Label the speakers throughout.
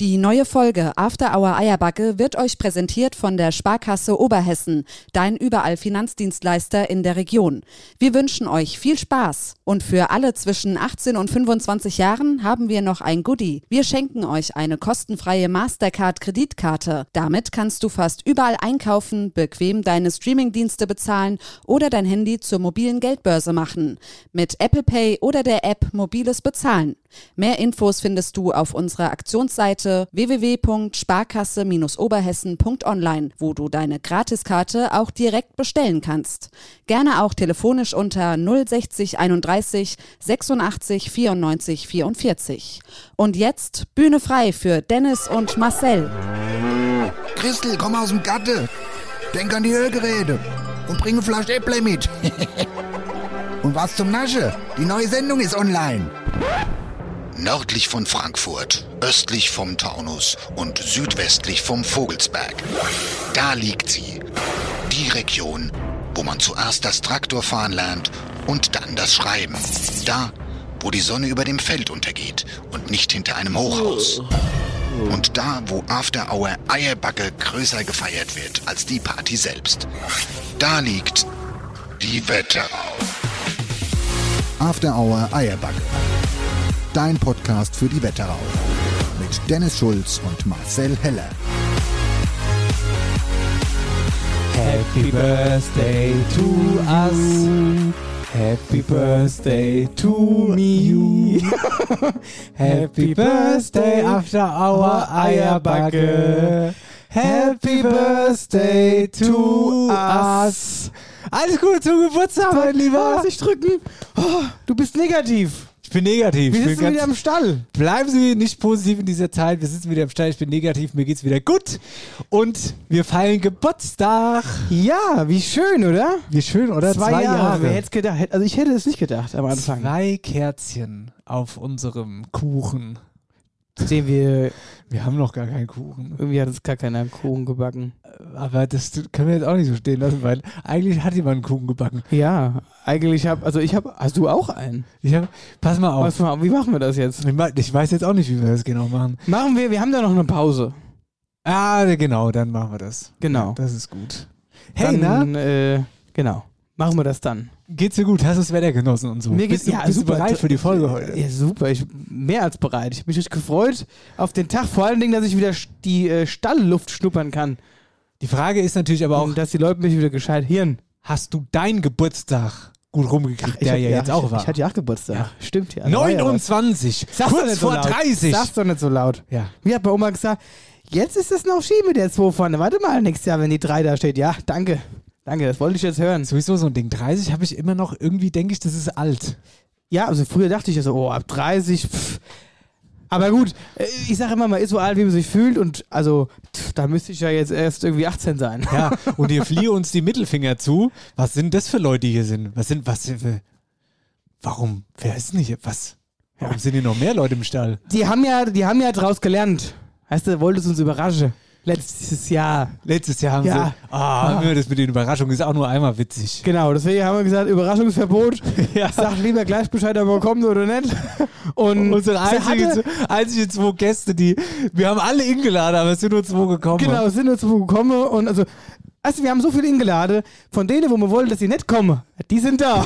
Speaker 1: Die neue Folge After Hour Eierbacke wird euch präsentiert von der Sparkasse Oberhessen, dein überall Finanzdienstleister in der Region. Wir wünschen euch viel Spaß und für alle zwischen 18 und 25 Jahren haben wir noch ein Goodie. Wir schenken euch eine kostenfreie Mastercard Kreditkarte. Damit kannst du fast überall einkaufen, bequem deine Streamingdienste bezahlen oder dein Handy zur mobilen Geldbörse machen. Mit Apple Pay oder der App Mobiles bezahlen. Mehr Infos findest du auf unserer Aktionsseite www.sparkasse-oberhessen.online, wo du deine Gratiskarte auch direkt bestellen kannst. Gerne auch telefonisch unter 060 31 86 94 44. Und jetzt Bühne frei für Dennis und Marcel.
Speaker 2: Christel, komm aus dem Gatte. Denk an die Ölgeräte. Und bringe ein Flasch Äpple mit. und was zum Nasche? Die neue Sendung ist online.
Speaker 3: Nördlich von Frankfurt, östlich vom Taunus und südwestlich vom Vogelsberg. Da liegt sie. Die Region, wo man zuerst das Traktorfahren lernt und dann das Schreiben. Da, wo die Sonne über dem Feld untergeht und nicht hinter einem Hochhaus. Und da, wo After Hour Eierbacke größer gefeiert wird als die Party selbst. Da liegt die Wetterau.
Speaker 2: After Hour Eierbacke. Dein Podcast für die Wetterau. Mit Dennis Schulz und Marcel Heller.
Speaker 4: Happy Birthday to us. Happy Birthday to me. Happy Birthday after our Eierbacke. Happy Birthday to us. Alles Gute zum Geburtstag, mein Lieber.
Speaker 5: Nicht drücken. Oh, du bist negativ.
Speaker 4: Ich bin negativ. ich
Speaker 5: Wir
Speaker 4: bin
Speaker 5: sitzen
Speaker 4: ganz-
Speaker 5: wieder im Stall.
Speaker 4: Bleiben Sie nicht positiv in dieser Zeit. Wir sitzen wieder im Stein. Ich bin negativ. Mir geht's wieder gut. Und wir feiern Geburtstag.
Speaker 5: Ja, wie schön, oder?
Speaker 4: Wie schön, oder?
Speaker 5: Wer hätte es gedacht? Hätt- Also ich hätte es nicht gedacht am Anfang.
Speaker 4: Zwei Kerzchen auf unserem Kuchen.
Speaker 5: Sehen wir,
Speaker 4: Wir haben noch gar keinen Kuchen.
Speaker 5: irgendwie hat uns gar keiner einen Kuchen gebacken.
Speaker 4: Aber das können wir jetzt auch nicht so stehen lassen, weil eigentlich hat jemand einen Kuchen gebacken.
Speaker 5: Ja, eigentlich hab, also ich hab, hast du auch einen?
Speaker 4: Ich hab, pass mal auf.
Speaker 5: Was, ma- wie machen wir das jetzt?
Speaker 4: Ich ma- Ich weiß jetzt auch nicht, wie wir das genau machen.
Speaker 5: Machen wir, wir haben da noch eine Pause.
Speaker 4: Ah, genau, dann machen wir das.
Speaker 5: Genau.
Speaker 4: Das ist gut. Hey,
Speaker 5: Dann, Äh, genau. Machen wir das dann.
Speaker 4: na? Geht's dir gut? Hast du das Wetter genossen und so? Oh, bist du,
Speaker 5: ja,
Speaker 4: bist du
Speaker 5: super.
Speaker 4: bereit für die Folge heute?
Speaker 5: Ja, super. Ich mehr als bereit. Ich habe mich richtig gefreut auf den Tag. Vor allen Dingen, dass ich wieder sch- die äh, Stallluft schnuppern kann.
Speaker 4: Die Frage ist natürlich aber auch,
Speaker 5: Und dass die Leute mich wieder gescheit hirn.
Speaker 4: hast du deinen Geburtstag gut rumgekriegt, der
Speaker 5: hab-
Speaker 4: ja, jetzt auch
Speaker 5: ich,
Speaker 4: war?
Speaker 5: Ich hatte ja auch Geburtstag.
Speaker 4: Ja.
Speaker 5: Stimmt ja. da war ja was.
Speaker 4: 29,
Speaker 5: Sag's doch
Speaker 4: kurz
Speaker 5: nicht so
Speaker 4: vor
Speaker 5: laut.
Speaker 4: 30.
Speaker 5: Sag's doch nicht so laut.
Speaker 4: Ja.
Speaker 5: Mir hat bei Oma gesagt, jetzt ist es noch Schiebe, der 2 vorne. Warte mal, nächstes Jahr, wenn die 3 da steht. Ja, danke. Danke, das wollte ich jetzt hören.
Speaker 4: Sowieso so ein Ding. 30 habe ich immer noch, irgendwie denke ich, das ist alt.
Speaker 5: Ja, also früher dachte ich ja so, oh, ab 30, pff. Aber gut, äh, ich sage immer, man ist so alt, wie man sich fühlt. Und also, pff, da müsste ich ja jetzt erst irgendwie 18 sein.
Speaker 4: Ja, und ihr fliehe uns die Mittelfinger zu. Was sind das für Leute, die hier sind? Was sind, was, äh, warum, wer ist denn hier, was? Warum sind hier noch mehr Leute im Stall?
Speaker 5: Die haben ja, die haben ja draus gelernt. Heißt du, wolltest uns überraschen. Letztes Jahr.
Speaker 4: Letztes Jahr haben
Speaker 5: Ja.
Speaker 4: sie, ah, ah, das mit den Überraschungen ist auch nur einmal witzig.
Speaker 5: Genau, deswegen haben wir gesagt, Überraschungsverbot.
Speaker 4: Ja.
Speaker 5: Sagt lieber gleich Bescheid, ob er kommt oder nicht. Und
Speaker 4: Unsere
Speaker 5: Hm. sie
Speaker 4: einzigen
Speaker 5: hatte,
Speaker 4: einzige zwei Gäste, die, wir haben alle ihn geladen, aber es sind nur zwei gekommen.
Speaker 5: genau, sind uns gekommen und also, also wir haben so viel eingeladen, von denen, wo wir wollen, dass sie nicht kommen, die sind da.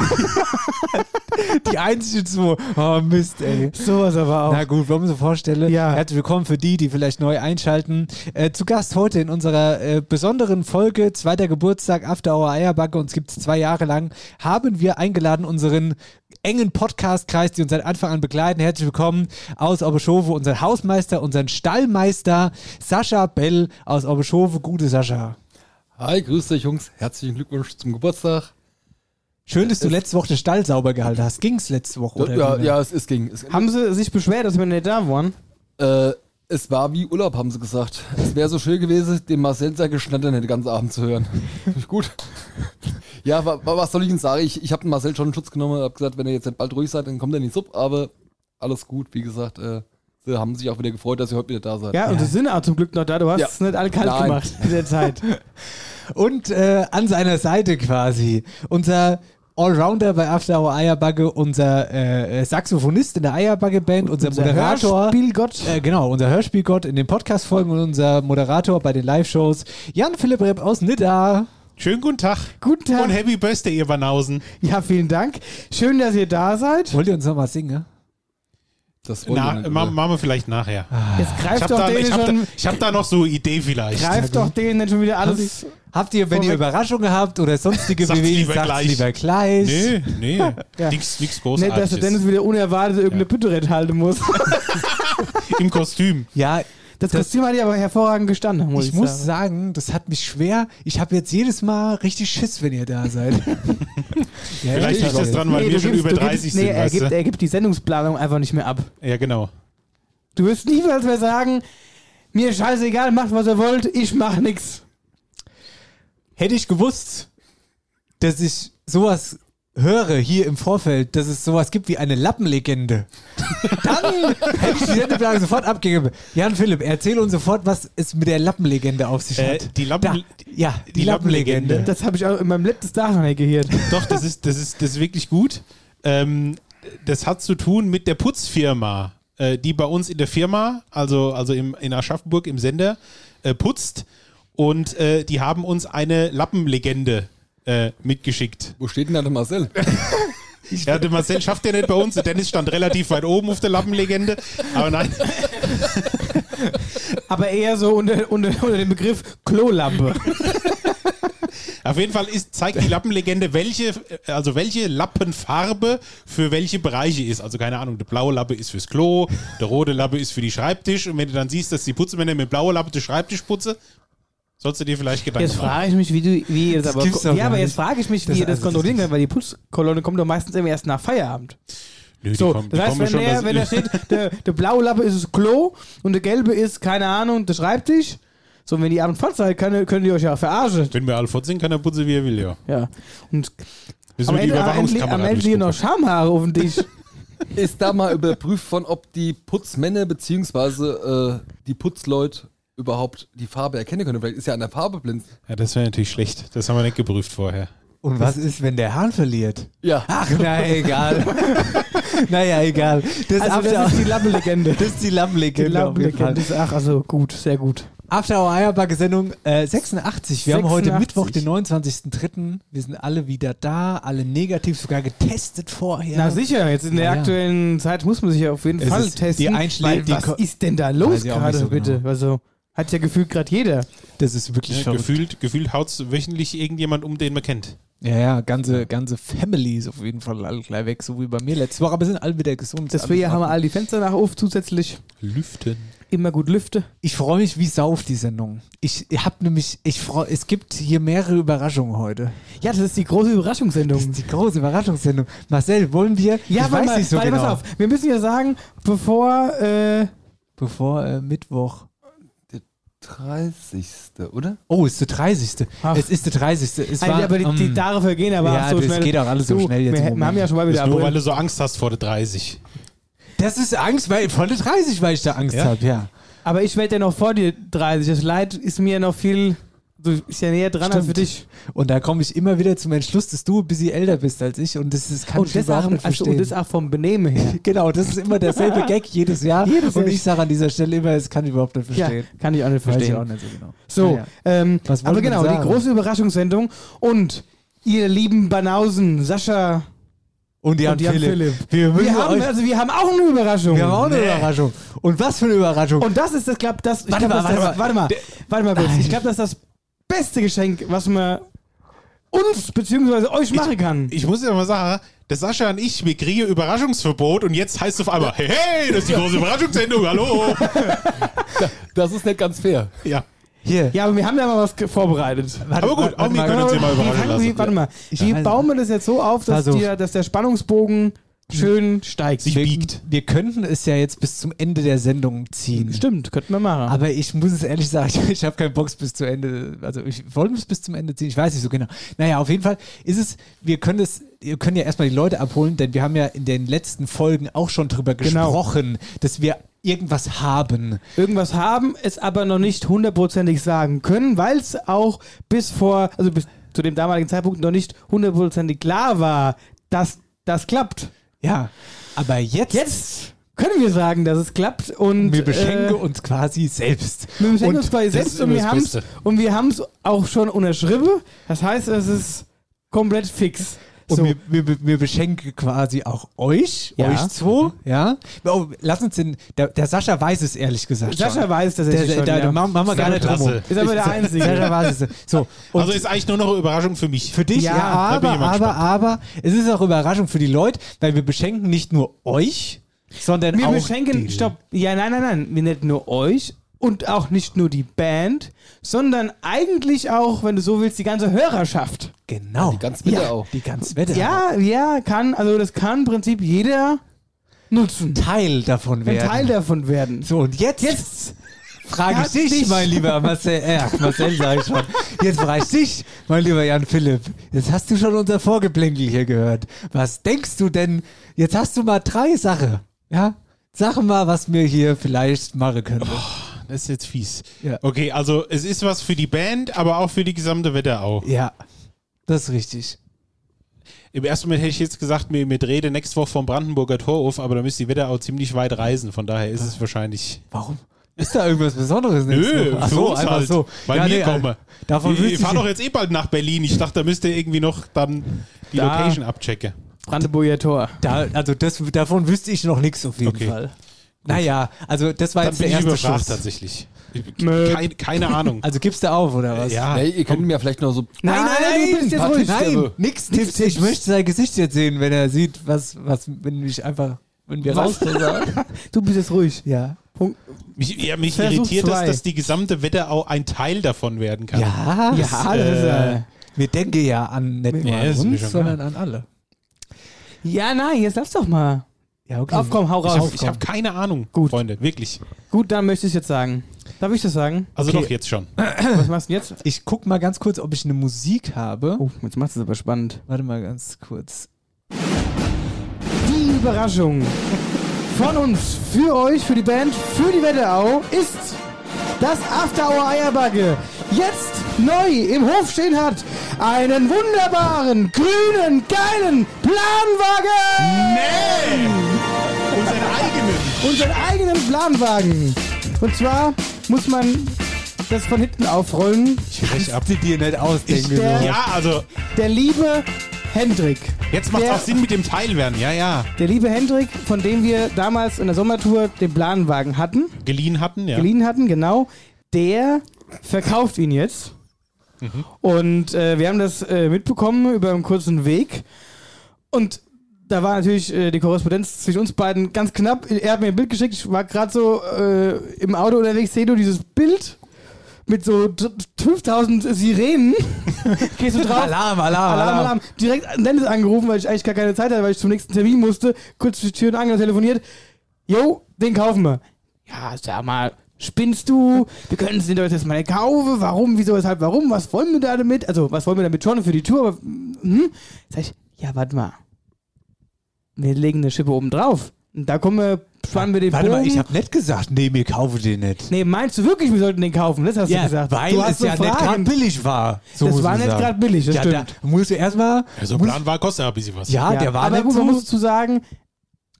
Speaker 4: Die einzigen zwei. Oh, Mist, ey.
Speaker 5: Sowas aber auch.
Speaker 4: Na gut, wollen wir so vorstellen.
Speaker 5: Ja.
Speaker 4: Herzlich willkommen für die, die vielleicht neu einschalten. Äh, zu Gast heute in unserer äh, besonderen Folge, zweiter Geburtstag, After Hour Eierbacke, uns gibt es zwei Jahre lang, haben wir eingeladen unseren engen Podcast-Kreis, die uns seit Anfang an begleiten. Herzlich willkommen aus Obeschove, unseren Hausmeister, unseren Stallmeister, Sascha Bell aus Obeschove. Gute Sascha.
Speaker 6: Hi, grüß dich Jungs. Herzlichen Glückwunsch zum Geburtstag.
Speaker 4: Schön, dass du letzte Woche den Stall sauber gehalten hast. Ging's letzte Woche? Oder
Speaker 6: ja,
Speaker 4: wie?
Speaker 5: ne?
Speaker 6: ja, es ist ging. Es,
Speaker 5: haben sie sich beschwert, dass wir nicht da waren?
Speaker 6: äh, es war wie Urlaub, haben sie gesagt. Es wäre so schön gewesen, den Marcel sehr geschnattern den ganzen Abend zu hören. Finde ich Gut. Ja, wa, wa, was soll ich Ihnen sagen? Ich, ich habe den Marcel schon in Schutz genommen, habe gesagt, wenn ihr jetzt nicht bald ruhig seid, dann kommt er nicht sub, aber alles gut, wie gesagt, äh, sie haben sich auch wieder gefreut, dass ihr heute wieder da seid.
Speaker 5: Ja, und sie sind auch zum Glück noch da. Du hast
Speaker 6: Ja.
Speaker 5: es nicht alle kalt
Speaker 6: Nein.
Speaker 5: gemacht in der Zeit.
Speaker 4: Und äh, an seiner Seite quasi unser Allrounder bei After Hour Eierbagge, unser äh, Saxophonist in der Eierbagge-Band, unser, Moderator.
Speaker 5: Hörspielgott.
Speaker 4: Äh, genau, unser Hörspielgott in den Podcast-Folgen und unser Moderator bei den Live-Shows. Jan-Philipp Repp aus Nidda.
Speaker 7: Schönen guten Tag.
Speaker 5: Guten Tag.
Speaker 7: Und Happy Birthday, ihr Banausen.
Speaker 5: Ja, vielen Dank. Schön, dass ihr da seid.
Speaker 4: Wollt ihr uns nochmal singen?
Speaker 6: Das wollen wir
Speaker 7: Na,
Speaker 6: nicht,
Speaker 7: ma-
Speaker 6: oder?
Speaker 7: machen wir vielleicht nachher.
Speaker 4: Ah,
Speaker 5: Jetzt
Speaker 7: Ich
Speaker 5: greift
Speaker 7: habe
Speaker 5: doch
Speaker 7: da,
Speaker 5: denen
Speaker 7: ich hab da,
Speaker 5: schon,
Speaker 7: ich hab da noch so eine Idee vielleicht.
Speaker 5: greift doch denen dann schon wieder alles.
Speaker 4: Habt ihr, wenn ihr
Speaker 5: Vorweg-
Speaker 4: Überraschungen habt oder sonstige
Speaker 7: Sagt's
Speaker 4: Bewegungen,
Speaker 7: lieber
Speaker 4: sagt
Speaker 7: gleich.
Speaker 4: lieber gleich.
Speaker 7: Nee, nee.
Speaker 5: Ja.
Speaker 7: Nix, nix
Speaker 5: Nicht, dass
Speaker 7: Großartiges.
Speaker 5: der Dennis wieder unerwartet irgendeine Bütterett halten muss.
Speaker 7: Im Kostüm.
Speaker 4: Ja,
Speaker 5: Das Kostüm hat ja aber hervorragend gestanden, muss ich,
Speaker 4: ich muss
Speaker 5: sagen.
Speaker 4: sagen, das hat mich schwer. Ich habe jetzt jedes Mal richtig Schiss, wenn ihr da seid. ja,
Speaker 7: Vielleicht
Speaker 4: ehrlich,
Speaker 7: liegt das
Speaker 4: Leute.
Speaker 7: dran, weil
Speaker 5: Nee,
Speaker 7: wir
Speaker 5: du
Speaker 7: schon
Speaker 5: gibst-
Speaker 7: über
Speaker 5: du gibst-
Speaker 7: 30
Speaker 5: nee,
Speaker 7: sind,
Speaker 5: er
Speaker 7: weißt
Speaker 5: gibt,
Speaker 7: du?
Speaker 5: er gibt die Sendungsplanung einfach nicht mehr ab.
Speaker 7: Ja, genau.
Speaker 5: Du wirst niemals mehr sagen, mir scheißegal, macht was ihr wollt, ich mach nix.
Speaker 4: Hätte ich gewusst, dass ich sowas höre hier im Vorfeld, dass es sowas gibt wie eine Lappenlegende, dann hätte ich die Sendeplanung sofort abgegeben. Jan Philipp, erzähl uns sofort, was es mit der Lappenlegende auf sich
Speaker 7: Äh,
Speaker 4: hat.
Speaker 7: die Lappen,
Speaker 4: Da, ja, die,
Speaker 7: die
Speaker 4: Lappenlegende.
Speaker 7: Lappenlegende.
Speaker 5: Das habe ich auch in meinem letzten Tag noch nicht gehört.
Speaker 7: Doch, das ist, das ist, das ist wirklich gut. Ähm, das hat zu tun mit der Putzfirma, äh, die bei uns in der Firma, also, also im, in Aschaffenburg im Sender, äh, putzt. Und äh, die haben uns eine Lappenlegende äh, mitgeschickt.
Speaker 6: Wo steht denn da der Marcel?
Speaker 7: Ja, der Marcel schafft ja nicht bei uns. Der Dennis stand relativ weit oben auf der Lappenlegende. Aber nein,
Speaker 5: Aber eher so unter, unter, unter dem Begriff Klolampe.
Speaker 7: auf jeden Fall ist, zeigt die Lappenlegende, welche, äh, also welche Lappenfarbe für welche Bereiche ist. Also keine Ahnung, der blaue Lappe ist fürs Klo, der rote Lappe ist für die Schreibtisch. Und wenn du dann siehst, dass die Putzmänner mit blauer Lappe den Schreibtisch putze, sollst du dir vielleicht Gedanken
Speaker 5: Jetzt frage ich mich, wie du, wie ihr das,
Speaker 4: Das
Speaker 5: aber.
Speaker 4: gibt's doch
Speaker 5: Ja, aber
Speaker 4: gar
Speaker 5: jetzt
Speaker 4: nicht.
Speaker 5: frage ich mich, wie
Speaker 4: Das-
Speaker 5: ihr das
Speaker 4: also das
Speaker 5: kontrollieren
Speaker 4: ist-
Speaker 5: könnt, weil die Putzkolonne kommt doch meistens immer erst nach Feierabend.
Speaker 7: Nö, die
Speaker 5: So,
Speaker 7: kommen- die
Speaker 5: das heißt,
Speaker 7: kommen
Speaker 5: wenn,
Speaker 7: schon,
Speaker 5: der,
Speaker 7: dass-
Speaker 5: wenn da steht, der, der blaue Lappe ist das Klo und der gelbe ist, keine Ahnung, der Schreibtisch. So, und wenn die Abend fort seid, könnt, könnt ihr euch ja verarschen.
Speaker 7: wenn wir alle fort sind, kann er putzen, wie er will, ja.
Speaker 5: Ja. Und
Speaker 7: Müssen
Speaker 5: am Ende,
Speaker 7: wir die
Speaker 5: am Ende,
Speaker 7: Überwachungskamera
Speaker 5: am Ende liegen noch
Speaker 7: durchgucken.
Speaker 5: Schamhaare auf dem Tisch.
Speaker 6: Ist da mal überprüft von, ob die Putzmänner beziehungsweise äh, die Putzleute überhaupt die Farbe erkennen können? Vielleicht ist ja an der Farbe blind.
Speaker 7: Ja, das wäre natürlich schlecht. Das haben wir nicht geprüft vorher.
Speaker 4: Und was ist, wenn der Hahn verliert?
Speaker 6: Ja.
Speaker 4: Ach, na egal. naja, egal. Das,
Speaker 5: Also,
Speaker 4: After,
Speaker 5: das ist die Genau, Lappenlegende.
Speaker 4: das ist die Lammlegende.
Speaker 5: Lappenlegende ist, ach, also gut, sehr gut.
Speaker 4: After Hour Eierbacke Sendung äh, 86. Wir haben heute
Speaker 5: 86.
Speaker 4: Mittwoch, den 29.03. Wir sind alle wieder da, alle negativ, sogar getestet vorher.
Speaker 5: Na sicher, jetzt in der
Speaker 4: Ja, ja.
Speaker 5: aktuellen Zeit muss man sich ja auf jeden
Speaker 4: Es
Speaker 5: Fall
Speaker 4: ist- die
Speaker 5: testen.
Speaker 4: Einschläge,
Speaker 5: weil
Speaker 4: die
Speaker 5: was
Speaker 4: ko-
Speaker 5: ist denn da los
Speaker 4: Weiß ich auch nicht
Speaker 5: gerade,
Speaker 4: so
Speaker 5: bitte?
Speaker 4: genau.
Speaker 5: Also, hat ja gefühlt gerade jeder.
Speaker 4: Das ist wirklich
Speaker 7: Ja,
Speaker 4: verrückt.
Speaker 7: gefühlt gefühlt haut wöchentlich irgendjemand um, den man kennt.
Speaker 4: Ja, ja, ganze, ganze Family ist auf jeden Fall alle gleich weg, so wie bei mir letzte Woche. Aber sind alle wieder gesund.
Speaker 5: Deswegen
Speaker 4: Alles
Speaker 5: haben wir
Speaker 4: ordentlich.
Speaker 5: all die Fenster nach auf, zusätzlich
Speaker 7: Lüften.
Speaker 5: immer gut Lüfte.
Speaker 4: Ich freue mich wie Sau auf die Sendung. Ich habe nämlich, ich freu, es gibt hier mehrere Überraschungen heute.
Speaker 5: Ja, das ist die große
Speaker 4: Das
Speaker 5: Überraschungssendung.
Speaker 4: ist die große Überraschungssendung. Marcel, wollen wir?
Speaker 5: Ja,
Speaker 4: ich
Speaker 5: weil,
Speaker 4: weiß
Speaker 5: mal,
Speaker 4: nicht so
Speaker 5: weil
Speaker 4: genau.
Speaker 5: pass auf, wir müssen ja sagen, bevor, äh,
Speaker 4: Bevor äh, Mittwoch.
Speaker 6: 30. oder?
Speaker 4: Oh, ist der 30.
Speaker 5: Ach.
Speaker 4: Es ist der 30. Es
Speaker 5: also,
Speaker 4: war,
Speaker 5: aber die, die
Speaker 4: ähm,
Speaker 5: Jahre vergehen aber
Speaker 4: ja,
Speaker 5: auch so
Speaker 4: das
Speaker 5: schnell.
Speaker 4: geht auch alles so
Speaker 5: Du,
Speaker 4: schnell jetzt im
Speaker 5: Wir, wir
Speaker 4: Moment.
Speaker 5: haben ja schon mal wieder
Speaker 7: Das ist nur, weil
Speaker 5: April.
Speaker 7: du so Angst hast vor der 30.
Speaker 4: Das ist Angst, weil vor der 30, weil ich da Angst
Speaker 7: Ja?
Speaker 4: habe, ja.
Speaker 5: Aber ich werde ja noch vor dir 30. Das Leid ist mir noch viel, so ist ja näher dran als also für
Speaker 4: Stimmt.
Speaker 5: dich.
Speaker 4: Und da komme ich immer wieder zum Entschluss, dass du ein bisschen älter bist als ich und das, das kann
Speaker 5: Und
Speaker 4: ich
Speaker 5: das,
Speaker 4: überhaupt
Speaker 5: auch,
Speaker 4: nicht
Speaker 5: also,
Speaker 4: verstehen.
Speaker 5: und das auch vom Benehmen her.
Speaker 4: genau, das ist immer derselbe Gag jedes Jahr und
Speaker 5: Jahr.
Speaker 4: ich sage an dieser Stelle immer, das kann ich überhaupt nicht
Speaker 5: Ja,
Speaker 4: verstehen.
Speaker 5: kann ich auch nicht
Speaker 4: Weiß ich
Speaker 5: verstehen.
Speaker 4: auch nicht so genau.
Speaker 5: So,
Speaker 4: Naja.
Speaker 5: ähm,
Speaker 4: Was wollt
Speaker 5: aber
Speaker 4: ihr
Speaker 5: genau,
Speaker 4: sagen?
Speaker 5: die große Überraschungssendung und ihr lieben Banausen, Sascha
Speaker 4: Und Jan,
Speaker 5: und Jan
Speaker 4: Philipp.
Speaker 5: Philipp.
Speaker 4: Wir, müssen
Speaker 5: Wir haben,
Speaker 4: euch,
Speaker 5: also wir haben auch eine Überraschung.
Speaker 4: wir haben auch eine Überraschung. Und was für eine Überraschung.
Speaker 5: Und das ist das, glaub, das, ich
Speaker 4: Warte
Speaker 5: glaub,
Speaker 4: mal,
Speaker 5: das,
Speaker 4: warte
Speaker 5: das, warte mal, warte mal kurz. Ich glaube, das ist das beste Geschenk, was man uns bzw. euch machen kann.
Speaker 7: Ich muss ja mal sagen, der Sascha und ich, wir kriegen Überraschungsverbot und jetzt heißt es auf einmal, hey, hey, das ist die große Überraschungssendung, hallo.
Speaker 6: Das ist nicht ganz fair.
Speaker 7: Ja,
Speaker 4: Hier.
Speaker 5: Ja, aber wir haben da mal was ge- vorbereitet.
Speaker 7: aber gut,
Speaker 4: warte
Speaker 7: auch wir
Speaker 4: mal,
Speaker 7: können uns
Speaker 5: Wie
Speaker 7: ja mal überraschen
Speaker 5: fangen wir-
Speaker 7: lassen.
Speaker 5: Warte mal, wie
Speaker 4: weiß.
Speaker 5: bauen wir das jetzt so auf, dass,
Speaker 4: Also-
Speaker 5: dir, dass der Spannungsbogen schön steigt?
Speaker 7: Sich
Speaker 4: wir,
Speaker 7: biegt.
Speaker 4: wir könnten es ja jetzt bis zum Ende der Sendung ziehen.
Speaker 5: Stimmt, könnten wir machen.
Speaker 4: Aber ich muss es ehrlich sagen, ich habe keinen Box bis zum Ende. Also ich wollte es bis zum Ende ziehen, ich weiß nicht so genau. Naja, auf jeden Fall ist es, wir können es, wir können ja erstmal die Leute abholen, denn wir haben ja in den letzten Folgen auch schon drüber
Speaker 5: Genau.
Speaker 4: gesprochen, dass wir irgendwas haben.
Speaker 5: irgendwas haben, es aber noch nicht hundertprozentig sagen können, weil es auch bis vor, also bis zu dem damaligen Zeitpunkt noch nicht hundertprozentig klar war, dass das klappt.
Speaker 4: Ja, aber jetzt,
Speaker 5: Jetzt können wir sagen, dass es klappt und
Speaker 4: wir beschenken
Speaker 5: äh,
Speaker 4: uns quasi selbst.
Speaker 5: wir beschenken
Speaker 7: und
Speaker 5: uns bei
Speaker 7: das ist
Speaker 5: selbst und
Speaker 7: immer
Speaker 5: wir
Speaker 7: das
Speaker 5: haben's
Speaker 7: Beste.
Speaker 5: und wir haben's auch schon unterschrieben. Das heißt, es ist komplett fix.
Speaker 4: Und
Speaker 5: So.
Speaker 4: wir, wir, wir beschenken quasi auch euch,
Speaker 5: Ja.
Speaker 4: euch zwei, ja. Oh, lass uns den, der, der Sascha weiß es ehrlich gesagt
Speaker 5: Sascha
Speaker 4: schon.
Speaker 5: weiß das
Speaker 4: Der,
Speaker 5: jetzt
Speaker 4: der,
Speaker 5: schon.
Speaker 4: der,
Speaker 5: ja.
Speaker 4: machen machen wir
Speaker 7: Ist
Speaker 4: gar
Speaker 7: aber
Speaker 4: nicht drum.
Speaker 7: klasse.
Speaker 5: Ist aber der Einzige.
Speaker 4: Sascha weiß es. So, und
Speaker 7: Also ist eigentlich nur noch eine Überraschung für mich.
Speaker 4: für dich, ja,
Speaker 5: Ja,
Speaker 7: da bin
Speaker 4: aber,
Speaker 7: ich mal
Speaker 4: aber,
Speaker 7: gespannt.
Speaker 4: aber, es ist auch Überraschung für die Leute, weil wir beschenken nicht nur euch, sondern
Speaker 5: Wir
Speaker 4: auch
Speaker 5: beschenken,
Speaker 4: die-
Speaker 5: stopp, ja, nein, nein, nein, wir nicht nur euch und auch nicht nur die Band, sondern eigentlich auch, wenn du so willst, die ganze Hörerschaft.
Speaker 4: Genau.
Speaker 6: Die ganze Wette
Speaker 4: ja,
Speaker 6: auch.
Speaker 4: Die ganze Wette.
Speaker 5: Ja, ja, kann, also das kann im Prinzip jeder nutzen.
Speaker 4: Teil davon
Speaker 5: Ein
Speaker 4: werden.
Speaker 5: Teil davon werden.
Speaker 4: So, und jetzt, jetzt frage ich
Speaker 5: Ja,
Speaker 4: dich,
Speaker 5: dich.
Speaker 4: mein lieber Marcel, äh, Marcel sag ich schon. Jetzt frage ich dich, mein lieber Jan Philipp. Jetzt hast du schon unser Vorgeplänkel hier gehört. Was denkst du denn? Jetzt hast du mal drei Sachen. Ja? Sag mal, was wir hier vielleicht machen können.
Speaker 7: Das ist jetzt fies.
Speaker 4: Ja.
Speaker 7: Oh, Okay, also es ist was für die Band, aber auch für die gesamte Wetterau.
Speaker 4: Ja, das ist richtig.
Speaker 7: Im ersten Moment hätte ich jetzt gesagt, mir, mir drehe nächste Woche vom Brandenburger Tor auf, aber da müsste die Wetterau ziemlich weit reisen. Von daher ist es wahrscheinlich.
Speaker 4: Warum? Ist da irgendwas Besonderes? nächste Woche? Ach
Speaker 7: für
Speaker 4: so,
Speaker 7: uns
Speaker 4: einfach so.
Speaker 7: Weil
Speaker 4: Ja,
Speaker 7: wir
Speaker 4: nee, also,
Speaker 7: kommen.
Speaker 4: Davon
Speaker 7: ich ich
Speaker 4: wüsste
Speaker 7: fahre
Speaker 4: ich-
Speaker 7: doch jetzt eh bald nach Berlin. Ich dachte, da müsst ihr irgendwie noch dann die
Speaker 5: Da.
Speaker 7: Location abchecken.
Speaker 5: Brandenburger Tor.
Speaker 4: Da, also das, davon wüsste ich noch nichts auf jeden
Speaker 7: Okay.
Speaker 4: Fall. Naja, also das war
Speaker 7: Dann
Speaker 4: jetzt
Speaker 7: bin
Speaker 4: der
Speaker 7: ich
Speaker 4: erste
Speaker 7: überfragt
Speaker 4: Schuss.
Speaker 7: tatsächlich.
Speaker 5: Mö.
Speaker 7: Keine, keine Ahnung.
Speaker 4: Also gibst du auf, oder was?
Speaker 7: ja.
Speaker 6: Hey, ihr könnt mir vielleicht noch so.
Speaker 5: Nein, nein, nein, du bist jetzt
Speaker 4: warte,
Speaker 5: ruhig.
Speaker 4: nein,
Speaker 5: Sterbe.
Speaker 4: nix Tipps. Ich möchte sein Gesicht jetzt sehen, wenn er sieht, was, was, wenn ich einfach, wenn wir raus.
Speaker 5: Du bist jetzt ruhig.
Speaker 4: Ja.
Speaker 7: Mich, ja, mich
Speaker 5: Versuch
Speaker 7: irritiert das,
Speaker 5: zwei.
Speaker 7: dass die gesamte Wetterau ein Teil davon werden kann.
Speaker 4: Ja,
Speaker 5: Ja, das ist, äh,
Speaker 4: wir denken ja an nicht nur
Speaker 7: Ja,
Speaker 4: an
Speaker 7: ist mir
Speaker 4: uns,
Speaker 7: schon
Speaker 4: sondern an alle.
Speaker 5: Ja, nein, jetzt lass doch mal.
Speaker 4: Ja, okay.
Speaker 5: Auf, komm, hau
Speaker 7: Ich
Speaker 5: raus.
Speaker 7: habe hab keine Ahnung,
Speaker 5: Gut.
Speaker 7: Freunde, wirklich.
Speaker 5: Gut, dann möchte ich es jetzt sagen. Darf ich das sagen?
Speaker 7: Also
Speaker 4: Okay.
Speaker 7: doch jetzt schon.
Speaker 5: Was machst du denn jetzt?
Speaker 4: Ich guck mal ganz kurz, ob ich eine Musik habe.
Speaker 5: Oh, jetzt machst du es aber spannend.
Speaker 4: Warte mal ganz kurz.
Speaker 5: Die Überraschung von uns, für euch, für die Band, für die Wetterau ist das After Hour Eierbacke jetzt neu im Hof stehen hat. Einen wunderbaren, grünen, geilen Planwagen!
Speaker 7: Unseren eigenen.
Speaker 5: Unseren eigenen Planwagen. Und zwar muss man das von hinten aufrollen.
Speaker 7: Ich brech ab.
Speaker 4: Kannst du dir nicht ausdenken.
Speaker 5: der-
Speaker 4: sowas.
Speaker 7: Ja, also
Speaker 5: Der liebe Hendrik.
Speaker 7: jetzt macht
Speaker 5: Der-
Speaker 7: auch Sinn mit dem Teil werden. Ja, ja.
Speaker 5: Der liebe Hendrik, von dem wir damals in der Sommertour den Planwagen hatten,
Speaker 7: Geliehen hatten, ja.
Speaker 5: geliehen hatten, genau, der verkauft ihn jetzt. Und äh, wir haben das äh, mitbekommen über einen kurzen Weg. Und da war natürlich äh, die Korrespondenz zwischen uns beiden ganz knapp. Er hat mir ein Bild geschickt. Ich war gerade so äh, im Auto unterwegs, sehe nur dieses Bild mit so d- 5000 Sirenen. Gehst du drauf?
Speaker 4: Alarm, Alarm,
Speaker 5: Alarm, Alarm. Direkt Dennis angerufen, weil ich eigentlich gar keine Zeit hatte, weil ich zum nächsten Termin musste. Kurz durch die Tür und Angel telefoniert. Jo, den kaufen wir. Ja, sag mal, spinnst du? Wir können es den Leuten jetzt mal nicht kaufen. Warum, wieso, weshalb, warum? Was wollen wir da damit? Also, was wollen wir damit schon für die Tour? Aber, hm? Sag ich, ja, warte mal. Wir legen eine Schippe oben drauf. Und da kommen wir, spannen wir den
Speaker 4: Warte
Speaker 5: Bogen.
Speaker 4: mal, ich habe nicht gesagt, nee, mir kaufe den nicht.
Speaker 5: nee, meinst du wirklich, wir sollten den kaufen? Das hast du gesagt.
Speaker 4: weil
Speaker 5: du hast
Speaker 4: es ja
Speaker 5: so
Speaker 4: nicht gerade
Speaker 5: Fragen.
Speaker 4: billig war. So
Speaker 5: Das
Speaker 4: muss
Speaker 5: war
Speaker 4: man
Speaker 5: nicht
Speaker 4: sagen.
Speaker 5: gerade billig, das
Speaker 4: ja,
Speaker 5: stimmt.
Speaker 4: Da musst du erstmal.
Speaker 7: Also
Speaker 4: muss-
Speaker 7: Plan war, kostet ja ein bisschen was.
Speaker 4: Ja, der war
Speaker 5: aber
Speaker 4: nicht
Speaker 5: gut,
Speaker 4: so.
Speaker 5: man muss zu sagen,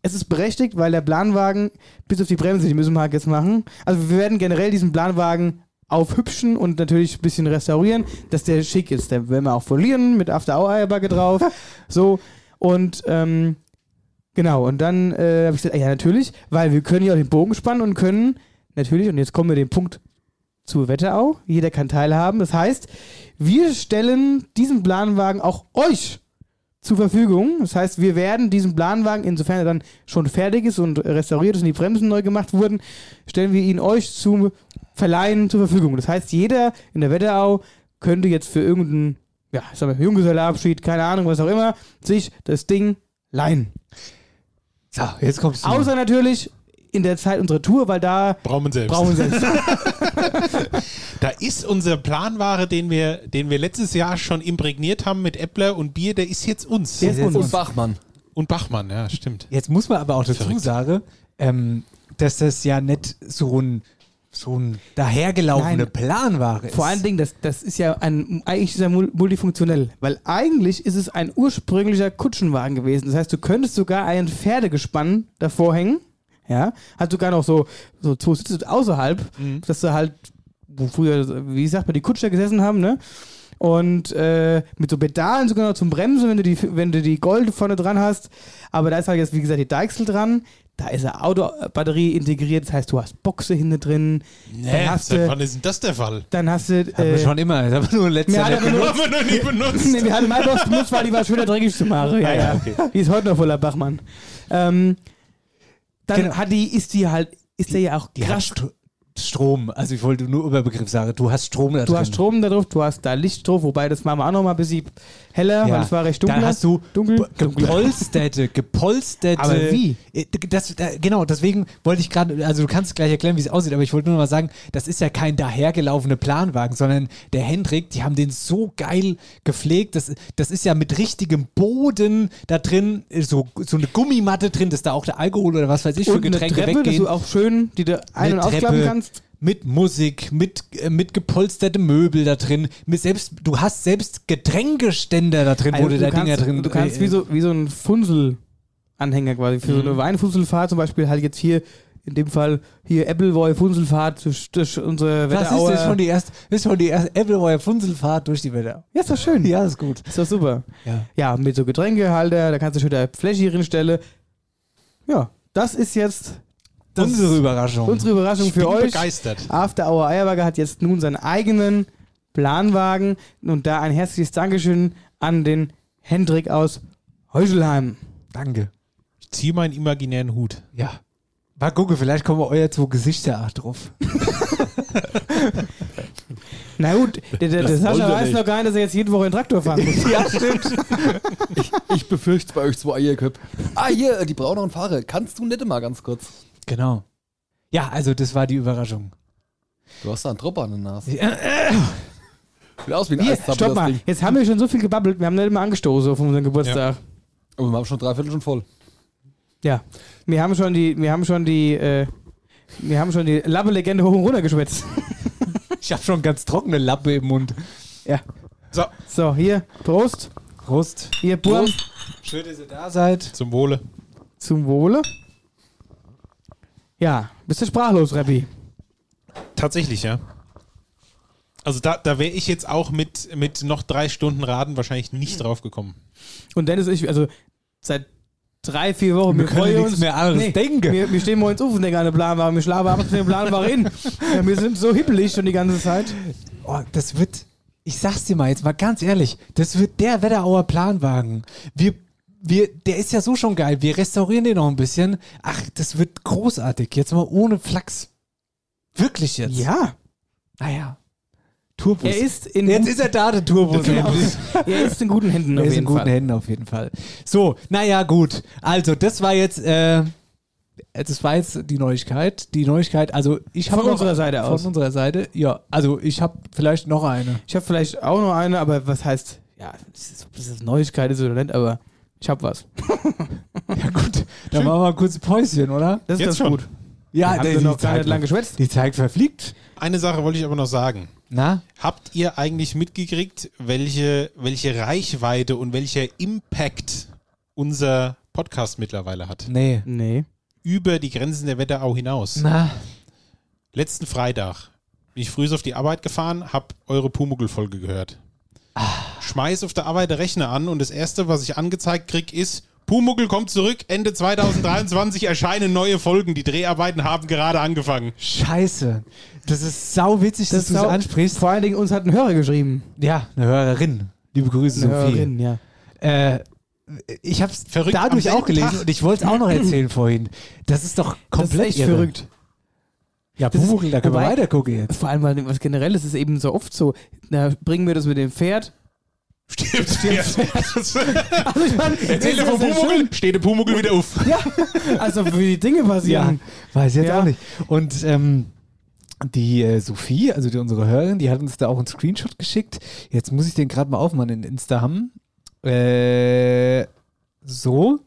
Speaker 5: es ist berechtigt, weil der Planwagen, bis auf die Bremse, die müssen wir halt jetzt machen. Also wir werden generell diesen Planwagen aufhübschen und natürlich ein bisschen restaurieren, dass der schick ist. Der werden wir auch folieren mit after hour eierbacke drauf. so. Und ähm, genau, und dann äh, habe ich gesagt, ja natürlich, weil wir können ja auch den Bogen spannen und können natürlich, und jetzt kommen wir den Punkt zu Wetterau, jeder kann teilhaben. Das heißt, wir stellen diesen Planwagen auch euch zur Verfügung. Das heißt, wir werden diesen Planwagen, insofern er dann schon fertig ist und restauriert ist und die Bremsen neu gemacht wurden, stellen wir ihn euch zum Verleihen zur Verfügung. Das heißt, jeder in der Wetterau könnte jetzt für irgendeinen, ja, ich sag mal, Junggeselleabschied, keine Ahnung, was auch immer, sich das Ding leihen.
Speaker 4: So, jetzt kommst du.
Speaker 5: Außer natürlich in der Zeit unserer Tour, weil da
Speaker 7: Brauchen wir selbst.
Speaker 5: brauchen wir es.
Speaker 7: Da ist unser Planware, den wir, den wir letztes Jahr schon imprägniert haben mit Äppler und Bier, der ist jetzt uns.
Speaker 5: Der ist uns.
Speaker 6: Und Bachmann.
Speaker 7: Und Bachmann, ja, stimmt.
Speaker 4: jetzt muss man aber auch dazu
Speaker 7: Verrückt.
Speaker 4: sagen, ähm, dass das ja nicht so ein so ein dahergelaufene
Speaker 5: Nein.
Speaker 4: Planware ist.
Speaker 5: Vor allen Dingen, das, das ist ja ein, eigentlich ist er mul- multifunktionell, weil eigentlich ist es ein ursprünglicher Kutschenwagen gewesen. Das heißt, du könntest sogar ein Pferdegespann davor hängen, ja, hat sogar noch so, so zwei Sitze außerhalb,
Speaker 7: Mhm.
Speaker 5: dass du halt, wo früher, wie sagt man, die Kutscher gesessen haben, ne? Und äh, mit so Pedalen sogar noch zum Bremsen, wenn du die, wenn du die Gold vorne dran hast. Aber da ist halt jetzt, wie gesagt, die Deichsel dran. Da ist eine Autobatterie integriert, das heißt, du hast Boxe hinten drin.
Speaker 7: Nee,
Speaker 5: dann, hast du,
Speaker 7: wann ist denn das der Fall?
Speaker 5: dann hast du.
Speaker 4: Hatten wir
Speaker 5: äh,
Speaker 4: schon immer, das haben wir nur letztes
Speaker 5: mir hat
Speaker 4: Jahr.
Speaker 5: er benutzt.
Speaker 7: Haben wir noch nie benutzt.
Speaker 5: Nee, wir hatten Maibach benutzt, weil die war schöner dreckig zu machen. Ja,
Speaker 7: Ah, ja,
Speaker 5: ja.
Speaker 7: okay.
Speaker 5: Die ist heute noch voller Bachmann. Ähm, dann
Speaker 4: Genau.
Speaker 5: hat die, ist die halt, ist der ja auch
Speaker 4: Die hat
Speaker 5: krass.
Speaker 4: St Strom, also ich wollte nur Überbegriff sagen, du hast Strom da drin.
Speaker 5: Du hast Strom da drauf, du hast da Licht drauf, wobei das machen wir auch nochmal ein bisschen heller,
Speaker 4: Ja.
Speaker 5: weil es war recht dunkel.
Speaker 4: Dann hast du Genau,
Speaker 5: dunkel,
Speaker 4: b- gepolsterte, gepolsterte.
Speaker 5: Aber wie?
Speaker 4: Äh, Das, äh, genau, deswegen wollte ich gerade, also du kannst gleich erklären, wie es aussieht, aber ich wollte nur noch mal sagen, das ist ja kein dahergelaufene Planwagen, sondern der Hendrik, die haben den so geil gepflegt, das, das ist ja mit richtigem Boden da drin, äh, so, so eine Gummimatte drin, dass da auch der Alkohol oder was weiß ich für
Speaker 5: und eine
Speaker 4: Getränke
Speaker 5: Treppe, dass
Speaker 4: weggehen.
Speaker 5: du auch schön, die du ein- und
Speaker 4: Eine
Speaker 5: ausklappen
Speaker 4: Treppe
Speaker 5: kannst.
Speaker 4: Mit Musik, mit, äh, mit gepolsterte Möbel da drin. Mit selbst, du hast selbst Getränkeständer da drin, wo
Speaker 5: Also
Speaker 4: du da Dinger
Speaker 5: kannst,
Speaker 4: drin.
Speaker 5: Du kannst
Speaker 4: äh,
Speaker 5: wie so, wie so ein Funsel-Anhänger quasi. Für so
Speaker 4: Mhm.
Speaker 5: eine Weinfunselfahrt zum Beispiel halt jetzt hier, in dem Fall hier Appleboy-Funselfahrt durch, durch unsere
Speaker 4: das ist
Speaker 5: Wetterauer.
Speaker 4: jetzt schon die erste, ist schon die erste Appleboyer Funzelfahrt durch die Wälder.
Speaker 5: ja, ist doch schön.
Speaker 4: Ja, ist gut.
Speaker 5: Ist doch super.
Speaker 4: Ja.
Speaker 5: Ja, mit so Getränkehalter, da kannst du schön der Fläche drinstellen. Ja, das ist jetzt Das-
Speaker 4: unsere Überraschung.
Speaker 5: unsere Überraschung
Speaker 7: Ich
Speaker 5: für
Speaker 7: bin
Speaker 5: euch.
Speaker 7: begeistert.
Speaker 5: After Hour Eierberger hat jetzt nun seinen eigenen Planwagen und da ein herzliches Dankeschön an den Hendrik aus Heuschelheim.
Speaker 4: Danke.
Speaker 7: Ich ziehe meinen imaginären Hut.
Speaker 4: Ja. Mal gucken, vielleicht kommen wir euer zwei Gesichter auch drauf.
Speaker 5: Na gut, der, der, der
Speaker 6: Das wollen
Speaker 5: Sascha
Speaker 6: wir
Speaker 5: weiß
Speaker 6: nicht.
Speaker 5: noch gar nicht, dass er jetzt jede Woche einen Traktor fahren muss.
Speaker 4: ja, stimmt.
Speaker 6: Ich befürchte bei euch zwei Eierköpfe. Ah, hier, die brauneren Fahrer. Kannst du nette mal ganz kurz?
Speaker 4: Genau. Ja, also das war die Überraschung.
Speaker 6: Du hast da einen Tropper an der Nase.
Speaker 4: Ja,
Speaker 6: Sieht aus wie ein
Speaker 5: Hier,
Speaker 6: Eiszapfen,
Speaker 5: stopp
Speaker 6: das
Speaker 5: mal,
Speaker 6: Ding.
Speaker 5: jetzt haben wir schon so viel gebabbelt, wir haben nicht immer angestoßen auf unseren Geburtstag.
Speaker 6: Aber wir haben schon dreiviertel schon voll.
Speaker 5: Ja. Wir haben schon die, wir haben schon die, äh, wir haben schon die Labbe-Legende hoch und runter geschwätzt.
Speaker 4: Ich habe schon ganz trockene Lappe im Mund.
Speaker 5: So, hier, Prost.
Speaker 4: Prost.
Speaker 5: Ihr Burm,
Speaker 4: Schön, dass ihr da seid.
Speaker 7: Zum Wohle.
Speaker 5: zum Wohle. Ja, bist du sprachlos, Rabbi?
Speaker 7: Tatsächlich, ja. Also da, da wäre ich jetzt auch mit, mit noch drei Stunden Raden wahrscheinlich nicht drauf gekommen.
Speaker 5: Und Dennis, und ich, also seit drei, vier Wochen,
Speaker 4: Wir können
Speaker 5: freuen
Speaker 4: nichts mehr anderes denken.
Speaker 5: Wir, wir stehen morgens auf und denken an den Planwagen, wir schlafen abends mit dem Planwagen in. Ja, wir sind so hippelig schon die ganze Zeit.
Speaker 4: Oh, das wird, ich sag's dir mal jetzt mal ganz ehrlich, das wird der Wetterauer Planwagen. Wir, wir, der ist ja so schon geil. Wir restaurieren den noch ein bisschen. Ach, das wird großartig. Jetzt mal ohne Flachs. Wirklich jetzt.
Speaker 5: Ja,
Speaker 4: Naja. Turbus.
Speaker 5: er ist in,
Speaker 4: jetzt ist er da, der Turbus.
Speaker 5: Genau. er ist in guten Händen
Speaker 4: Er
Speaker 5: auf
Speaker 4: ist in
Speaker 5: jeden
Speaker 4: guten
Speaker 5: Fall.
Speaker 4: Händen auf jeden Fall. So, naja, gut. Also, das war jetzt, äh, das war jetzt die Neuigkeit. Die Neuigkeit, also ich habe
Speaker 5: Von unserer Seite
Speaker 4: Von
Speaker 5: aus.
Speaker 4: unserer Seite, ja. Also, ich habe vielleicht noch eine.
Speaker 5: Ich habe vielleicht auch noch eine, aber was heißt, ja, das ist, das ist Neuigkeit ist oder nicht, aber ich habe was.
Speaker 4: Ja gut, dann machen wir kurz ein Päuschen, oder?
Speaker 5: Das ist
Speaker 7: Jetzt
Speaker 5: das
Speaker 7: schon.
Speaker 5: gut.
Speaker 4: Ja,
Speaker 5: haben wir noch gar nicht lang geschwätzt.
Speaker 4: Die Zeit verfliegt.
Speaker 7: Eine Sache wollte ich aber noch sagen.
Speaker 4: Na?
Speaker 7: Habt ihr eigentlich mitgekriegt, welche, welche Reichweite und welcher Impact unser Podcast mittlerweile hat?
Speaker 4: Nee.
Speaker 5: Nee.
Speaker 7: Über die Grenzen der Wetterau hinaus.
Speaker 4: Na?
Speaker 7: Letzten Freitag bin ich früh auf die Arbeit gefahren, hab eure Pumuckl-Folge gehört. Schmeiß auf der Arbeit den Rechner an und das erste, was ich angezeigt krieg, ist Pumuckl kommt zurück, Ende 2023 erscheinen neue Folgen. Die Dreharbeiten haben gerade angefangen.
Speaker 4: Scheiße. Das ist sauwitzig, dass du es
Speaker 5: sau-
Speaker 4: ansprichst.
Speaker 5: Vor allen Dingen uns hat ein Hörer geschrieben.
Speaker 4: Ja, eine Hörerin. Liebe Grüße,
Speaker 5: Eine
Speaker 4: Sophie.
Speaker 5: Hörerin, ja.
Speaker 4: Äh, ich habe es
Speaker 7: Verrückt,
Speaker 4: dadurch
Speaker 7: am selben
Speaker 4: auch gelesen
Speaker 7: Tag.
Speaker 4: und ich wollte es auch noch erzählen vorhin. Das ist doch komplett
Speaker 5: echt
Speaker 4: irre.
Speaker 5: verrückt.
Speaker 4: Ja,
Speaker 5: Das ist-
Speaker 4: Pumuckl, da können wir
Speaker 5: wobei-
Speaker 4: weitergucken jetzt.
Speaker 5: Vor allem, weil was generell ist, ist eben so oft so, da bringen wir das mit dem Pferd.
Speaker 7: Stimmt. Stimmt.
Speaker 5: Also ich meine,
Speaker 7: Erzähl dir
Speaker 5: das
Speaker 7: vom
Speaker 5: ist ja
Speaker 7: Pumuckl, steht der Pumuckl wieder auf.
Speaker 5: schön. Also wie die Dinge passieren.
Speaker 4: weiß jetzt
Speaker 5: Ja.
Speaker 4: auch nicht. Und ähm, die äh, Sophie, also die, unsere Hörerin, die hat uns da auch einen Screenshot geschickt. Jetzt muss ich den gerade mal aufmachen in Insta haben. Äh, so.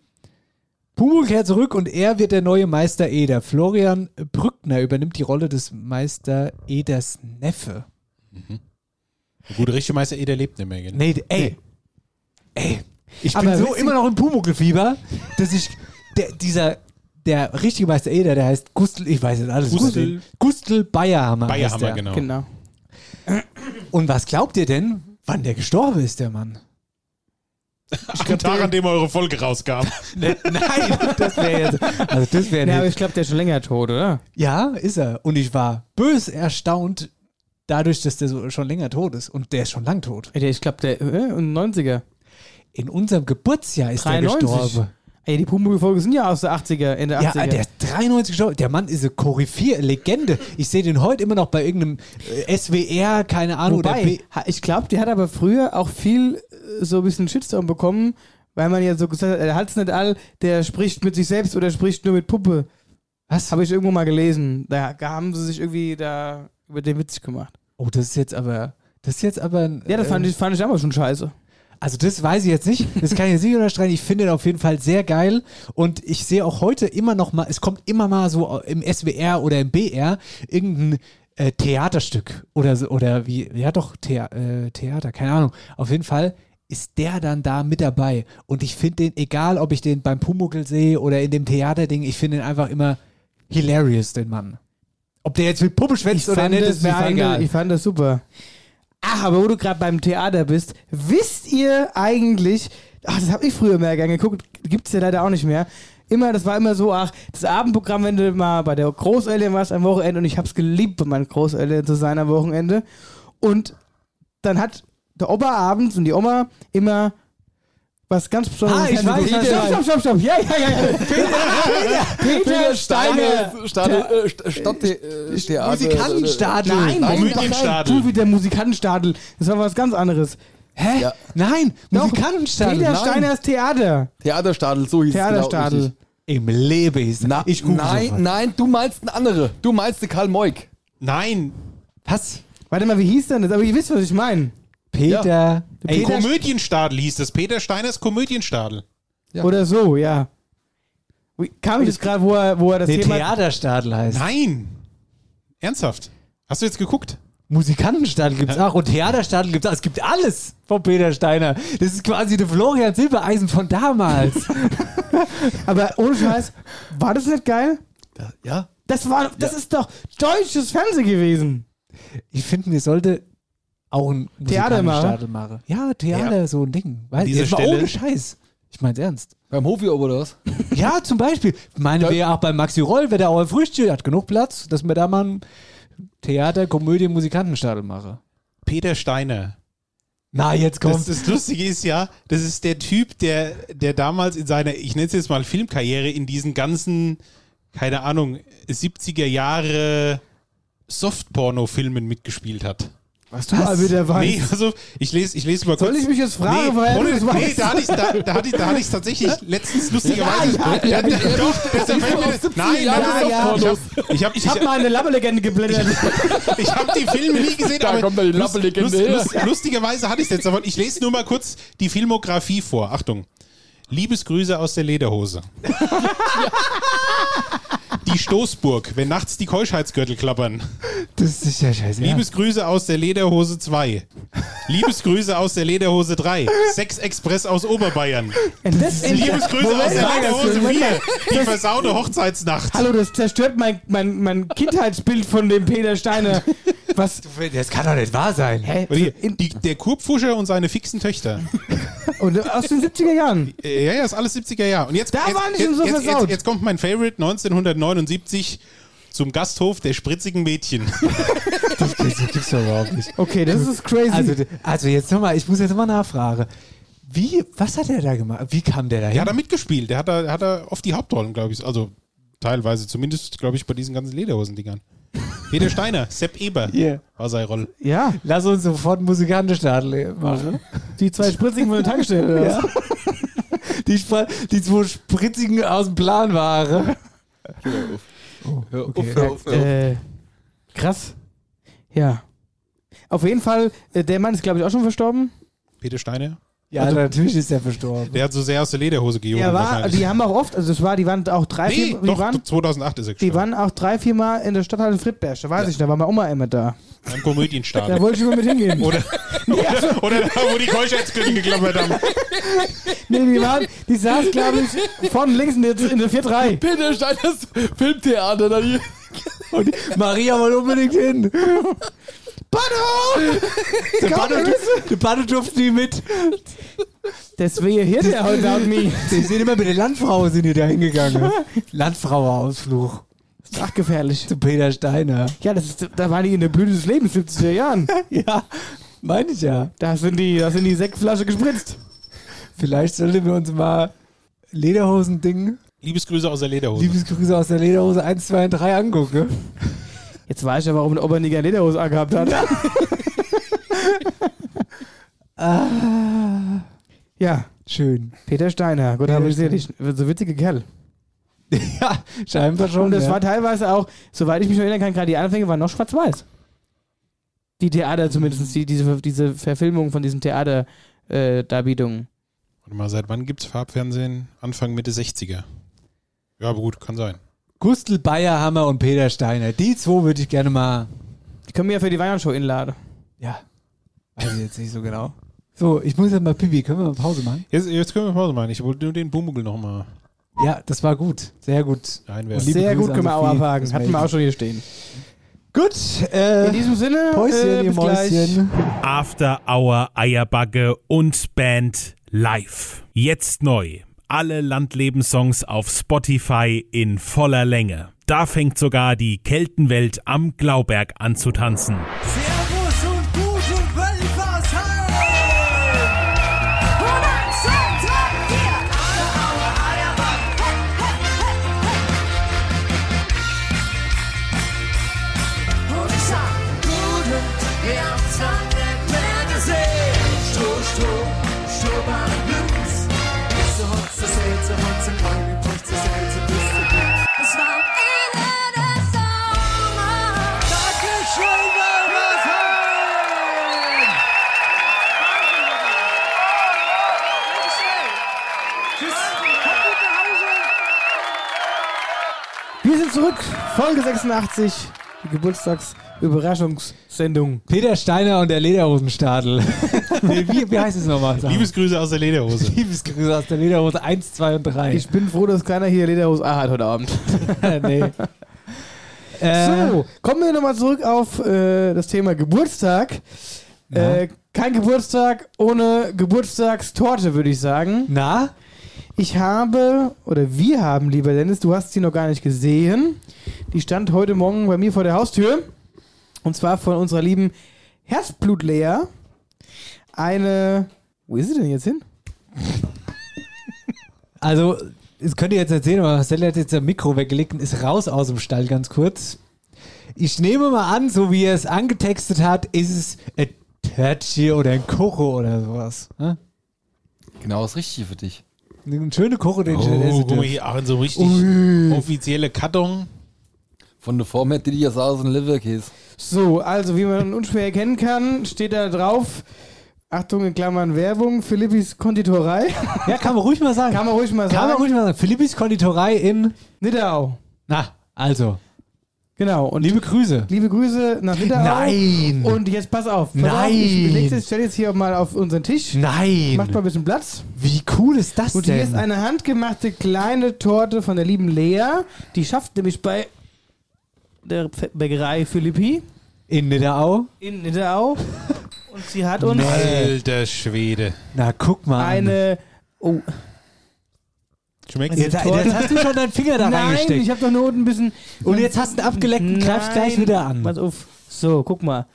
Speaker 4: Pumuckl kehrt zurück und er wird der neue Meister Eder. Florian Brückner übernimmt die Rolle des Meister Eders Neffe.
Speaker 7: Der gute Richtmeister Eder lebt nicht mehr. Gell?
Speaker 4: Nee, d- ey. Ey. Ich bin
Speaker 5: Aber
Speaker 4: so
Speaker 5: witzig-
Speaker 4: immer noch im Pumuckl-Fieber, dass ich. Der, dieser. Der richtige Meister Eder, der heißt Gustl, ich weiß nicht alles.
Speaker 7: Gustl-
Speaker 4: über den. Gustl Bayerhammer. heißt
Speaker 7: Bayerhammer,
Speaker 4: der.
Speaker 7: genau.
Speaker 5: Genau.
Speaker 4: Und was glaubt ihr denn, wann der gestorben ist, der Mann?
Speaker 7: Ich Am Tag, an dem eure Folge rauskam.
Speaker 5: Ne,
Speaker 4: Nein, das wäre jetzt. Also das wäre
Speaker 5: Ja, aber
Speaker 4: ja,
Speaker 5: ich glaube, der ist schon länger tot, oder?
Speaker 4: ja, ist er. Und ich war bös erstaunt dadurch, dass der so schon länger tot ist. Und der ist schon lang tot.
Speaker 5: Ey, der- Ich glaube, der äh, 93er.
Speaker 4: In unserem Geburtsjahr ist er
Speaker 5: 93.
Speaker 4: gestorben.
Speaker 5: Ey, die Pumuckl-Folgen sind ja aus der 80er, Ende 80er.
Speaker 4: Ja, der ist 93 gestorben. Der Mann ist eine Koryphäe, Legende. Ich sehe den heute immer noch bei irgendeinem äh, SWR, keine
Speaker 5: Ah,
Speaker 4: Ahnung. oder
Speaker 5: Wobei,
Speaker 4: B-
Speaker 5: ha- ich glaube, der hat aber früher auch viel äh, so ein bisschen Shitstorm bekommen, weil man ja so gesagt hat, er hat's nicht all, der spricht mit sich selbst oder spricht nur mit Puppe.
Speaker 4: Was?
Speaker 5: Habe ich irgendwo mal gelesen. Da haben sie sich irgendwie da über den Witz gemacht.
Speaker 4: Oh, das ist jetzt aber. Das ist jetzt aber ein.
Speaker 5: Ja, das fand,
Speaker 4: ähm,
Speaker 5: ich, fand ich aber schon scheiße.
Speaker 4: Also das weiß ich jetzt nicht. Das kann ich jetzt nicht unterstreichen. Ich finde ihn auf jeden Fall sehr geil. Und ich sehe auch heute immer noch mal, es kommt immer mal so im SWR oder im BR irgendein äh, Theaterstück oder so, oder wie, ja doch, Thea äh, Theater, keine Ahnung. Auf jeden Fall ist der dann da mit dabei. Und ich finde den, egal ob ich den beim Pumuckl sehe oder in dem Theaterding, ich finde ihn einfach immer hilarious, den Mann. Ob der jetzt mit Puppe schwätzt oder nicht,
Speaker 5: das,
Speaker 4: ist
Speaker 5: ich,
Speaker 4: mir
Speaker 5: fand,
Speaker 4: egal.
Speaker 5: ich fand das super. Ach, aber wo du gerade beim Theater bist, wisst ihr eigentlich, ach, das habe ich früher mehr gerne geguckt, gibt's ja leider auch nicht mehr. Immer, das war immer so, ach, das Abendprogramm, wenn du mal bei der Großeltern warst am Wochenende und ich hab's geliebt, bei meinen Großeltern zu sein am Wochenende. Und dann hat der Opa abends und die Oma immer was ganz Besonderes.
Speaker 4: Ah, ich
Speaker 5: im Fernsehen
Speaker 4: weiß,
Speaker 5: geguckt.
Speaker 4: was du
Speaker 5: stopp, stopp, stopp, stopp. Ja, ja, ja, ja. Peter, Peter
Speaker 6: Stadel, äh, Stadt, äh, Theater.
Speaker 4: Musikantenstadel.
Speaker 5: Nein,
Speaker 7: Nein,
Speaker 5: Moment, doch, nein,
Speaker 7: Komödienstadel.
Speaker 5: du wie der Musikantenstadel. Das war was ganz anderes.
Speaker 4: Hä?
Speaker 6: Ja.
Speaker 4: Nein,
Speaker 5: Doch,
Speaker 4: Musikantenstadel.
Speaker 5: Peter
Speaker 4: nein.
Speaker 5: Steiners Theater.
Speaker 6: äh, Theaterstadel, so hieß
Speaker 5: Theaterstadel.
Speaker 6: es. Genau, richtig.
Speaker 4: Im Leben ist
Speaker 6: Na,
Speaker 4: ich google
Speaker 6: nein,
Speaker 4: sofort.
Speaker 6: nein, du meinst einen andere. Du meinst den Karl Moik.
Speaker 7: Nein,
Speaker 4: Was?
Speaker 5: Warte mal, wie hieß denn das? Aber ihr wisst, was ich meine.
Speaker 4: Peter. Ey,
Speaker 5: Peter-
Speaker 7: Komödienstadel hieß das. Peter Steiners Komödienstadel.
Speaker 6: Ja.
Speaker 5: Oder so, ja. Wie- Kam ich jetzt gerade, wo er, wo er das
Speaker 4: der
Speaker 5: Thema...
Speaker 4: Theaterstadel heißt.
Speaker 7: Nein. Ernsthaft. Hast du jetzt geguckt?
Speaker 4: Musikantenstadel gibt's auch und Theaterstadel gibt's auch. Es gibt alles von Peter Steiner. Das ist quasi der Florian Silbereisen von damals.
Speaker 5: Aber ohne Scheiß, war das nicht geil?
Speaker 6: Ja.
Speaker 5: Das war, das ist doch deutsches Fernsehen gewesen.
Speaker 4: ich finde, wir sollte auch ein
Speaker 5: Theater machen.
Speaker 4: Musikantenstadel machen. Ja, Theater, so ein Ding. Weil,
Speaker 7: dieser
Speaker 4: jetzt mal
Speaker 7: Stelle-
Speaker 4: ohne Scheiß. Ich mein's ernst.
Speaker 6: Beim Hofi oder was?
Speaker 4: Ja, zum Beispiel. Meine
Speaker 6: Ja.
Speaker 4: wäre auch bei Maxi Roll, wäre da auch ein Frühstück, hat genug Platz, dass wir da mal ein Theater, Komödie, Musikantenstadel machen.
Speaker 7: Peter Steiner.
Speaker 4: Na, jetzt
Speaker 7: Das,
Speaker 4: kommt's.
Speaker 7: das Lustige ist ja, das ist der Typ, der, der damals in seiner, ich nenne es jetzt mal Filmkarriere, in diesen ganzen, keine Ahnung, 70er Jahre Softporno-Filmen mitgespielt hat.
Speaker 5: Was du mal wieder weißt.
Speaker 7: Nee, also ich lese, ich lese mal kurz.
Speaker 5: Soll ich mich jetzt fragen,
Speaker 7: nee,
Speaker 5: woher du
Speaker 7: ohne-
Speaker 5: das
Speaker 7: nee,
Speaker 5: weißt?
Speaker 7: da hatte ich da, da hatte ich, da hatte ich tatsächlich letztens lustigerweise.
Speaker 5: Ja, ja,
Speaker 7: Ja, ja, doch, deshalb fällt mir- Nein,
Speaker 5: Jahre
Speaker 7: nein,
Speaker 5: ja.
Speaker 7: nein, ich habe ich
Speaker 5: Ich hab mal
Speaker 7: habe
Speaker 5: eine Labbelegende geblättert.
Speaker 7: ich hab die Filme nie gesehen,
Speaker 6: Da
Speaker 7: aber
Speaker 6: kommt die Lappellegende her.
Speaker 7: lustigerweise hatte ich jetzt davon. Ich lese nur mal kurz die Filmografie vor. Achtung. Liebesgrüße aus der Lederhose. Die Stoßburg, wenn nachts die Keuschheitsgürtel klappern.
Speaker 4: Das ist ja scheiße.
Speaker 7: Liebesgrüße aus der Lederhose 2. Liebesgrüße aus der Lederhose 3. Sex Express aus Oberbayern.
Speaker 5: Und das
Speaker 7: Liebesgrüße aus der
Speaker 5: Moment,
Speaker 7: Lederhose
Speaker 5: Moment.
Speaker 7: 4. Die versaute Hochzeitsnacht.
Speaker 5: Hallo, das zerstört mein, mein, mein Kindheitsbild von dem Peter Steiner. Was?
Speaker 4: ja. Das kann doch nicht wahr sein.
Speaker 5: Hä?
Speaker 7: Und hier, Die, der Kurpfuscher und seine fixen Töchter.
Speaker 5: Und äh, aus den 70er Jahren.
Speaker 7: Äh, Ja, ja, ist alles 70er Jahre. Und jetzt,
Speaker 5: Da
Speaker 7: jetzt,
Speaker 5: waren die schon
Speaker 7: jetzt,
Speaker 5: so
Speaker 7: jetzt,
Speaker 5: versaut.
Speaker 7: jetzt, jetzt kommt mein Favorite 1979 zum Gasthof der spritzigen Mädchen.
Speaker 4: Das gibt's doch überhaupt nicht.
Speaker 5: Okay, das ist crazy.
Speaker 4: Also, d- also jetzt nochmal, ich muss jetzt nochmal nachfragen. Wie, was hat er da gemacht? Wie kam der da
Speaker 7: Der
Speaker 4: hin?
Speaker 7: hat da mitgespielt. Der hat da, hat da oft die Hauptrollen, glaube ich. Also teilweise, zumindest, glaube ich, bei diesen ganzen Lederhosendingern. Peter Steiner, Sepp Eber
Speaker 4: Hier.
Speaker 7: war seine Rolle.
Speaker 5: ja,
Speaker 4: Lass uns sofort Musikantenstadel machen.
Speaker 5: die zwei Spritzigen von der Tankstelle. oder was?
Speaker 4: Die, Spr- die zwei Spritzigen aus dem Plan waren.
Speaker 6: Hör auf,
Speaker 4: okay.
Speaker 6: hör auf, hör auf.
Speaker 5: Äh, krass. Ja. Auf jeden Fall, äh, der Mann ist, glaube ich, auch schon verstorben.
Speaker 7: Peter Steiner?
Speaker 4: Ja, natürlich ist er verstorben.
Speaker 7: Der hat so sehr aus der Lederhose gejogen.
Speaker 5: Er war,
Speaker 7: wahrscheinlich.
Speaker 5: die haben auch oft, also es war, die waren auch drei,
Speaker 7: nee,
Speaker 5: vier, die
Speaker 7: doch,
Speaker 5: waren,
Speaker 7: 2008 ist er
Speaker 5: die waren
Speaker 7: gestorben.
Speaker 5: auch drei, vier Mal in der Stadthalle Friedberg, da weiß ich, da war meine Oma immer da.
Speaker 7: Beim Komödienstart.
Speaker 5: Da wollte ich immer mit hingehen.
Speaker 7: Oder, oder, oder da, wo die Keuschheitsküche geklappert haben.
Speaker 5: nee, die waren, die saß, glaube ich, vorne links in der, in der 4-3.
Speaker 6: Peter Steiners Filmtheater da hier.
Speaker 4: Und Maria wollte unbedingt hin.
Speaker 5: Badhof!
Speaker 4: Der Bado, der Bado durfte nie mit.
Speaker 5: Deswegen hier der heute laut mich.
Speaker 4: Sie sind immer mit der Landfrau sind die da hingegangen. Landfrauenausflug
Speaker 5: Ach, gefährlich.
Speaker 4: zu Peter Steiner.
Speaker 5: Ja, das ist, da waren die in der Blüte des Lebens, 70er Jahren.
Speaker 4: Ja, meine ich ja.
Speaker 5: Da sind die, da sind die Sektflasche gespritzt.
Speaker 4: Vielleicht sollten wir uns mal Lederhosen-Ding,
Speaker 7: Liebesgrüße aus der Lederhose.
Speaker 4: Liebesgrüße aus der Lederhose 1, 2 und 3 angucken.
Speaker 5: Jetzt weiß ich ja, warum der Oberniger Lederhose angehabt hat.
Speaker 4: Ah,
Speaker 5: Ja,
Speaker 4: schön.
Speaker 5: Peter Steiner. Gut,
Speaker 4: Peter
Speaker 5: habe ich sehe
Speaker 4: Steiner.
Speaker 5: dich. So witzige Kerl.
Speaker 4: Ja, scheinbar schon.
Speaker 5: Und das
Speaker 4: ja.
Speaker 5: war teilweise auch, soweit ich mich noch erinnern kann, gerade die Anfänge waren noch schwarz-weiß. Die Theater zumindest, die, diese, diese Verfilmung von äh, diesen Theaterdarbietungen.
Speaker 7: Warte mal, seit wann gibt's Farbfernsehen? Anfang, Mitte 60er. Ja, aber gut, kann sein.
Speaker 4: Gustl Bayerhammer und Peter Steiner. Die zwei würde ich gerne mal.
Speaker 5: Die können wir ja für die Weihnachtsshow inladen.
Speaker 4: Ja. Weiß ich jetzt nicht so genau. So, ich muss jetzt mal Pipi. Können wir mal Pause machen?
Speaker 7: Jetzt, jetzt können wir Pause machen. Ich wollte nur den Bumugel nochmal
Speaker 4: Ja, das war gut. Sehr gut.
Speaker 7: einwerfen.
Speaker 4: Liebe
Speaker 5: Sehr
Speaker 4: Grüße
Speaker 5: gut, können wir
Speaker 4: an
Speaker 5: auch
Speaker 4: Sophie.
Speaker 5: abhaken.
Speaker 4: Das
Speaker 5: Hatten wir
Speaker 4: Mädchen.
Speaker 5: auch schon hier stehen.
Speaker 4: Gut.
Speaker 5: In
Speaker 4: Äh,
Speaker 5: diesem Sinne,
Speaker 4: Päuschen,
Speaker 5: äh,
Speaker 4: ihr
Speaker 5: bis gleich.
Speaker 4: Mäuschen.
Speaker 8: After Hour Eierbacke und Band live. Jetzt neu. Alle Landlebenssongs auf Spotify in voller Länge. Da fängt sogar die Keltenwelt am Glauberg an zu tanzen.
Speaker 9: Servus und guten Wölfersheim! 102,4 Alle Aue Eierback! Hey, hey, hey, hey. Und ich sag, Guten, wir haben's lang nicht mehr gesehen. Stroh, Stroh, Stroh bei den Blues. So hot, so selten, so hot, so kalt, wie Puff, so selten, so bist du gut. Es war am Ende des Sommers. Dankeschön, Wölfersheim!
Speaker 5: Wir sind zurück, Folge 86, die Geburtstagsüberraschungssendung.
Speaker 4: Peter Steiner und der Lederhosenstadel. nee, wie, wie heißt es nochmal? Sag.
Speaker 7: Liebesgrüße aus der Lederhose.
Speaker 4: Liebesgrüße aus der Lederhose 1, 2 und 3.
Speaker 5: Ich bin froh, dass keiner hier Lederhose A hat heute Abend.
Speaker 4: nee. Äh,
Speaker 5: So, kommen wir nochmal zurück auf äh, das Thema Geburtstag. Äh, kein Geburtstag ohne Geburtstagstorte, würde ich sagen.
Speaker 4: Na?
Speaker 5: Ich habe, oder wir haben, lieber Dennis, du hast sie noch gar nicht gesehen. Die stand heute Morgen bei mir vor der Haustür. Und zwar von unserer lieben Herzblutlea. Eine. Wo ist sie denn jetzt hin?
Speaker 4: Also, das könnt ihr jetzt erzählen, aber Marcel hat jetzt das Mikro weggelegt und ist raus aus dem Stall ganz kurz. Ich nehme mal an, so wie er es angetextet hat, ist es ein Törtchen oder ein Koro oder sowas. ne?
Speaker 6: Genau das Richtige für dich.
Speaker 4: Eine schöne Koro, den ich nicht
Speaker 7: Oh,
Speaker 4: essen
Speaker 7: guck mal
Speaker 4: darf.
Speaker 7: hier, ach, in so einem richtig offizielle Karton.
Speaker 6: Von der Form her, Didi Yasar ein Leverkäse.
Speaker 5: So, also wie man unschwer erkennen kann, steht da drauf. Achtung, in Klammern Werbung, Philippis Konditorei.
Speaker 4: Ja, kann man ruhig mal sagen.
Speaker 5: Kann man ruhig mal
Speaker 4: Kann man
Speaker 5: sagen.
Speaker 4: ruhig mal sagen. Philippis Konditorei in.
Speaker 5: Nidderau.
Speaker 4: Na, also.
Speaker 5: Genau. Und liebe,
Speaker 4: Liebe Grüße.
Speaker 5: Grüße nach Nidderau.
Speaker 4: Nein.
Speaker 5: Und jetzt pass auf. Pass Auf,
Speaker 4: Nein.
Speaker 5: ich leg das- stell jetzt hier mal auf unseren Tisch. Macht mal
Speaker 4: Nein.
Speaker 5: ein bisschen Platz.
Speaker 4: Wie cool ist das
Speaker 5: Und hier
Speaker 4: denn?
Speaker 5: ist eine handgemachte kleine Torte von der lieben Lea. Die schafft nämlich bei der Pf- Bäckerei Philippi
Speaker 4: in Nidderau.
Speaker 5: in Nidderau. Und sie hat uns
Speaker 7: Alter Schwede.
Speaker 4: Na, guck mal. an.
Speaker 5: eine. Oh,
Speaker 7: Schmeckt
Speaker 4: Jetzt, jetzt hast du schon deinen Finger da
Speaker 5: nein,
Speaker 4: reingesteckt.
Speaker 5: ich habe doch nur unten ein bisschen.
Speaker 4: Und jetzt hast du einen abgeleckten Klaps gleich
Speaker 5: Nein.
Speaker 4: wieder an.
Speaker 5: Pass auf. So, guck mal.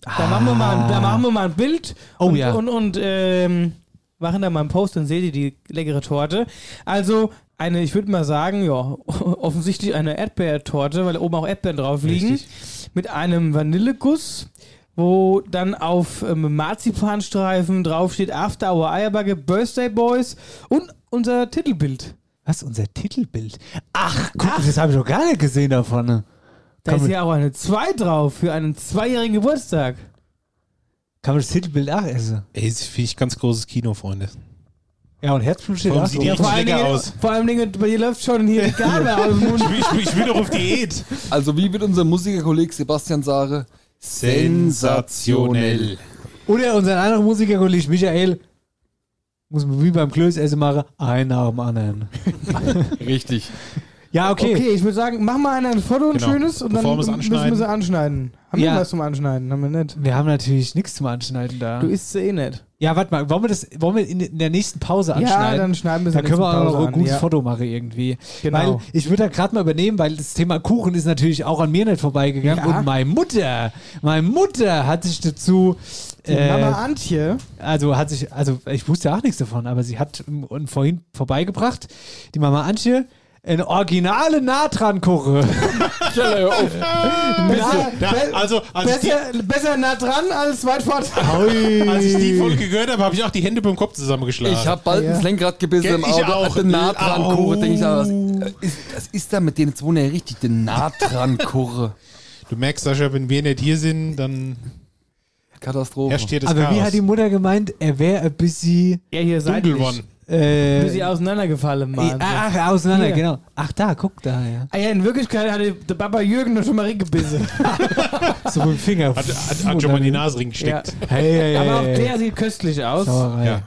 Speaker 5: Da, machen, wir mal ein, da machen wir mal ein Bild.
Speaker 4: Ah. Oh
Speaker 5: und,
Speaker 4: ja.
Speaker 5: Und, und ähm, machen da mal einen Post, dann seht ihr die leckere Torte. Also eine, ich würde mal sagen, ja, offensichtlich eine Erdbeertorte, weil oben auch Erdbeeren drauf liegen. Mit einem Vanilleguss, wo dann auf ähm, Marzipanstreifen draufsteht After Hour Eierbacke, Birthday Boys und unser Titelbild.
Speaker 4: Was, unser Titelbild? Ach, guck, das habe ich noch gar nicht gesehen da vorne.
Speaker 5: Da
Speaker 4: Komm
Speaker 5: ist
Speaker 4: mit.
Speaker 5: ja auch eine 2 drauf für einen zweijährigen Geburtstag.
Speaker 4: Kann man das Titelbild auch essen?
Speaker 7: Ey, das finde ich ganz großes Kino, Freunde.
Speaker 4: Ja, und Herzblut steht
Speaker 7: Warum
Speaker 4: auch so.
Speaker 7: sieht die
Speaker 5: Vor
Speaker 7: richtig
Speaker 5: allen,
Speaker 7: lecker
Speaker 5: Dingen,
Speaker 7: aus?
Speaker 5: vor allen Dingen, bei dir läuft schon hier die Gabel aus dem Mund.
Speaker 7: Ich, bin- ich bin doch auf Diät.
Speaker 6: Also wie wird unser Musikerkolleg Sebastian Sare?
Speaker 7: Sensationell.
Speaker 4: Oder unseren anderen Musikerkollege Michael muss man wie beim Klöß essen machen, einen nach dem anderen.
Speaker 6: Richtig.
Speaker 4: Ja, okay.
Speaker 5: Okay, ich würde sagen, mach mal einer ein Foto und
Speaker 7: Genau.
Speaker 5: schönes und dann
Speaker 7: Bevor wir's
Speaker 5: müssen wir
Speaker 7: anschneiden.
Speaker 5: sie anschneiden. Haben
Speaker 4: Ja.
Speaker 5: wir was zum Anschneiden? Haben wir nicht.
Speaker 4: Wir haben natürlich nichts zum Anschneiden da.
Speaker 5: Du isst sie eh nicht.
Speaker 4: Ja, warte mal, wollen wir das wollen wir in, in der nächsten Pause anschneiden?
Speaker 5: Ja, dann schneiden wir sie
Speaker 4: Da können wir auch noch ein gutes
Speaker 5: ja.
Speaker 4: Foto machen irgendwie.
Speaker 5: Genau.
Speaker 4: Weil ich würde da gerade mal übernehmen, weil das Thema Kuchen ist natürlich auch an mir nicht vorbeigegangen.
Speaker 5: Ja.
Speaker 4: Und meine Mutter, meine Mutter hat sich dazu,
Speaker 5: Die
Speaker 4: äh,
Speaker 5: Mama Antje.
Speaker 4: also hat sich, also ich wusste auch nichts davon, aber sie hat m- und vorhin vorbeigebracht, die Mama Antje, eine originale Nahtrankuche.
Speaker 5: Besser,
Speaker 7: Ja,
Speaker 5: be-
Speaker 7: also, als ich, die,
Speaker 5: besser, besser nah dran als weit fort.
Speaker 7: als ich die Folge gehört habe, habe ich auch die Hände beim Kopf zusammengeschlagen.
Speaker 6: Ich habe bald
Speaker 5: Ja.
Speaker 6: ins Lenkrad gebissen
Speaker 7: Gell,
Speaker 6: im
Speaker 7: ich
Speaker 6: Auto.
Speaker 7: auch.
Speaker 6: Hat Den Nahtrankurre,
Speaker 7: Au.
Speaker 6: denke ich. Was ist, was ist da mit denen? Jetzt wohnen ja richtig den Nahtrankurre.
Speaker 7: du merkst, Sascha, wenn wir nicht hier sind, dann
Speaker 6: Katastrophe.
Speaker 7: herrscht hier das
Speaker 4: Aber
Speaker 7: Chaos.
Speaker 4: wie hat die Mutter gemeint, er wäre ein bisschen,
Speaker 5: Ja, hier
Speaker 7: Dunkel
Speaker 5: seitlich.
Speaker 7: geworden.
Speaker 4: äh,
Speaker 5: Bis sie auseinandergefallen,
Speaker 4: ah,
Speaker 5: Mann.
Speaker 4: ach, auseinander,
Speaker 5: Hier.
Speaker 4: genau. Ach da, guck da, ja.
Speaker 5: Ah ja, in Wirklichkeit hatte der Papa Jürgen nur schon mal gebissen.
Speaker 4: So mit dem Finger.
Speaker 7: Hat, hat, hat schon mal in die Nase
Speaker 5: ja.
Speaker 7: reingesteckt.
Speaker 4: Hey, hey, Oh, hey.
Speaker 5: Aber auch der sieht köstlich aus.
Speaker 4: Sauerei.
Speaker 7: Ja.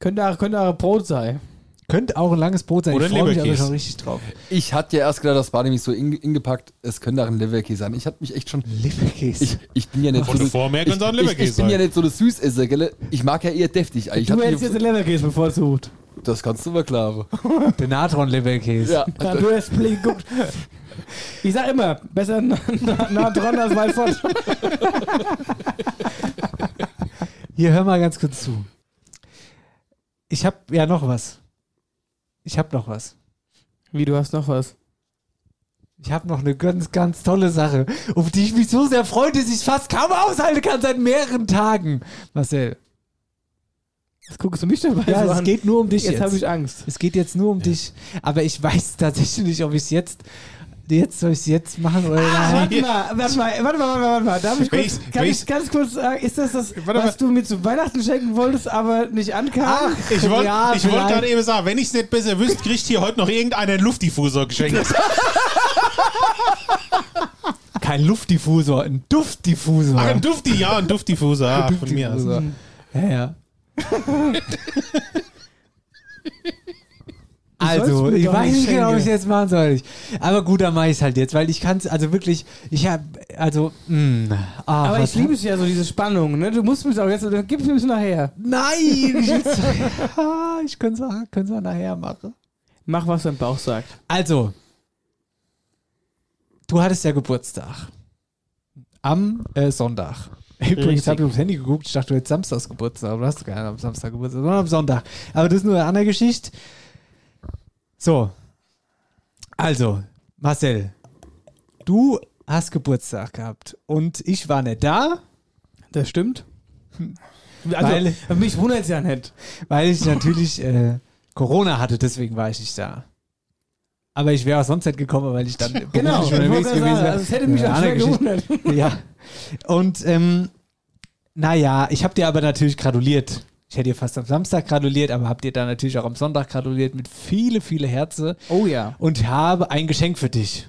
Speaker 5: Könnte, auch, könnte auch ein Brot sein.
Speaker 4: Könnte auch ein langes Brot sein.
Speaker 7: Oder
Speaker 4: ich freue mich aber
Speaker 7: Leberkäse.
Speaker 4: schon richtig drauf.
Speaker 6: Ich hatte ja erst gedacht, das war nämlich so in- ingepackt. Es könnte auch ein Leverkäse sein. Ich hatte mich echt schon.
Speaker 4: Leberkäse.
Speaker 6: Ich, ich bin ja nicht
Speaker 7: Von
Speaker 6: so.
Speaker 7: der Vormerk
Speaker 6: ich,
Speaker 7: und so ein
Speaker 6: ich, ich bin
Speaker 7: Leberkäse.
Speaker 6: ja nicht so der Süßesser, gell? Ich mag ja eher deftig. Ich
Speaker 5: Du
Speaker 6: hatte
Speaker 5: hättest
Speaker 6: mich-
Speaker 5: jetzt den Leverkäse bevorzugt.
Speaker 6: das kannst du verklagen.
Speaker 4: Der Natron-Leberkäse.
Speaker 6: Ja.
Speaker 5: Ja, du hast blind geguckt. Ich sag immer, besser nah, nah, nah dran als weit fort.
Speaker 4: Hier, hör mal ganz kurz zu. Ich habe ja noch was. Ich habe noch was.
Speaker 5: Wie, du hast noch was?
Speaker 4: Ich habe noch eine ganz, ganz tolle Sache, auf die ich mich so sehr freue, dass ich es fast kaum aushalten kann seit mehreren Tagen. Marcel,
Speaker 5: Jetzt guckst du mich dabei
Speaker 4: ja,
Speaker 5: so
Speaker 4: es
Speaker 5: an.
Speaker 4: geht nur um dich
Speaker 5: jetzt
Speaker 4: jetzt.
Speaker 5: habe ich Angst.
Speaker 4: es geht jetzt nur um dich. Aber ich weiß tatsächlich nicht, ob ich es jetzt, jetzt soll ich es jetzt machen oder nein.
Speaker 5: Ah, Warte mal, warte mal, warte mal, warte mal, warte mal. Darf ich kurz,
Speaker 7: Welches-
Speaker 5: kann
Speaker 7: welches-
Speaker 5: ich ganz kurz sagen, ist das das,
Speaker 7: Warte mal.
Speaker 5: was du mir zu Weihnachten schenken wolltest, aber nicht ankam?
Speaker 4: Ach,
Speaker 7: Ich wollte
Speaker 4: Ja,
Speaker 7: ich wollte
Speaker 4: vielleicht.
Speaker 7: gerade eben sagen, wenn ich es nicht besser wüsste, kriegt hier heute noch irgendeiner einen Luftdiffusor geschenkt.
Speaker 4: Kein Luftdiffusor, ein Duftdiffusor.
Speaker 7: Ach, ein Dufti, ja, ein Duftdiffusor. Ah, von mir aus.
Speaker 4: Duftdiffusor. Ja, ja. Also,
Speaker 5: sollst mir
Speaker 4: ich
Speaker 5: doch
Speaker 4: weiß
Speaker 5: nicht
Speaker 4: nicht genau, ob ich
Speaker 5: schenken.
Speaker 4: jetzt machen soll. Ich. Aber gut, dann mache ich es halt jetzt, weil ich kann es, also wirklich, ich habe, also, mh, ah,
Speaker 5: aber
Speaker 4: was-
Speaker 5: ich liebe es ja so, diese Spannung, ne? Du musst mich auch jetzt, gib mir nachher.
Speaker 4: Nein! Ich, will's- Ah, ich könnte es könnte mal nachher machen.
Speaker 5: Mach, was dein Bauch sagt.
Speaker 4: Also, du hattest ja Geburtstag. Am äh, Sonntag. Übrigens
Speaker 5: Richtig.
Speaker 4: habe ich aufs Handy geguckt, ich dachte, du hättest Samstags Geburtstag, aber du hast gar nicht am Samstag Geburtstag, sondern am Sonntag. Aber das ist nur eine andere Geschichte. So. Also, Marcel, du hast Geburtstag gehabt und ich war nicht da, Hm.
Speaker 5: Das stimmt.
Speaker 4: Weil-
Speaker 5: Also, mich wundert es ja nicht.
Speaker 4: weil ich natürlich äh, Corona hatte, deswegen war ich nicht da. Aber ich wäre auch sonst nicht gekommen, weil ich dann
Speaker 5: Genau,
Speaker 4: beruflich
Speaker 5: ich wollte
Speaker 4: unterwegs
Speaker 5: gerade
Speaker 4: gewesen
Speaker 5: sagen,
Speaker 4: wäre.
Speaker 5: also es hätte mich
Speaker 4: Ja,
Speaker 5: auch
Speaker 4: andere
Speaker 5: schwer
Speaker 4: Geschichte.
Speaker 5: gewundert.
Speaker 4: ja. Und ähm, naja, ich habe dir aber natürlich gratuliert. Ich hätte dir fast am Samstag gratuliert, aber hab dir dann natürlich auch am Sonntag gratuliert mit viele, viele Herze
Speaker 5: Oh ja.
Speaker 4: und habe ein Geschenk für dich.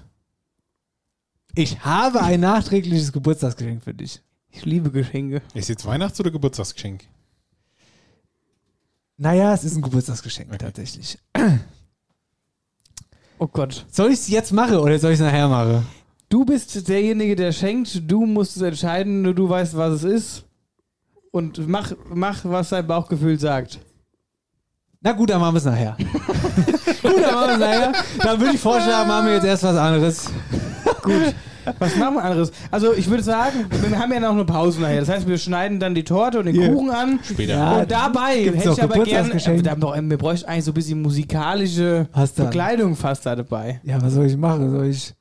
Speaker 4: Ich habe ein nachträgliches Geburtstagsgeschenk für dich.
Speaker 5: Ich liebe Geschenke.
Speaker 7: Ist jetzt Weihnachts- oder Geburtstagsgeschenk?
Speaker 4: Naja, es ist ein Geburtstagsgeschenk tatsächlich.
Speaker 5: Oh Gott.
Speaker 4: Soll ich es jetzt machen oder soll ich es nachher machen?
Speaker 5: Du bist derjenige, der schenkt. Du musst es entscheiden. Nur du weißt, was es ist. Und mach, mach was dein Bauchgefühl sagt.
Speaker 4: Na gut, dann machen wir es nachher. gut, dann machen wir es nachher. Dann würde ich vorschlagen, machen wir jetzt erst was anderes.
Speaker 5: Was machen wir anderes? Also, ich würde sagen, wir haben ja noch eine Pause nachher. Das heißt, wir schneiden dann die Torte und den
Speaker 4: Ja.
Speaker 5: Kuchen an.
Speaker 7: Später.
Speaker 4: Ja.
Speaker 5: Und dabei
Speaker 4: Ah, Gibt's
Speaker 5: hätte
Speaker 4: noch
Speaker 5: ich aber gerne.
Speaker 4: Geburtstagsgeschenk?
Speaker 5: Wir haben doch- Wir bräuchten eigentlich so ein bisschen musikalische
Speaker 4: Was dann?
Speaker 5: Bekleidung fast da dabei.
Speaker 4: Ja, was soll ich machen? Soll ich,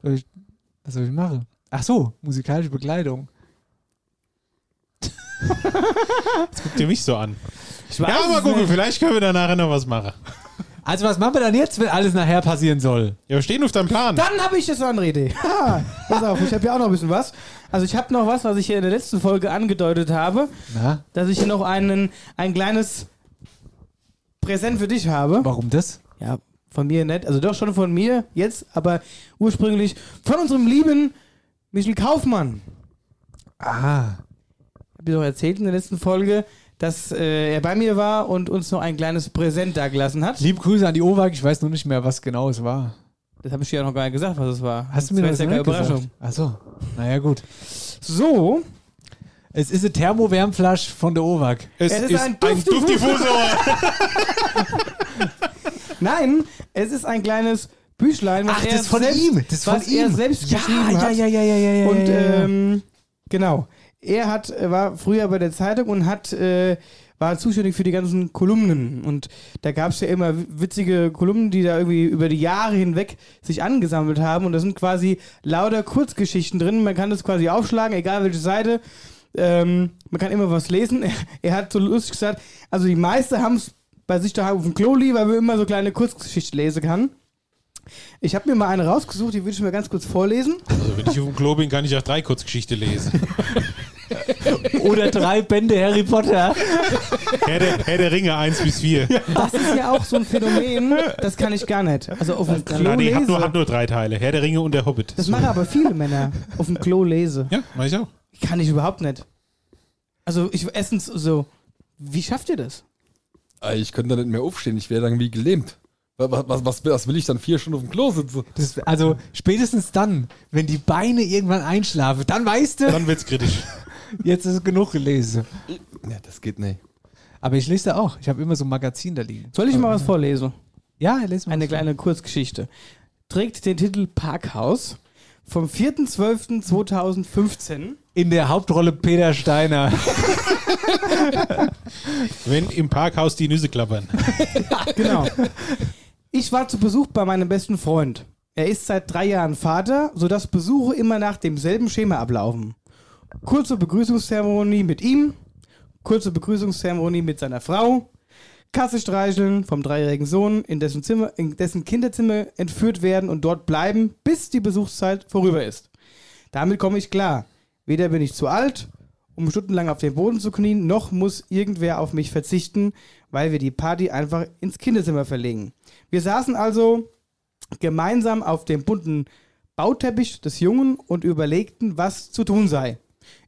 Speaker 4: soll ich, was soll ich machen? Ach so, musikalische Bekleidung.
Speaker 7: Guckt ihr mich so an. Ja, mal gucken, vielleicht können wir danach noch was machen.
Speaker 4: Also was machen wir dann jetzt, wenn alles nachher passieren soll?
Speaker 7: Ja, wir stehen auf deinem Plan.
Speaker 5: Dann habe ich jetzt eine andere Idee. Haha, Pass auf, ich habe ja auch noch ein bisschen was. Also ich habe noch was, was ich hier in der letzten Folge angedeutet habe,
Speaker 4: Na,
Speaker 5: dass ich hier noch einen, ein kleines Präsent für dich habe.
Speaker 4: warum das?
Speaker 5: Ja, von mir nicht. Also doch schon von mir jetzt, aber ursprünglich von unserem lieben Michel Kaufmann.
Speaker 4: Ah,
Speaker 5: Ich habe dir doch erzählt in der letzten Folge, dass äh, er bei mir war und uns noch ein kleines Präsent dagelassen hat.
Speaker 4: liebe Grüße an die OWAG, ich weiß nur nicht mehr, was genau es war.
Speaker 5: Das habe ich dir ja noch gar nicht gesagt, was es war.
Speaker 4: Hast du mir
Speaker 5: war
Speaker 4: das
Speaker 5: jetzt ja keine
Speaker 4: nicht gesagt?
Speaker 5: Überraschung.
Speaker 4: Ach so, naja gut.
Speaker 5: So,
Speaker 4: Es ist eine Thermowärmflasche von der OWAG.
Speaker 7: es,
Speaker 5: ist ein Duftdiffu-
Speaker 7: Duftdiffuser.
Speaker 5: nein, es ist ein kleines Büchlein, was
Speaker 4: Ach,
Speaker 5: er
Speaker 4: das ist von
Speaker 5: selbst,
Speaker 4: ihm, das ist von
Speaker 5: was er
Speaker 4: ihm.
Speaker 5: selbst geschrieben hat.
Speaker 4: ja, ja, ja, ja.
Speaker 5: Und
Speaker 4: Und, ähm,
Speaker 5: ähm, genau, er hat äh, war früher bei der Zeitung und hat äh, war zuständig für die ganzen Kolumnen und da gab es ja immer witzige Kolumnen, die da irgendwie über die Jahre hinweg sich angesammelt haben und da sind quasi lauter Kurzgeschichten drin. Man kann das quasi aufschlagen, egal welche Seite. Ähm, man kann immer was lesen. Er, er hat so lustig gesagt, also die meisten haben es bei sich daheim auf dem Klo liegen, weil man immer so kleine Kurzgeschichten lesen kann. Ich habe mir mal eine rausgesucht, die würde ich mir ganz kurz vorlesen.
Speaker 7: Also, wenn ich auf dem Klo bin, kann ich auch drei Kurzgeschichte lesen.
Speaker 4: oder drei Bände Harry Potter.
Speaker 7: Herr der, Herr der Ringe 1 bis 4.
Speaker 5: Das ist ja auch so ein Phänomen, das kann ich gar nicht. Also auf dem Klo
Speaker 7: Na, nee, hat nur,
Speaker 5: lese.
Speaker 7: hat nur drei Teile. Herr der Ringe und der Hobbit.
Speaker 5: Das machen aber viele Männer. Auf dem Klo lese.
Speaker 7: Ja, mach ich auch.
Speaker 5: Kann ich überhaupt nicht. Also ich essens so. Wie schafft ihr das?
Speaker 6: Ey, Ich könnte da nicht mehr aufstehen, ich wäre dann wie gelähmt. Was, was, was, was will ich dann vier Stunden auf dem Klo sitzen?
Speaker 4: Das, also spätestens dann, wenn die Beine irgendwann einschlafen, dann weißt du,
Speaker 7: Dann wird's kritisch.
Speaker 4: jetzt ist genug gelesen.
Speaker 6: Ja, das geht nicht.
Speaker 4: Aber ich lese da auch. Ich habe immer so ein Magazin da liegen.
Speaker 5: Soll ich mal was vorlesen?
Speaker 4: Ja, lese mal.
Speaker 5: Eine kleine Kurzgeschichte. Trägt den Titel Parkhaus vom 4.12.2015.
Speaker 4: In der Hauptrolle Peter Steiner.
Speaker 7: Wenn im Parkhaus die Nüsse klappern.
Speaker 5: Genau. Ich war zu Besuch bei meinem besten Freund. Er ist seit drei Jahren Vater, sodass Besuche immer nach demselben Schema ablaufen. Kurze Begrüßungszeremonie mit ihm, kurze Begrüßungszeremonie mit seiner Frau, Kasse streicheln vom dreijährigen Sohn, in dessen, Zimmer, in dessen Kinderzimmer entführt werden und dort bleiben, bis die Besuchszeit vorüber ist. Damit komme ich klar. Weder bin ich zu alt, um stundenlang auf den Boden zu knien, noch muss irgendwer auf mich verzichten, weil wir die Party einfach ins Kinderzimmer verlegen. Wir saßen also gemeinsam auf dem bunten Bauteppich des Jungen und überlegten, was zu tun sei.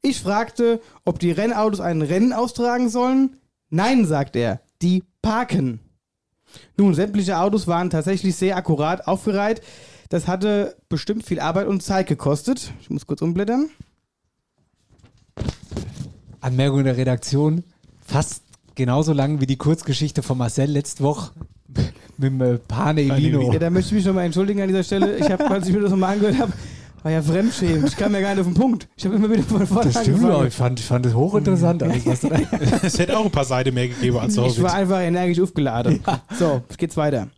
Speaker 5: Ich fragte, ob die Rennautos ein Rennen austragen sollen. Nein, sagt er, die parken. Nun, sämtliche Autos waren tatsächlich sehr akkurat aufgereiht. Das hatte bestimmt viel Arbeit und Zeit gekostet. Ich muss kurz umblättern.
Speaker 4: Anmerkung der Redaktion. Fast genauso lang wie die Kurzgeschichte von Marcel letzte Woche mit dem äh, Pane Elino.
Speaker 5: Ja, da möchte ich mich nochmal entschuldigen an dieser Stelle. Ich habe, als ich mir das nochmal angehört habe, war ja fremdschämend. Ich kam ja gar nicht auf den Punkt. Ich habe immer wieder von vorne
Speaker 4: Das stimmt
Speaker 5: angefangen.
Speaker 4: doch. Ich fand, ich fand das hochinteressant. Alles, was du da
Speaker 7: Es hätte auch ein paar Seiten mehr gegeben als der
Speaker 5: Ich war
Speaker 7: Hobbit.
Speaker 5: einfach energisch aufgeladen. So, jetzt geht's weiter.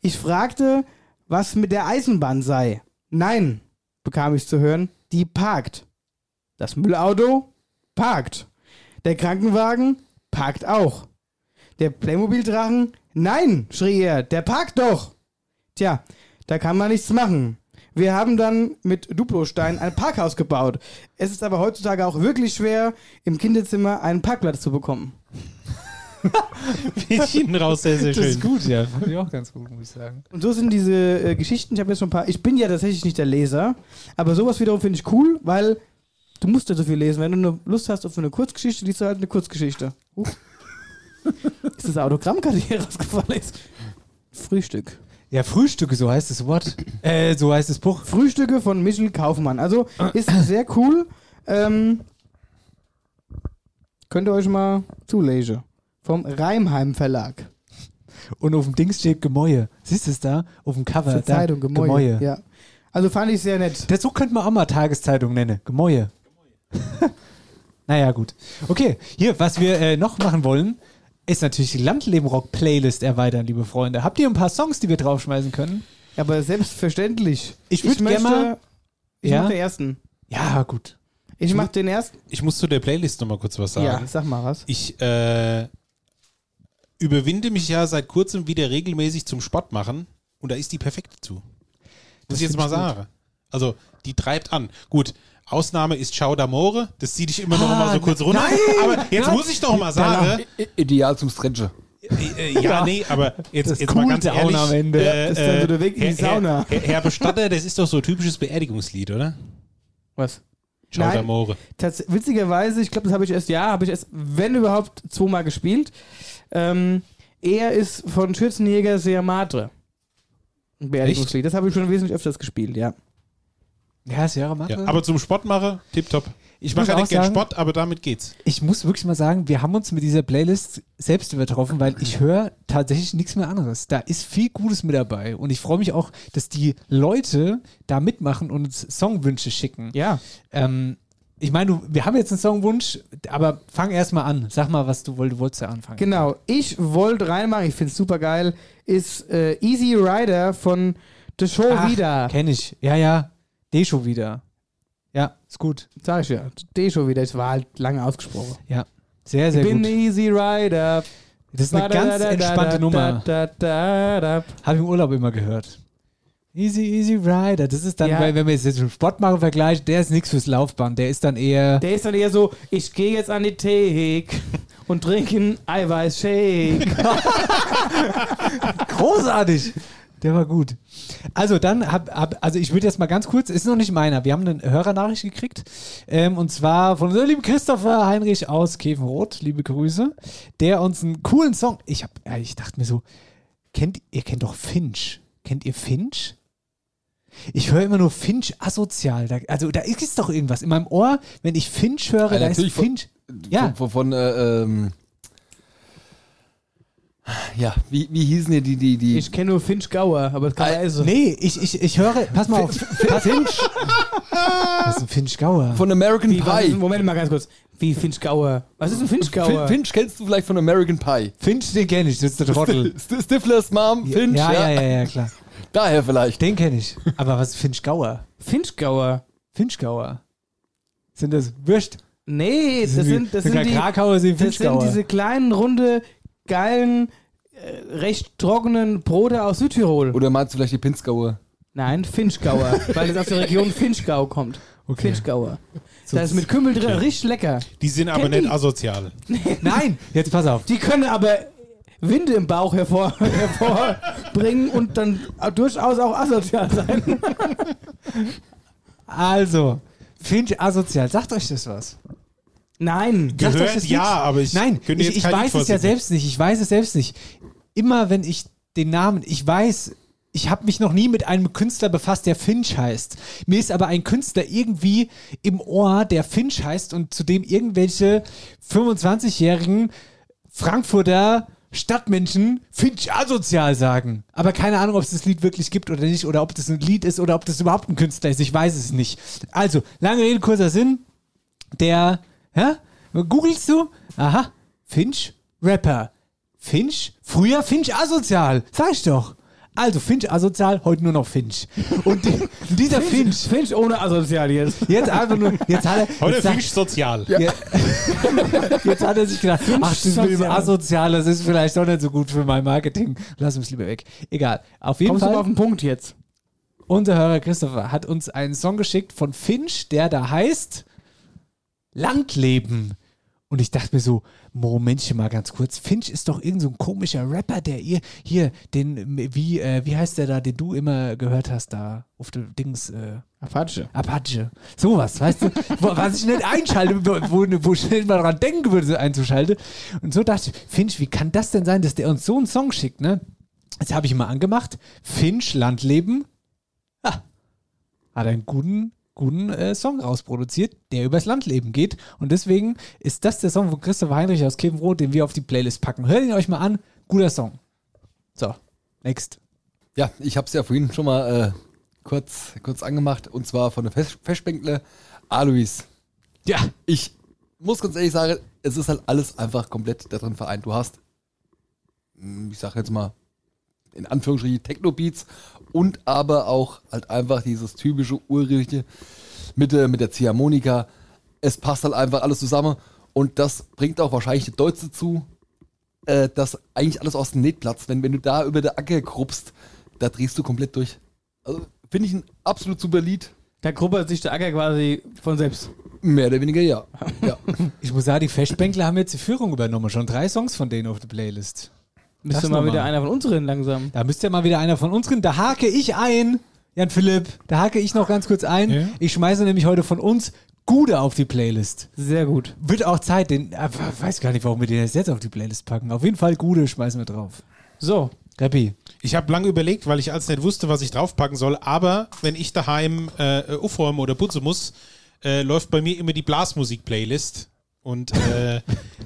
Speaker 5: Ich fragte, was mit der Eisenbahn sei. Nein, bekam ich zu hören, die parkt. Das Müllauto parkt. Der Krankenwagen parkt auch. Der Playmobil-Drachen? Nein, schrie er, der parkt doch. Tja, da kann man nichts machen. Wir haben dann mit Duplostein ein Parkhaus gebaut. Es ist aber heutzutage auch wirklich schwer, im Kinderzimmer einen Parkplatz zu bekommen.
Speaker 7: Hinten raus sehr, sehr
Speaker 4: Das ist
Speaker 7: schön.
Speaker 4: gut, ja. Fand ich auch ganz gut, muss ich sagen.
Speaker 5: Und so sind diese äh, Geschichten. Ich habe jetzt schon ein paar. Ich bin ja tatsächlich nicht der Leser, aber sowas wiederum finde ich cool, weil du musst ja so viel lesen. Wenn du eine Lust hast auf eine Kurzgeschichte, liest du halt eine Kurzgeschichte. Huch. ist das eine Autogrammkarte die hier rausgefallen ist? Frühstück.
Speaker 4: Ja, Frühstücke, so heißt das Wort. Äh, so heißt das Buch.
Speaker 5: Frühstücke von Michel Kaufmann. Also ist sehr cool. Ähm, könnt ihr euch mal zulesen. Vom Reimheim Verlag.
Speaker 4: Und auf dem Dings steht Gemäue. Siehst du es da? Auf dem Cover.
Speaker 5: Zur
Speaker 4: Äh, da,
Speaker 5: Zeitung Gemäue. Ja. Also fand ich sehr nett.
Speaker 4: Das so könnte man auch mal Tageszeitung nennen. Gemäue. naja, gut. Okay, hier, was wir äh, noch machen wollen, ist natürlich die Landlebenrock-Playlist erweitern, liebe Freunde. Habt ihr ein paar Songs, die wir draufschmeißen können?
Speaker 5: Aber selbstverständlich.
Speaker 4: Ich würd gern
Speaker 5: möchte-
Speaker 4: mal-
Speaker 5: Ich
Speaker 4: Ja? Hm?
Speaker 5: mach den ersten.
Speaker 4: Ja, gut.
Speaker 5: Ich mach den ersten.
Speaker 7: Ich muss zu der Playlist nochmal kurz was sagen.
Speaker 5: Ja, sag mal was.
Speaker 7: Ich äh, überwinde mich ja seit kurzem wieder regelmäßig zum Sport machen und da ist die perfekt zu. Muss ich jetzt mal sagen. Also, die treibt an. Gut. Ausnahme ist Ciao d'Amore. Das zieht dich immer noch
Speaker 5: Ah,
Speaker 7: mal so kurz runter. aber jetzt muss ich doch mal sagen,
Speaker 6: I- Ideal zum Stretchen.
Speaker 7: äh, ja, nee, aber jetzt,
Speaker 4: Das
Speaker 7: jetzt mal ganz
Speaker 4: Cooldown
Speaker 7: ehrlich. äh,
Speaker 4: am Ende.
Speaker 5: Das ist dann so der Weg in die
Speaker 7: Herr- Herr-
Speaker 5: Sauna.
Speaker 7: Herr, Herr Bestatter, das ist doch so ein typisches Beerdigungslied, oder?
Speaker 5: Was?
Speaker 7: Ciao
Speaker 5: Nein.
Speaker 7: d'Amore.
Speaker 5: Tats witzigerweise, ich glaube, das habe ich erst, ja, habe ich erst, wenn überhaupt, zweimal gespielt. Ähm, er ist von Schürzenjäger sehr Madre. Ein Beerdigungslied. Das habe ich schon wesentlich öfters gespielt, ja.
Speaker 4: Ja, Sierra Madre.
Speaker 7: Ja, aber zum Sport mache, tipptopp. Ich
Speaker 4: muss
Speaker 7: mache ja
Speaker 4: auch
Speaker 7: nicht gern
Speaker 4: sagen-
Speaker 7: Sport, aber damit geht's.
Speaker 4: ich muss wirklich mal sagen, wir haben uns mit dieser Playlist selbst übertroffen, weil ich höre tatsächlich nichts mehr anderes. Da ist viel Gutes mit dabei und ich freue mich auch, dass die Leute da mitmachen und uns Songwünsche schicken.
Speaker 5: Ja.
Speaker 4: Ähm, ich meine, du- wir haben jetzt einen Songwunsch, aber fang erst mal an. Sag mal, was du wolltest. Du wolltest ja anfangen.
Speaker 5: Genau. Ich wollte reinmachen, ich finde es super geil, ist äh, Easy Rider von The Show
Speaker 4: Ach,
Speaker 5: wieder.
Speaker 4: Kenn ich. Ja, ja. Decho wieder. Ja, ist gut.
Speaker 5: Sag ich ja. The Show wieder. Es war halt lange ausgesprochen.
Speaker 4: Sehr, sehr
Speaker 5: ich bin
Speaker 4: gut.
Speaker 5: Easy Rider.
Speaker 4: Das ist eine ganz entspannte Nummer.
Speaker 5: Da, da, da, da.
Speaker 4: Habe ich im Urlaub immer gehört. Easy, easy rider. Das ist dann,
Speaker 5: Ja.
Speaker 4: weil, wenn wir es jetzt mit dem Sport machen vergleichen, der ist nichts fürs Laufband. Der ist dann eher.
Speaker 5: Der ist dann eher so, ich gehe jetzt an die Theke und trinke einen Eiweißshake.
Speaker 4: großartig. Der war gut. Also dann, hab, hab, also ich würde jetzt mal ganz kurz, ist noch nicht meiner, wir haben eine Hörernachricht gekriegt ähm, und zwar von unserem lieben Christopher Heinrich aus Kävenroth, liebe Grüße, der uns einen coolen Song, ich, hab, ja, ich dachte mir so, kennt, ihr kennt doch Finch, kennt ihr Finch? Ich höre immer nur Finch asozial, da, also da ist doch irgendwas in meinem Ohr, wenn ich Finch höre,
Speaker 6: Ja,
Speaker 4: da ist
Speaker 6: natürlich von-
Speaker 4: Finch, ja,
Speaker 6: Von, von äh, ähm, ja, wie, wie hießen hier die, die, die
Speaker 5: Ich kenne nur Finch Gauer, aber das kann man also.
Speaker 4: nee, ich, ich, ich höre, pass mal auf, Finch, was ist ein Finch Gauer?
Speaker 6: von American
Speaker 5: Wie, was ist,
Speaker 6: Pie?
Speaker 5: Moment mal ganz kurz. Wie Finch Gauer? Was ist ein Finch Gauer?
Speaker 6: Fin- Finch kennst du vielleicht von American Pie.
Speaker 4: Finch, den kenne ich, das ist der Trottel.
Speaker 5: Hm.
Speaker 6: St- Stiflers Mom, Finch,
Speaker 4: ja, ja, ja, ja, klar.
Speaker 6: daher vielleicht.
Speaker 4: Den kenne ich. Aber was ist Finch Gauer?
Speaker 5: Finch Gauer?
Speaker 4: Finch Gauer. Sind das Würst?
Speaker 5: Nee, das sind, das sind, die,
Speaker 4: Krakauer sind
Speaker 5: das
Speaker 4: Finch
Speaker 5: sind
Speaker 4: Gauer.
Speaker 5: diese kleinen, runde, geilen, äh, recht trockenen Brote aus Südtirol.
Speaker 6: Oder meinst du vielleicht die Pinzgauer?
Speaker 5: Nein, Finchgauer, weil es aus der Region Finchgau kommt.
Speaker 4: Okay.
Speaker 5: Finchgauer. Da ist mit Kümmel drin, richtig lecker.
Speaker 7: Die sind aber
Speaker 5: Kennt
Speaker 7: nicht
Speaker 5: die?
Speaker 7: asozial.
Speaker 4: Nein, jetzt pass auf.
Speaker 5: Die können aber Winde im Bauch hervor, hervorbringen und dann durchaus auch asozial sein.
Speaker 4: Also, Finch asozial. Sagt euch das was?
Speaker 5: Nein.
Speaker 4: Sagt euch
Speaker 7: Gehört
Speaker 4: das nichts?
Speaker 7: ja, aber ich
Speaker 4: Nein,
Speaker 7: könnte
Speaker 4: ich,
Speaker 7: jetzt
Speaker 4: ich
Speaker 7: kein Lied
Speaker 4: weiß es ja
Speaker 7: vorsingen.
Speaker 4: selbst nicht. Ich weiß es selbst nicht. Immer wenn ich den Namen, ich weiß, ich habe mich noch nie mit einem Künstler befasst, der Finch heißt. Mir ist aber ein Künstler irgendwie im Ohr, der Finch heißt und zu dem irgendwelche 25-jährigen Frankfurter Stadtmenschen Finch asozial sagen. Aber keine Ahnung, ob es das Lied wirklich gibt oder nicht, oder ob das ein Lied ist oder ob das überhaupt ein Künstler ist. Ich weiß es nicht. Also, lange Rede, kurzer Sinn der, ja, googelst du? Aha, Finch, Rapper. Finch, früher Finch asozial, sag ich doch. Also Finch asozial, heute nur noch Finch. Und die, dieser Finch,
Speaker 5: Finch ohne asozial jetzt.
Speaker 4: jetzt einfach nur, jetzt hat er,
Speaker 7: Heute
Speaker 4: jetzt, sagt-
Speaker 7: Finch sozial.
Speaker 4: je- jetzt hat er sich gedacht, ach, das mit dem
Speaker 5: asozial.
Speaker 4: asozial, das ist vielleicht doch nicht so gut für mein Marketing. Lass uns lieber weg. Egal. Auf jeden
Speaker 5: Kommst du
Speaker 4: Fall.
Speaker 5: mal auf den Punkt jetzt?
Speaker 4: Unser Hörer Christopher hat uns einen Song geschickt von Finch, der da heißt Landleben. Und ich dachte mir so, Momentchen mal ganz kurz. Finch ist doch irgend so ein komischer Rapper, der ihr hier den, wie, äh, wie heißt der da, den du immer gehört hast da auf dem Dings, äh,
Speaker 5: Apache.
Speaker 4: Apache. Sowas, weißt du, wo, was ich nicht einschalte, wo, wo- wo ich nicht mal dran denken würde, so einzuschalten. Und so dachte ich, Finch, wie kann das denn sein, dass der uns so einen Song schickt, ne? Das habe ich mal angemacht. Finch, Landleben. Ha. Hat einen guten, guten äh, Song rausproduziert, der übers Landleben geht. Und deswegen ist das der Song von Christopher Heinrich aus Kevenroth, den wir auf die Playlist packen. Hört ihn euch mal an. Guter Song. So, next.
Speaker 6: Ja, ich habe es ja vorhin schon mal äh, kurz, kurz angemacht und zwar von der Fest Festbänkler Alois.
Speaker 4: Ja.
Speaker 6: Ich muss ganz ehrlich sagen, es ist halt alles einfach komplett darin vereint. Du hast, mh, ich sage jetzt mal, in Anführungsstrichen Techno-Beats und aber auch halt einfach dieses typische Urrührige mit, der- mit der Ziehharmonika. Es passt halt einfach alles zusammen und das bringt auch wahrscheinlich die Deutsche zu, äh, dass eigentlich alles aus dem Net platzt. Wenn, wenn du da über der Acker kruppst, da drehst du komplett durch. Also finde ich ein absolut super Lied.
Speaker 5: Da kruppert sich der Acker quasi von selbst.
Speaker 6: Mehr oder weniger ja. ja.
Speaker 4: Ich muss sagen, die Festbänkler haben jetzt die Führung übernommen. Schon drei Songs von denen auf der Playlist. Das
Speaker 5: Müsste mal
Speaker 4: nochmal.
Speaker 5: wieder einer von unseren langsam.
Speaker 4: Da müsste ja mal wieder einer von uns drin. Da hake ich ein, Jan Philipp. Da hake ich noch ganz kurz ein.
Speaker 7: Ja.
Speaker 4: Ich schmeiße nämlich heute von uns Gude auf die Playlist.
Speaker 5: Sehr gut.
Speaker 4: Wird auch Zeit, den. äh, Weiß gar nicht, warum wir den jetzt jetzt auf die Playlist packen. Auf jeden Fall Gude schmeißen wir drauf.
Speaker 5: So,
Speaker 4: Rappi.
Speaker 7: Ich habe lange überlegt, weil ich als nicht wusste, was ich draufpacken soll. Aber wenn ich daheim äh, äh, aufräumen oder putzen muss, äh, läuft bei mir immer die Blasmusik-Playlist. Und äh,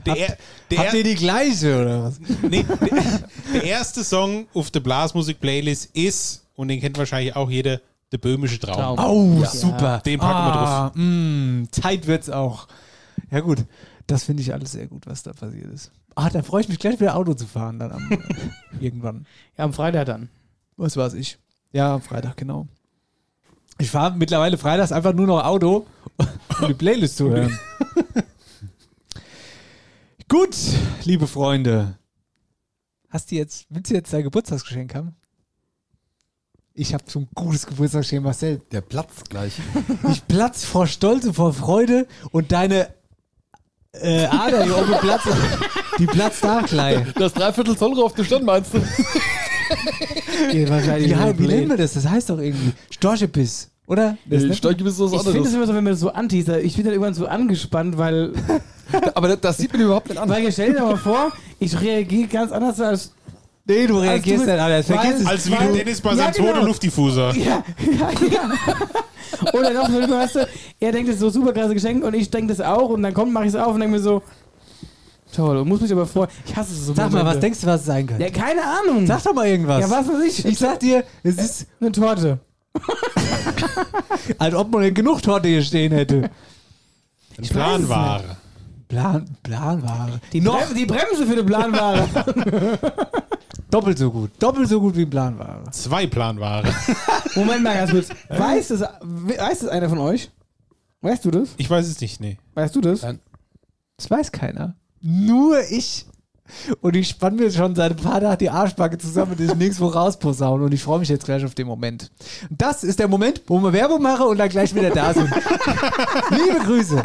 Speaker 7: der, er- der,
Speaker 4: Habt ihr die gleiche oder was?
Speaker 7: nee, der, der erste Song auf der Blasmusik-Playlist ist, und den kennt wahrscheinlich auch jeder, der böhmische Traum.
Speaker 5: Traum.
Speaker 4: Oh,
Speaker 5: Ja.
Speaker 4: super.
Speaker 7: Den packen wir
Speaker 4: ah, wir drauf. Zeit wird's auch. Ja, gut. Das finde ich alles sehr gut, was da passiert ist. Ah, da freue ich mich gleich wieder Auto zu fahren dann am, irgendwann.
Speaker 5: ja, am Freitag dann.
Speaker 4: Was weiß ich. Ja, am Freitag, genau. Ich fahre mittlerweile freitags einfach nur noch Auto, um die Playlist zu hören. gut, liebe Freunde. Hast du jetzt, willst du jetzt dein Geburtstagsgeschenk haben? Ich habe so ein gutes Geburtstagsgeschenk, Marcel.
Speaker 6: Der Platz gleich.
Speaker 4: Ich platz vor Stolz und vor Freude und deine äh, Ader hier oben platzt. Die platzt da gleich.
Speaker 6: Das Dreiviertel Zoll rauf der Stirn meinst du?
Speaker 5: Geht wahrscheinlich
Speaker 4: Ja, wie
Speaker 5: nur blöd.
Speaker 4: nennen wir das? Das heißt doch irgendwie Storchebiss, oder? Das
Speaker 6: Nee,
Speaker 4: nennt-
Speaker 6: Stolz ist was
Speaker 5: Ich finde es
Speaker 6: anderes.
Speaker 5: immer so, wenn man das so anteast, ich bin dann irgendwann so angespannt, weil,
Speaker 6: Aber das, das sieht man überhaupt nicht an.
Speaker 5: weil stell dir mal vor, ich reagiere ganz anders als.
Speaker 4: nee, du reagierst
Speaker 5: Als du-
Speaker 4: dann anders. Vergiss es.
Speaker 7: Als wie du
Speaker 5: Weil-
Speaker 7: Dennis bei
Speaker 5: Ja,
Speaker 7: seinem
Speaker 5: genau.
Speaker 7: zweiten Luftifuser.
Speaker 5: Ja, ja, ja. Oder noch, so, weißt du, er denkt, das ist so super krasse Geschenk und ich denke das auch und dann kommt, mache ich es auf und denke mir so, toll, und muss mich aber freuen. Ich hasse es so.
Speaker 4: Sag mal,
Speaker 5: Momente.
Speaker 4: was denkst du, was es sein
Speaker 5: Ja,
Speaker 4: könnte?
Speaker 5: keine Ahnung.
Speaker 4: Sag doch mal irgendwas.
Speaker 5: ja, was weiß ich?
Speaker 4: Ich sag dir, es ist,
Speaker 5: eine Torte.
Speaker 4: als ob man genug Torte hier stehen hätte.
Speaker 7: Ein Planware.
Speaker 4: Plan, Planware.
Speaker 5: Die,
Speaker 4: Noch
Speaker 5: Brem die Bremse für den Planware.
Speaker 4: doppelt so gut. Doppelt so gut wie Planware.
Speaker 7: Zwei Planware.
Speaker 5: Moment mal ganz kurz. Weiß das, weiß das einer von euch? Weißt du das?
Speaker 7: Ich weiß es nicht, nee.
Speaker 5: Weißt du das?
Speaker 4: Das weiß keiner. Nur ich. Und ich spann mir schon seit ein paar Tagen die Arschbacke zusammen, dass ich nirgendwo rausposaune. Und ich freue mich jetzt gleich auf den Moment. Das ist der Moment, wo wir Werbung machen und dann gleich wieder da sind. Liebe Grüße.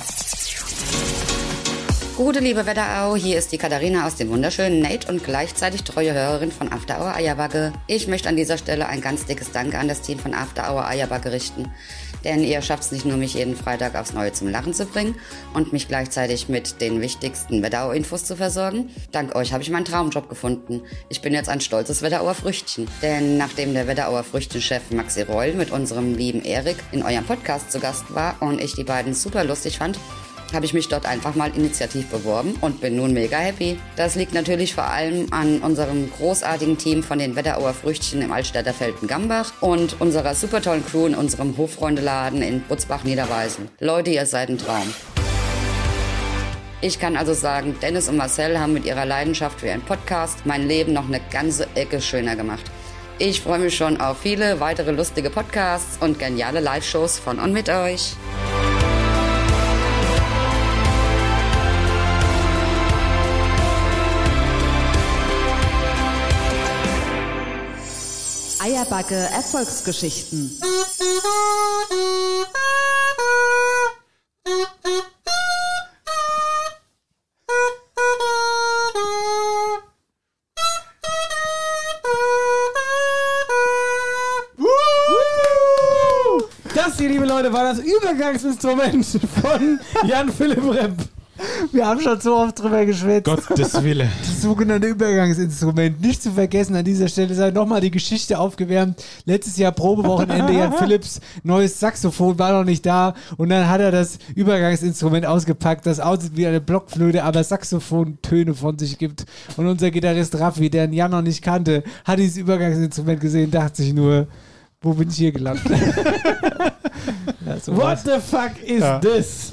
Speaker 10: Gute liebe Wetterau, hier ist die Katharina aus dem wunderschönen Nate und gleichzeitig treue Hörerin von After Hour Eierbacke. Ich möchte an dieser Stelle ein ganz dickes Danke an das Team von After Hour Eierbacke richten, denn ihr schafft es nicht nur, mich jeden Freitag aufs Neue zum Lachen zu bringen und mich gleichzeitig mit den wichtigsten Wetterau-Infos zu versorgen. Dank euch habe ich meinen Traumjob gefunden. Ich bin jetzt ein stolzes Wetterauer Früchtchen, denn nachdem der Wetterauer Früchtchef Maxi Reul mit unserem lieben Erik in eurem Podcast zu Gast war und ich die beiden super lustig fand, habe ich mich dort einfach mal initiativ beworben und bin nun mega happy. Das liegt natürlich vor allem an unserem großartigen Team von den Wetterauer Früchtchen im Altstädter Felden-Gambach und unserer super tollen Crew in unserem Hofreundeladen in Butzbach-Niederweisen. Leute, ihr seid ein Traum. Ich kann also sagen, Dennis und Marcel haben mit ihrer Leidenschaft für ihren Podcast mein Leben noch eine ganze Ecke schöner gemacht. Ich freue mich schon auf viele weitere lustige Podcasts und geniale Live-Shows von und mit euch.
Speaker 1: Eierbacke Erfolgsgeschichten.
Speaker 5: Das hier, liebe Leute, war das Übergangsinstrument von Jan Philipp Repp.
Speaker 4: Wir haben schon so oft drüber geschwätzt.
Speaker 7: Gottes Wille.
Speaker 4: Das sogenannte Übergangsinstrument. Nicht zu vergessen, an dieser Stelle sei nochmal die Geschichte aufgewärmt. Letztes Jahr Probewochenende, Jan Philipps neues Saxophon war noch nicht da und dann hat er das Übergangsinstrument ausgepackt, das aussieht wie eine Blockflöte, aber Saxophontöne von sich gibt. Und unser Gitarrist Raffi, der Jan noch nicht kannte, hat dieses Übergangsinstrument gesehen, dachte sich nur, wo bin ich hier gelandet? ja, so
Speaker 5: What
Speaker 4: war's.
Speaker 5: the fuck is
Speaker 7: Ja.
Speaker 5: this?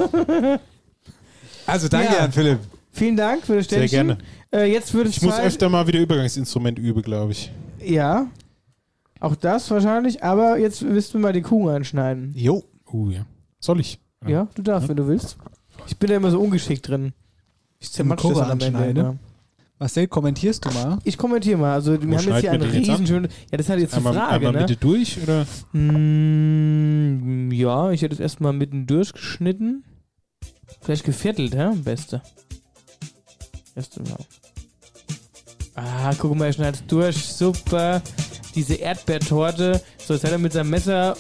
Speaker 4: also danke,
Speaker 5: Ja.
Speaker 4: Jan Philipp.
Speaker 5: Vielen Dank für das
Speaker 7: Sehr
Speaker 5: Ständchen.
Speaker 7: gerne.
Speaker 5: Äh, jetzt würde es
Speaker 7: Ich muss
Speaker 5: Zeit-
Speaker 7: öfter mal wieder Übergangsinstrument üben, glaube ich.
Speaker 5: Ja. Auch das wahrscheinlich, aber jetzt müssten wir mal die Kuh anschneiden.
Speaker 7: Jo. Uh, ja. Soll ich?
Speaker 5: Ja, du darfst, wenn du willst. Ich bin da immer so ungeschickt drin. Ich
Speaker 4: Kuchen anschneiden.
Speaker 5: immer.
Speaker 4: Marcel, kommentierst du mal?
Speaker 5: Ich kommentiere mal. Also, wir haben jetzt hier
Speaker 7: schneiden
Speaker 5: eine
Speaker 7: wir den jetzt an?
Speaker 5: riesenschöne. Ja, das ist halt jetzt die
Speaker 7: Einmal,
Speaker 5: Frage.
Speaker 7: einmal
Speaker 5: ne?
Speaker 7: bitte durch, oder?
Speaker 5: Mm, ja, ich hätte es erstmal mitten durchgeschnitten. Vielleicht geviertelt, hä? Am Beste. Erste Mal. Ah, guck mal, er schneidet durch. Super. Diese Erdbeertorte. So, jetzt hat er mit seinem Messer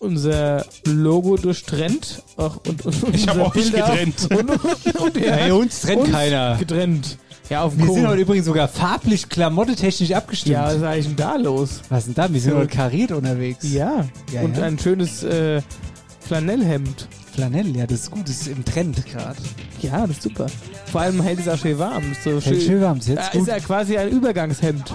Speaker 5: unser Logo durchtrennt. Ach, und, und, und
Speaker 7: Ich hab
Speaker 5: unser
Speaker 7: euch
Speaker 5: Bild auch.
Speaker 7: getrennt.
Speaker 5: Und, und, und, ja,
Speaker 4: Hey, uns trennt
Speaker 5: uns
Speaker 4: keiner.
Speaker 5: Getrennt. Ja, auf dem
Speaker 4: Wir sind
Speaker 5: Kuchen.
Speaker 4: heute übrigens sogar farblich, klamottetechnisch abgestimmt.
Speaker 5: Ja, was ist eigentlich denn da los?
Speaker 4: Was denn da? Wir sind
Speaker 5: Ja.
Speaker 4: heute kariert unterwegs.
Speaker 5: Ja,
Speaker 4: Ja,
Speaker 5: und
Speaker 4: ja.
Speaker 5: ein schönes äh, Flanellhemd.
Speaker 4: Flanell, ja, das ist gut. Das ist im Trend gerade.
Speaker 5: Ja, das ist super. Vor allem hält es auch schön warm. Ist So
Speaker 4: Hey,
Speaker 5: schön,
Speaker 4: schön warm. Ist
Speaker 5: Ja,
Speaker 4: jetzt
Speaker 5: Ah, ist
Speaker 4: gut.
Speaker 5: ja quasi ein Übergangshemd.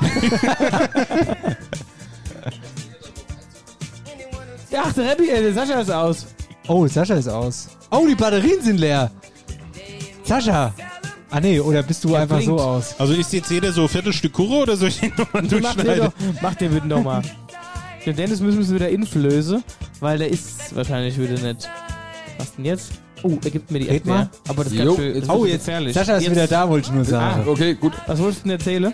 Speaker 5: Ach, der, Rappi, äh, der Sascha ist aus.
Speaker 4: Oh, Sascha ist aus. Oh, die Batterien sind leer. Sascha. Ah nee, oder bist du einfach
Speaker 5: blinkt.
Speaker 4: so aus?
Speaker 7: Also ist jetzt jeder so Viertelstück Kuro oder soll ich den nochmal
Speaker 5: Mach den,
Speaker 7: durchschneiden?
Speaker 5: doch, mach den bitte nochmal. Den Dennis müssen wir es wieder inflöse, weil der ist wahrscheinlich wieder nicht. Was denn jetzt? Oh, er gibt mir die
Speaker 4: Red
Speaker 5: Erdbeer.
Speaker 4: mal.
Speaker 5: Aber das ist
Speaker 6: Jo,
Speaker 5: ganz schön.
Speaker 6: jetzt-
Speaker 5: das
Speaker 6: oh,
Speaker 5: wird
Speaker 4: jetzt-
Speaker 5: gefährlich.
Speaker 4: Sascha ist
Speaker 5: Jetzt- Ah.
Speaker 4: wieder da, wollte ich nur sagen.
Speaker 6: Okay, gut.
Speaker 5: Was wolltest du denn erzählen?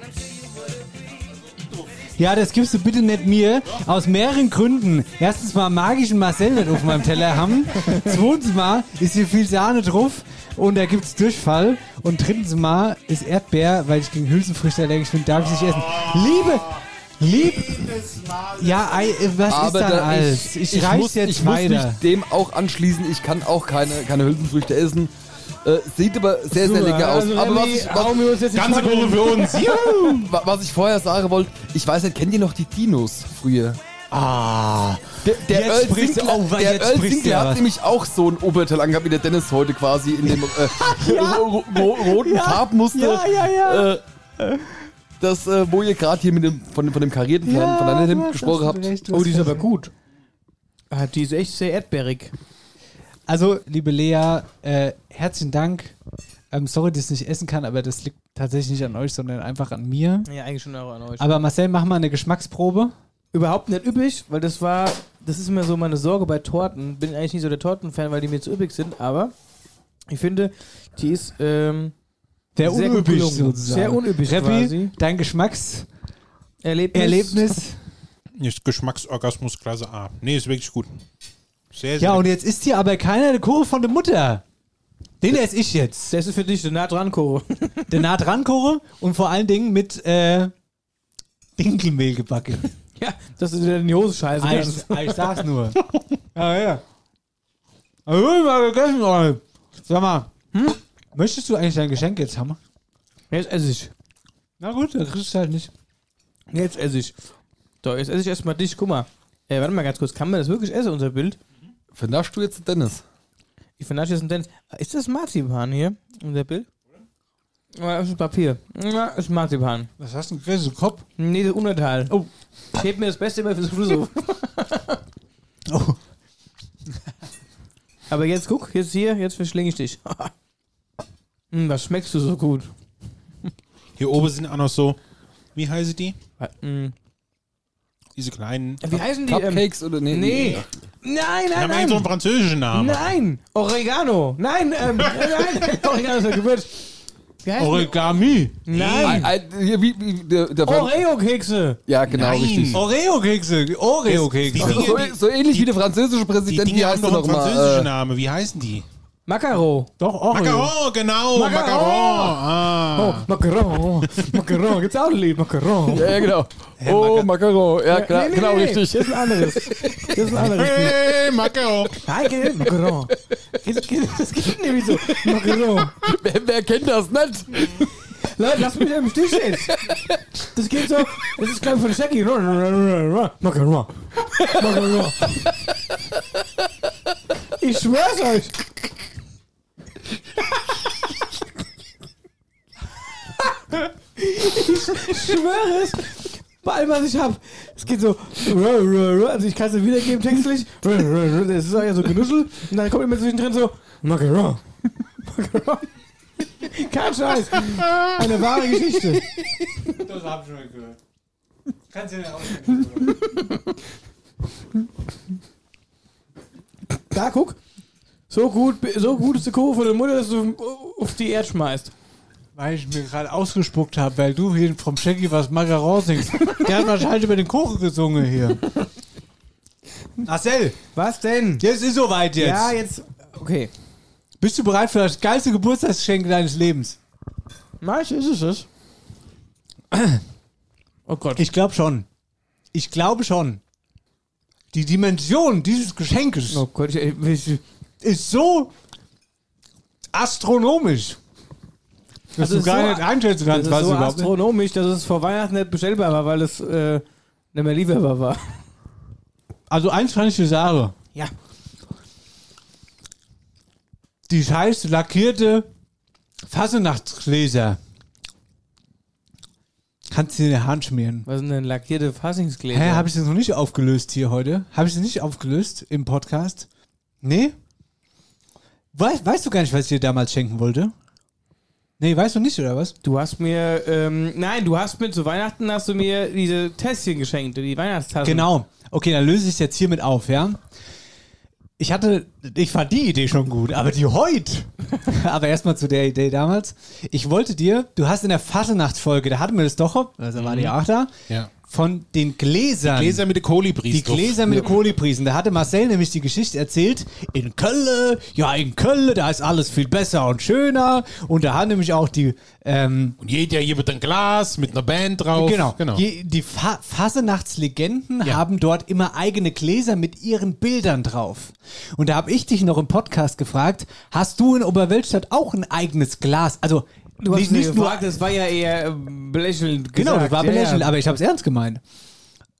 Speaker 4: Ja, das gibst du bitte nicht mir. Aus mehreren Gründen. Erstens mal mag ich einen Marcel nicht auf meinem Teller haben. Zweitens mal ist hier viel Sahne drauf und da gibt's Durchfall. Und drittens mal ist Erdbeer, weil ich gegen Hülsenfrüchte allergisch bin, darf ich nicht essen. Liebe, lieb. Ja, ei, äh, was
Speaker 6: Aber
Speaker 4: ist dann
Speaker 6: da,
Speaker 4: alles? Ich, reich's
Speaker 6: muss,
Speaker 4: jetzt
Speaker 6: ich muss
Speaker 4: weiter.
Speaker 6: mich dem auch anschließen. Ich kann auch keine, keine Hülsenfrüchte essen. Äh, sieht aber sehr, sehr lecker aus.
Speaker 5: Also,
Speaker 6: aber was
Speaker 5: Remy,
Speaker 6: ich,
Speaker 5: hauen wir uns jetzt die
Speaker 7: Ganze
Speaker 5: Pfanne-
Speaker 7: Kuro für uns.
Speaker 6: Wa- Was ich vorher sagen wollte, ich weiß nicht, kennt ihr noch die Dinos früher?
Speaker 4: ah.
Speaker 6: Der, der
Speaker 4: Jetzt
Speaker 6: Earl
Speaker 4: sprichst du-
Speaker 6: Sinclair,
Speaker 4: oh, weil
Speaker 6: der
Speaker 4: jetzt
Speaker 6: Earl
Speaker 4: sprichst du
Speaker 6: Sinclair
Speaker 4: aber.
Speaker 6: hat nämlich auch so ein Oberteil angehabt, wie der Dennis heute quasi in dem äh, ro ro roten Farbmuster.
Speaker 4: Ja, ja, ja.
Speaker 6: Äh, das, äh, wo ihr gerade hier mit dem, von, dem- von dem karierten von,
Speaker 4: Ja,
Speaker 6: von deinem
Speaker 4: du
Speaker 6: Hemd
Speaker 4: hast
Speaker 6: gesprochen habt.
Speaker 4: recht, du
Speaker 5: Oh,
Speaker 4: hast
Speaker 5: die ist
Speaker 4: recht.
Speaker 5: aber gut. Ah, die ist echt sehr erdbeerig.
Speaker 4: Also, liebe Lea, äh, herzlichen Dank. Ähm, sorry, dass ich nicht essen kann, aber das liegt tatsächlich nicht an euch, sondern einfach an mir.
Speaker 5: Ja, eigentlich schon an euch.
Speaker 4: Aber Marcel, mach mal eine Geschmacksprobe.
Speaker 5: Überhaupt nicht üppig, weil das war, das ist immer so meine Sorge bei Torten. Bin eigentlich nicht so der Tortenfan, weil die mir zu üppig sind, aber ich finde, die ist ähm,
Speaker 4: Der
Speaker 5: Sehr gut
Speaker 4: unüblich
Speaker 5: gelungen.
Speaker 4: sozusagen.
Speaker 5: Sehr unüblich
Speaker 4: Reppi,
Speaker 5: quasi.
Speaker 4: dein Geschmackserlebnis.
Speaker 5: Erlebnis.
Speaker 7: Ist Geschmacksorgasmus Klasse A. Nee, ist wirklich gut. Sehr, sehr
Speaker 4: Ja, und jetzt isst hier aber keiner eine Kore von der Mutter. Den esse ich jetzt.
Speaker 5: Das ist für dich so nah dran, Koro.
Speaker 4: Der nah dran Kore und vor allen Dingen mit äh, Dinkelmehl gebacken.
Speaker 5: ja, dass du dir in die Hose scheißen
Speaker 4: Ich,
Speaker 5: kannst.
Speaker 4: ich sag's nur. ja, Ah, ja. Aber ich hab mal gegessen, Leute. Sag mal, möchtest du eigentlich dein Geschenk jetzt haben?
Speaker 5: Jetzt esse ich.
Speaker 4: Na gut, dann kriegst du halt nicht.
Speaker 5: Jetzt esse ich. So, jetzt esse ich erstmal dich. Guck mal. Äh, warte mal ganz kurz. Kann man das wirklich essen, unser Bild?
Speaker 6: Vernaschst du jetzt den Dennis?
Speaker 5: Ich vernasche jetzt einen Dennis. Ist das Marzipan hier? Unser Bild? Ja, das ist Papier. Ja, ist Marzipan.
Speaker 4: Was hast du denn gegessen? Kopf?
Speaker 5: Nee, das ist Untertal. Oh. Ich heb mir das Beste immer fürs Schluss auf.
Speaker 4: Oh.
Speaker 5: Aber jetzt guck, jetzt hier, jetzt verschlinge ich dich. hm, was schmeckst du so gut?
Speaker 7: Hier oben sind auch noch so, wie heißen die?
Speaker 5: Hm.
Speaker 7: Diese kleinen.
Speaker 5: Wie heißen die? Ähm,
Speaker 6: Cupcakes oder nee?
Speaker 5: nee. Nein,
Speaker 7: Die
Speaker 5: nein,
Speaker 7: haben eigentlich so einen
Speaker 5: nein.
Speaker 7: französischen Namen.
Speaker 5: Nein. Oregano. Nein, ähm, nein. Oregano ist ein Gewürz. Wie heißt
Speaker 4: Origami.
Speaker 5: Nein. Oh,
Speaker 6: Ein, ein, hier, wie, wie, der, der
Speaker 5: Oreo-Kekse.
Speaker 6: Ja, genau,
Speaker 7: Nein. Oh,
Speaker 6: richtig.
Speaker 4: Oreo-Kekse. Oreo-Kekse.
Speaker 7: Die
Speaker 6: So,
Speaker 7: Dinge, die,
Speaker 6: so ähnlich
Speaker 7: die-
Speaker 6: wie der französische
Speaker 7: die
Speaker 6: Präsident, wie
Speaker 7: Dinge haben
Speaker 6: heißt er
Speaker 7: doch einen
Speaker 6: nochmal?
Speaker 7: französischen
Speaker 6: Äh,
Speaker 7: Namen. Wie heißen die?
Speaker 5: Macaro.
Speaker 4: Doch, Oreo.
Speaker 7: Macaron, genau.
Speaker 5: Macaron.
Speaker 7: Macaron. Ah.
Speaker 4: Oh.
Speaker 5: Macaron. Macaron. Oh, Gibt's auch ein Lied? Macaron.
Speaker 6: ja, ja, genau. Oh, Macaron. Ja, klar,
Speaker 5: Nee, nee,
Speaker 6: genau,
Speaker 5: nee,
Speaker 6: richtig.
Speaker 5: Das ist ein anderes. Das ist ein anderes.
Speaker 7: Hey, Macaron.
Speaker 5: Heike Macron. Das geht, das geht nämlich so. Macron.
Speaker 6: Wer, wer kennt das nicht?
Speaker 5: Leute, lasst mich im Stich jetzt. Das geht so. Das ist glaube ich von Shaggy. Macron. Macron. Ich schwör's euch. Ich schwöre es. Bei allem, was ich hab. Es geht so. Also ich kann es wiedergeben textlich. Das ist auch ja so genuschel. Und dann kommt immer zwischendrin so. Macaron. Macaron. Kein Scheiß. Eine wahre Geschichte.
Speaker 4: Das hab ich schon gehört. Kannst du mir auch
Speaker 5: Da guck. So gut, so gut ist die Kurve von der Mutter, dass du auf die Erde schmeißt.
Speaker 4: Weil ich mir gerade ausgespuckt habe, weil du hier vom Shaggy was Macaron singst. Der hat wahrscheinlich über den Kuchen gesungen hier. Marcel,
Speaker 5: Was denn?
Speaker 4: jetzt ist soweit jetzt.
Speaker 5: Ja, jetzt. Okay.
Speaker 4: Bist du bereit für das geilste Geburtstagsgeschenk deines Lebens?
Speaker 5: Marsch ist es es. Oh Gott.
Speaker 4: Ich glaube schon. Ich glaube schon. Die Dimension dieses Geschenkes
Speaker 5: oh Gott, ich, ich,
Speaker 4: ist so astronomisch, dass
Speaker 5: Also
Speaker 4: du
Speaker 5: ist
Speaker 4: gar
Speaker 5: so-
Speaker 4: nicht einschätzen kannst,
Speaker 5: das
Speaker 4: was
Speaker 5: ist so
Speaker 4: überhaupt
Speaker 5: astronomisch, dass es vor Weihnachten nicht bestellbar war, weil es äh, nicht mehr lieferbar war.
Speaker 4: Also eins kann ich dir sagen.
Speaker 5: Ja.
Speaker 4: Die scheiß lackierte Fasernachtsgläser kannst du dir in den Hahn schmieren.
Speaker 5: Was sind denn lackierte Fassingsgläser?
Speaker 4: Hä, habe ich das noch nicht aufgelöst hier heute? Habe ich das nicht aufgelöst im Podcast? Nee? Wei- weißt du gar nicht, was ich dir damals schenken wollte? Nee, weißt du nicht, oder was?
Speaker 5: Du hast mir, ähm, nein, du hast mir zu Weihnachten hast du mir diese Tässchen geschenkt, die Weihnachtstassen.
Speaker 4: Genau. Okay, dann löse ich es jetzt hiermit auf, ja? Ich hatte, ich fand die Idee schon gut, aber die heute. aber erstmal zu der Idee damals. Ich wollte dir, du hast in der Fasernachtsfolge, da hatten wir das doch, also war die auch da,
Speaker 7: Ja.
Speaker 4: von den Gläsern.
Speaker 7: Mhm. Gläser mit den Kolibris.
Speaker 4: Die
Speaker 7: drauf.
Speaker 4: Gläser mit den Kolibrisen. Da hatte Marcel nämlich die Geschichte erzählt, in Köln, ja in Köln, da ist alles viel besser und schöner. Und da hat nämlich auch die, ähm,
Speaker 7: Und jeder hier mit ein Glas, mit einer Band drauf.
Speaker 4: genau,
Speaker 7: genau.
Speaker 4: Die, die Fa Fasenachtslegenden
Speaker 7: Ja.
Speaker 4: haben dort immer eigene Gläser mit ihren Bildern drauf. Und da habe ich dich noch im Podcast gefragt, hast du in Oberweltstadt auch ein eigenes Glas? Also
Speaker 5: Du hast
Speaker 4: nicht,
Speaker 5: mir
Speaker 4: nicht nur
Speaker 5: gefragt, das war ja eher ähm, belächelnd
Speaker 4: Genau,
Speaker 5: gesagt.
Speaker 4: das war
Speaker 5: Ja,
Speaker 4: belächelnd,
Speaker 5: ja.
Speaker 4: aber ich habe es ernst gemeint.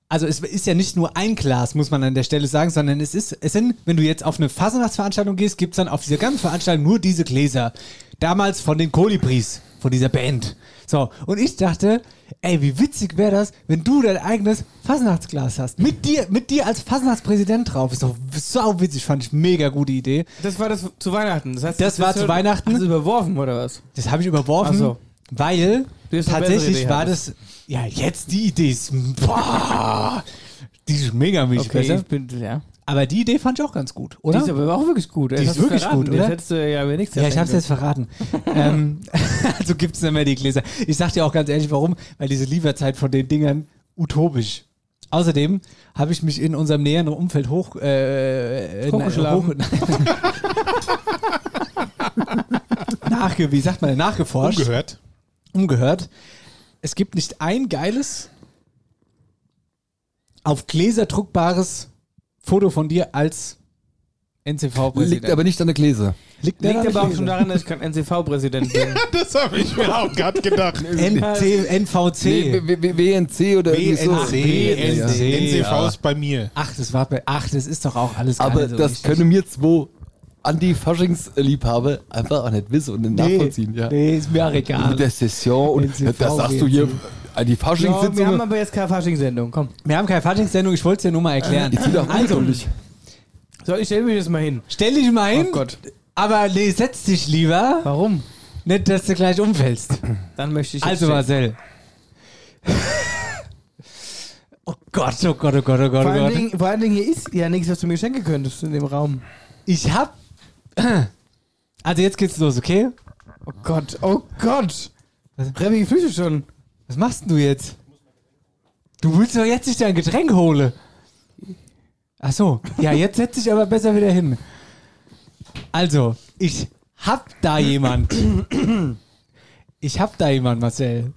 Speaker 4: Also es ist ja nicht nur ein Glas, muss man an der Stelle sagen, sondern es ist, es sind, wenn du jetzt auf eine Fasernachtsveranstaltung gehst, gibt es dann auf dieser ganzen Veranstaltung nur diese Gläser. Damals von den Kolibris, von dieser Band. So, und ich dachte, ey, wie witzig wäre das, wenn du dein eigenes Fasernachtsglas hast. Mit dir, mit dir als Fasnachtspräsident drauf. Ist doch sau witzig, fand ich mega gute Idee.
Speaker 5: Das war das zu Weihnachten. Das, heißt,
Speaker 4: Das war zu Weihnachten?
Speaker 5: Hast du überworfen oder was?
Speaker 4: Das habe ich überworfen,
Speaker 5: Ach so.
Speaker 4: weil
Speaker 5: Du hast eine bessere
Speaker 4: tatsächlich
Speaker 5: Idee
Speaker 4: war
Speaker 5: hattest.
Speaker 4: das. Ja, jetzt die Idee ist. Boah, die ist mega mich besser.
Speaker 5: ich bin ja.
Speaker 4: Aber die Idee fand ich auch ganz gut,
Speaker 5: Die
Speaker 4: oder?
Speaker 5: ist aber auch wirklich gut.
Speaker 4: Die ist wirklich gut, oder?
Speaker 5: Das hättest du ja mir nichts
Speaker 4: ja, ich
Speaker 5: erschenken
Speaker 4: hab's jetzt verraten. ähm, also gibt's nicht mehr die Gläser. Ich sag dir auch ganz ehrlich, warum? Weil diese Lieferzeit von den Dingern utopisch. Außerdem habe ich mich in unserem näheren Umfeld hoch äh, äh,
Speaker 5: Hochgeschlagen.
Speaker 4: nachge wie sagt man denn? nachgeforscht.
Speaker 7: Umgehört.
Speaker 4: umgehört. Es gibt nicht ein geiles, auf Gläser druckbares Foto von dir als NCV-Präsident.
Speaker 6: Liegt aber nicht an der Gläser.
Speaker 4: liegt,
Speaker 5: können.
Speaker 4: daran,
Speaker 5: Liegt aber auch
Speaker 4: Gläser?
Speaker 5: schon daran, dass ich kein NCV-Präsident bin.
Speaker 7: Das habe ich mir auch gerade gedacht.
Speaker 4: NC, NVC.
Speaker 6: Nee, W- W- WNC oder irgendwie so.
Speaker 7: BNC.
Speaker 4: BNC,
Speaker 7: NCV
Speaker 4: ja.
Speaker 7: ist bei mir.
Speaker 4: ach, das war bei, ach, das ist doch auch alles gar
Speaker 6: Aber
Speaker 4: nicht so
Speaker 6: das
Speaker 4: richtig.
Speaker 6: können mir zwei Anti-Faschings-Liebhaber einfach auch nicht wissen und nicht nachvollziehen. Ja.
Speaker 4: Nee, ist mir auch egal.
Speaker 6: Mit der Session und
Speaker 4: NCV
Speaker 6: das sagst du hier,
Speaker 5: so, wir haben
Speaker 6: Anti-Faschings-Sitzung.
Speaker 5: aber jetzt keine Faschingssendung. Komm.
Speaker 4: Wir haben keine Faschingssendung, ich wollte es dir nur mal erklären.
Speaker 6: Äh, Ich zieh doch
Speaker 4: also,
Speaker 6: ungeduldig.
Speaker 5: So, ich stelle mich jetzt mal hin.
Speaker 4: stell dich mal hin,
Speaker 5: Oh Gott.
Speaker 4: aber nee, setz dich lieber,
Speaker 5: Warum?
Speaker 4: nicht, dass du gleich umfällst.
Speaker 5: Dann möchte ich jetzt
Speaker 4: Also Marcel. oh Gott, oh Gott, oh Gott, oh Gott,
Speaker 5: Vor
Speaker 4: oh
Speaker 5: allen,
Speaker 4: Gott.
Speaker 5: Dingen, vor allen Dingen, hier ist ja nichts, was du mir schenken könntest in dem Raum.
Speaker 4: Ich hab. Also jetzt geht's los, okay?
Speaker 5: Oh Gott, oh Gott. Remy, ich flüchte schon.
Speaker 4: Was machst denn du jetzt? Du willst doch jetzt nicht dein Getränk holen. Ach so. Ja, jetzt setz dich aber besser wieder hin. Also, ich hab da jemand. Ich hab da jemand, Marcel.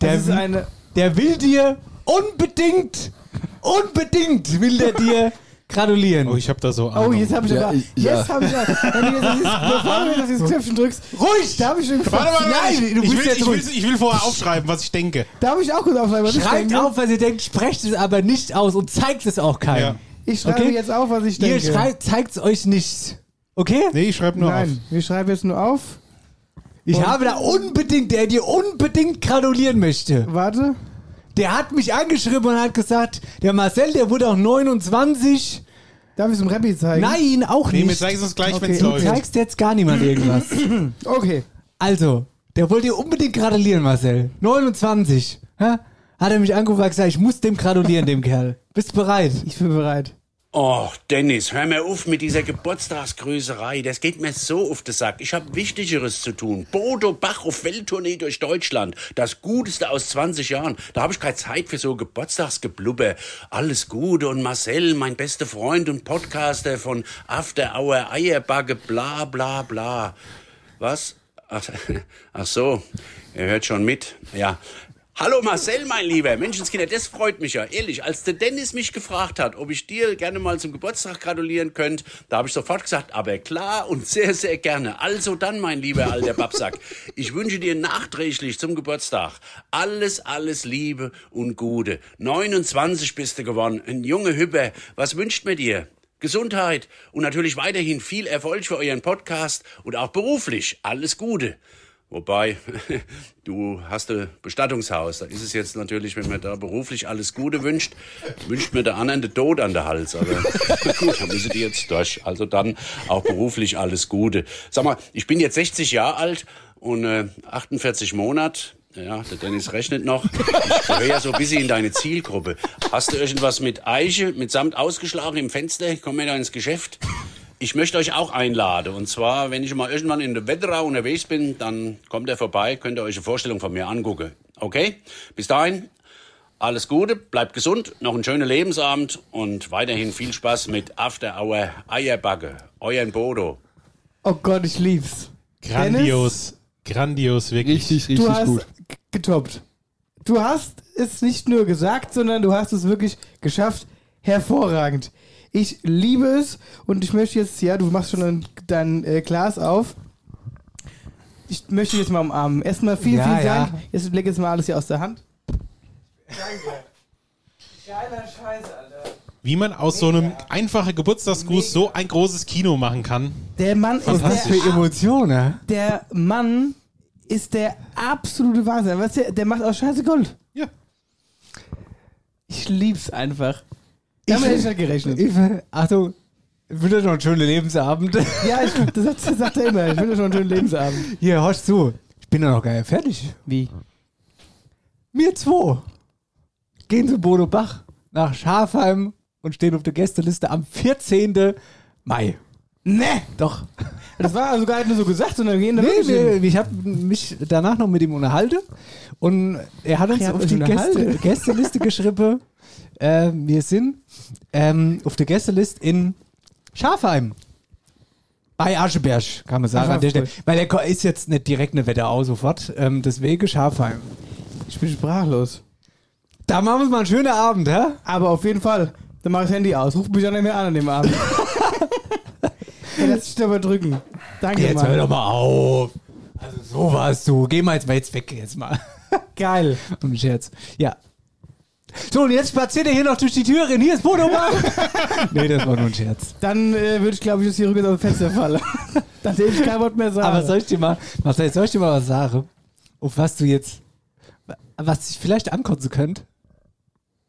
Speaker 4: Der
Speaker 5: Das ist
Speaker 4: will-
Speaker 5: eine.
Speaker 4: der will dir unbedingt, unbedingt will der dir gratulieren.
Speaker 7: Oh, ich habe da so
Speaker 5: Oh,
Speaker 7: Ahnung.
Speaker 5: jetzt habe ich
Speaker 6: Ja,
Speaker 5: aber.
Speaker 6: ich- ja.
Speaker 5: Jetzt habe ich aber. Remy, jetzt, jetzt, bevor du jetzt auf dieses Knöpfchen drückst,
Speaker 4: Ruhig,
Speaker 5: da habe ich schon
Speaker 7: Warte, warte, warte.
Speaker 4: Nein,
Speaker 7: ich,
Speaker 4: du
Speaker 7: ich,
Speaker 4: bist
Speaker 7: will,
Speaker 4: jetzt
Speaker 7: ich,
Speaker 4: ruhig.
Speaker 7: will, ich will vorher aufschreiben, was ich denke.
Speaker 5: Da habe ich auch kurz aufschreiben. was ich
Speaker 4: Schreibt
Speaker 5: denke.
Speaker 4: auf, was ihr denkt, sprecht es aber nicht aus und zeigt es auch keinem.
Speaker 5: Ich schreibe
Speaker 4: Okay.
Speaker 5: jetzt auf, was ich denke.
Speaker 4: ihr schreibt, zeigt es euch nicht. Okay?
Speaker 7: Nee, ich schreibe nur
Speaker 5: Nein, wir schreiben jetzt nur auf.
Speaker 4: Ich
Speaker 5: Und-
Speaker 4: habe da unbedingt, der dir unbedingt gratulieren möchte.
Speaker 5: Warte.
Speaker 4: Der hat mich angeschrieben und hat gesagt, der Marcel, der wurde auch 29.
Speaker 5: Darf ich es dem Remy zeigen?
Speaker 4: Nein, auch
Speaker 7: auf. Nee, wir
Speaker 4: nicht.
Speaker 7: zeigen es uns gleich,
Speaker 5: Okay,
Speaker 7: wenn es
Speaker 5: du
Speaker 4: Du
Speaker 7: läuft.
Speaker 4: zeigst jetzt gar niemand irgendwas.
Speaker 5: Okay.
Speaker 4: Also, der wollte dir unbedingt gratulieren, Marcel. 29. Hä? Hat er mich angerufen und gesagt, ich muss dem gratulieren, dem Kerl. Bist du bereit?
Speaker 5: Ich bin bereit.
Speaker 11: Oh, Dennis, hör mir auf mit dieser Geburtstagsgrüßerei. Das geht mir so auf den Sack. Ich habe Wichtigeres zu tun. Bodo Bach auf Welttournee durch Deutschland. Das Guteste aus 20 Jahren. Da habe ich keine Zeit für so Geburtstagsgeblubber. Alles Gute und Marcel, mein bester Freund und Podcaster von After Hour Eierbagge, bla bla bla. Was? Ach, ach so, ihr hört schon mit. Ja. Hallo Marcel, mein Lieber. Menschenskinder, das freut mich ja. Ehrlich, als der Dennis mich gefragt hat, ob ich dir gerne mal zum Geburtstag gratulieren könnt, da habe ich sofort gesagt, aber klar und sehr, sehr gerne. Also dann, mein lieber alter Babsack, ich wünsche dir nachträglich zum Geburtstag alles, alles Liebe und Gute. 29 bist du geworden, ein junge Hüpper. Was wünscht mir dir? Gesundheit und natürlich weiterhin viel Erfolg für euren Podcast und auch beruflich. Alles Gute. Wobei, du hast ein Bestattungshaus. Da ist es jetzt natürlich, wenn man da beruflich alles Gute wünscht, wünscht mir der anderen den Tod an der Hals. Aber gut, da müssen die jetzt durch. Also dann auch beruflich alles Gute. Sag mal, ich bin jetzt 60 Jahre alt und äh, 48 Monat. Ja, der Dennis rechnet noch. Ich gehöre ja so ein bisschen in deine Zielgruppe. Hast du irgendwas mit Eiche, mitsamt ausgeschlagen im Fenster? Komm mir da ins Geschäft. Ich möchte euch auch einladen. Und zwar, wenn ich mal irgendwann in der Wetterau unterwegs bin, dann kommt er vorbei, könnt ihr euch eine Vorstellung von mir angucken. Okay? Bis dahin, alles Gute, bleibt gesund, noch einen schönen Lebensabend und weiterhin viel Spaß mit After Hour Eierbacke. Euren Bodo.
Speaker 5: Oh Gott, ich lieb's.
Speaker 7: Grandios. Grandios, wirklich.
Speaker 6: Richtig,
Speaker 5: du
Speaker 6: richtig
Speaker 5: hast
Speaker 6: gut.
Speaker 5: g- getoppt. Du hast es nicht nur gesagt, sondern du hast es wirklich geschafft. Hervorragend. Ich liebe es und ich möchte jetzt, ja, du machst schon dein, dein äh, Glas auf. Ich möchte jetzt mal umarmen. Erstmal vielen,
Speaker 4: Ja,
Speaker 5: vielen
Speaker 4: ja.
Speaker 5: Dank. Jetzt leg jetzt mal alles hier aus der Hand. Danke. Geiler Scheiß, Alter.
Speaker 7: Wie man aus so einem einfachen Geburtstagsgruß so ein großes Kino machen kann.
Speaker 5: Der Mann ist
Speaker 4: Was
Speaker 5: der
Speaker 4: für Emotionen.
Speaker 5: der Mann ist der absolute Wahnsinn. Weißt du, der macht auch scheiße Gold.
Speaker 7: Ja.
Speaker 5: Ich lieb's einfach. Damit hätte ich nicht gerechnet.
Speaker 4: Ich, Achtung, wieder noch ein schöner Lebensabend.
Speaker 5: Ja, ich, das, sagt- das sagt er immer. Ich wünsche schon einen schönen Lebensabend.
Speaker 4: Hier, hörst du. Ich bin ja noch gar nicht fertig.
Speaker 5: Wie?
Speaker 4: Wir zwei gehen zu Bodo Bach nach Schafheim und stehen auf der Gästeliste am 14. Mai.
Speaker 5: Ne!
Speaker 4: Doch.
Speaker 5: Das war also gar nicht nur so gesagt, sondern wir gehen da
Speaker 4: Nee,
Speaker 5: wirklich
Speaker 4: nee,
Speaker 5: hin.
Speaker 4: ich habe mich danach noch mit ihm unterhalten und er hat uns
Speaker 5: ihr habt
Speaker 4: auf
Speaker 5: euch
Speaker 4: die Gäste,
Speaker 5: unterhalten?
Speaker 4: Gästeliste geschrieben. Äh, wir sind ähm, auf der Gästeliste in Schafheim. Bei Ascheberg, kann man sagen. An der Stelle. Weil er ko- ist jetzt nicht direkt eine Wetterau sofort. Ähm, deswegen Schafheim.
Speaker 5: Ich bin sprachlos.
Speaker 4: Da machen wir uns mal einen schönen Abend, hä?
Speaker 5: Aber auf jeden Fall, dann mach ich das Handy aus. Ruf mich auch nicht mehr an an dem Abend. ja, lass dich dabei drücken. Danke,
Speaker 4: Jetzt
Speaker 5: Mann.
Speaker 4: hör doch mal auf. Also so warst du. Geh mal jetzt, mal jetzt weg jetzt mal.
Speaker 5: Geil.
Speaker 4: Ein Scherz. Ja. So, und jetzt spaziert ihr hier noch durch die Türen. Hier ist Bodo Bach. nee, das war nur ein Scherz.
Speaker 5: Dann äh, würde ich, glaube ich, dass hier rückwärts aus dem Fenster fallen. dann sehe ich kein Wort mehr sagen.
Speaker 4: Aber soll ich dir mal, Marcel, soll ich dir mal was sagen? Auf was du jetzt, was ich vielleicht ankotzen könnt?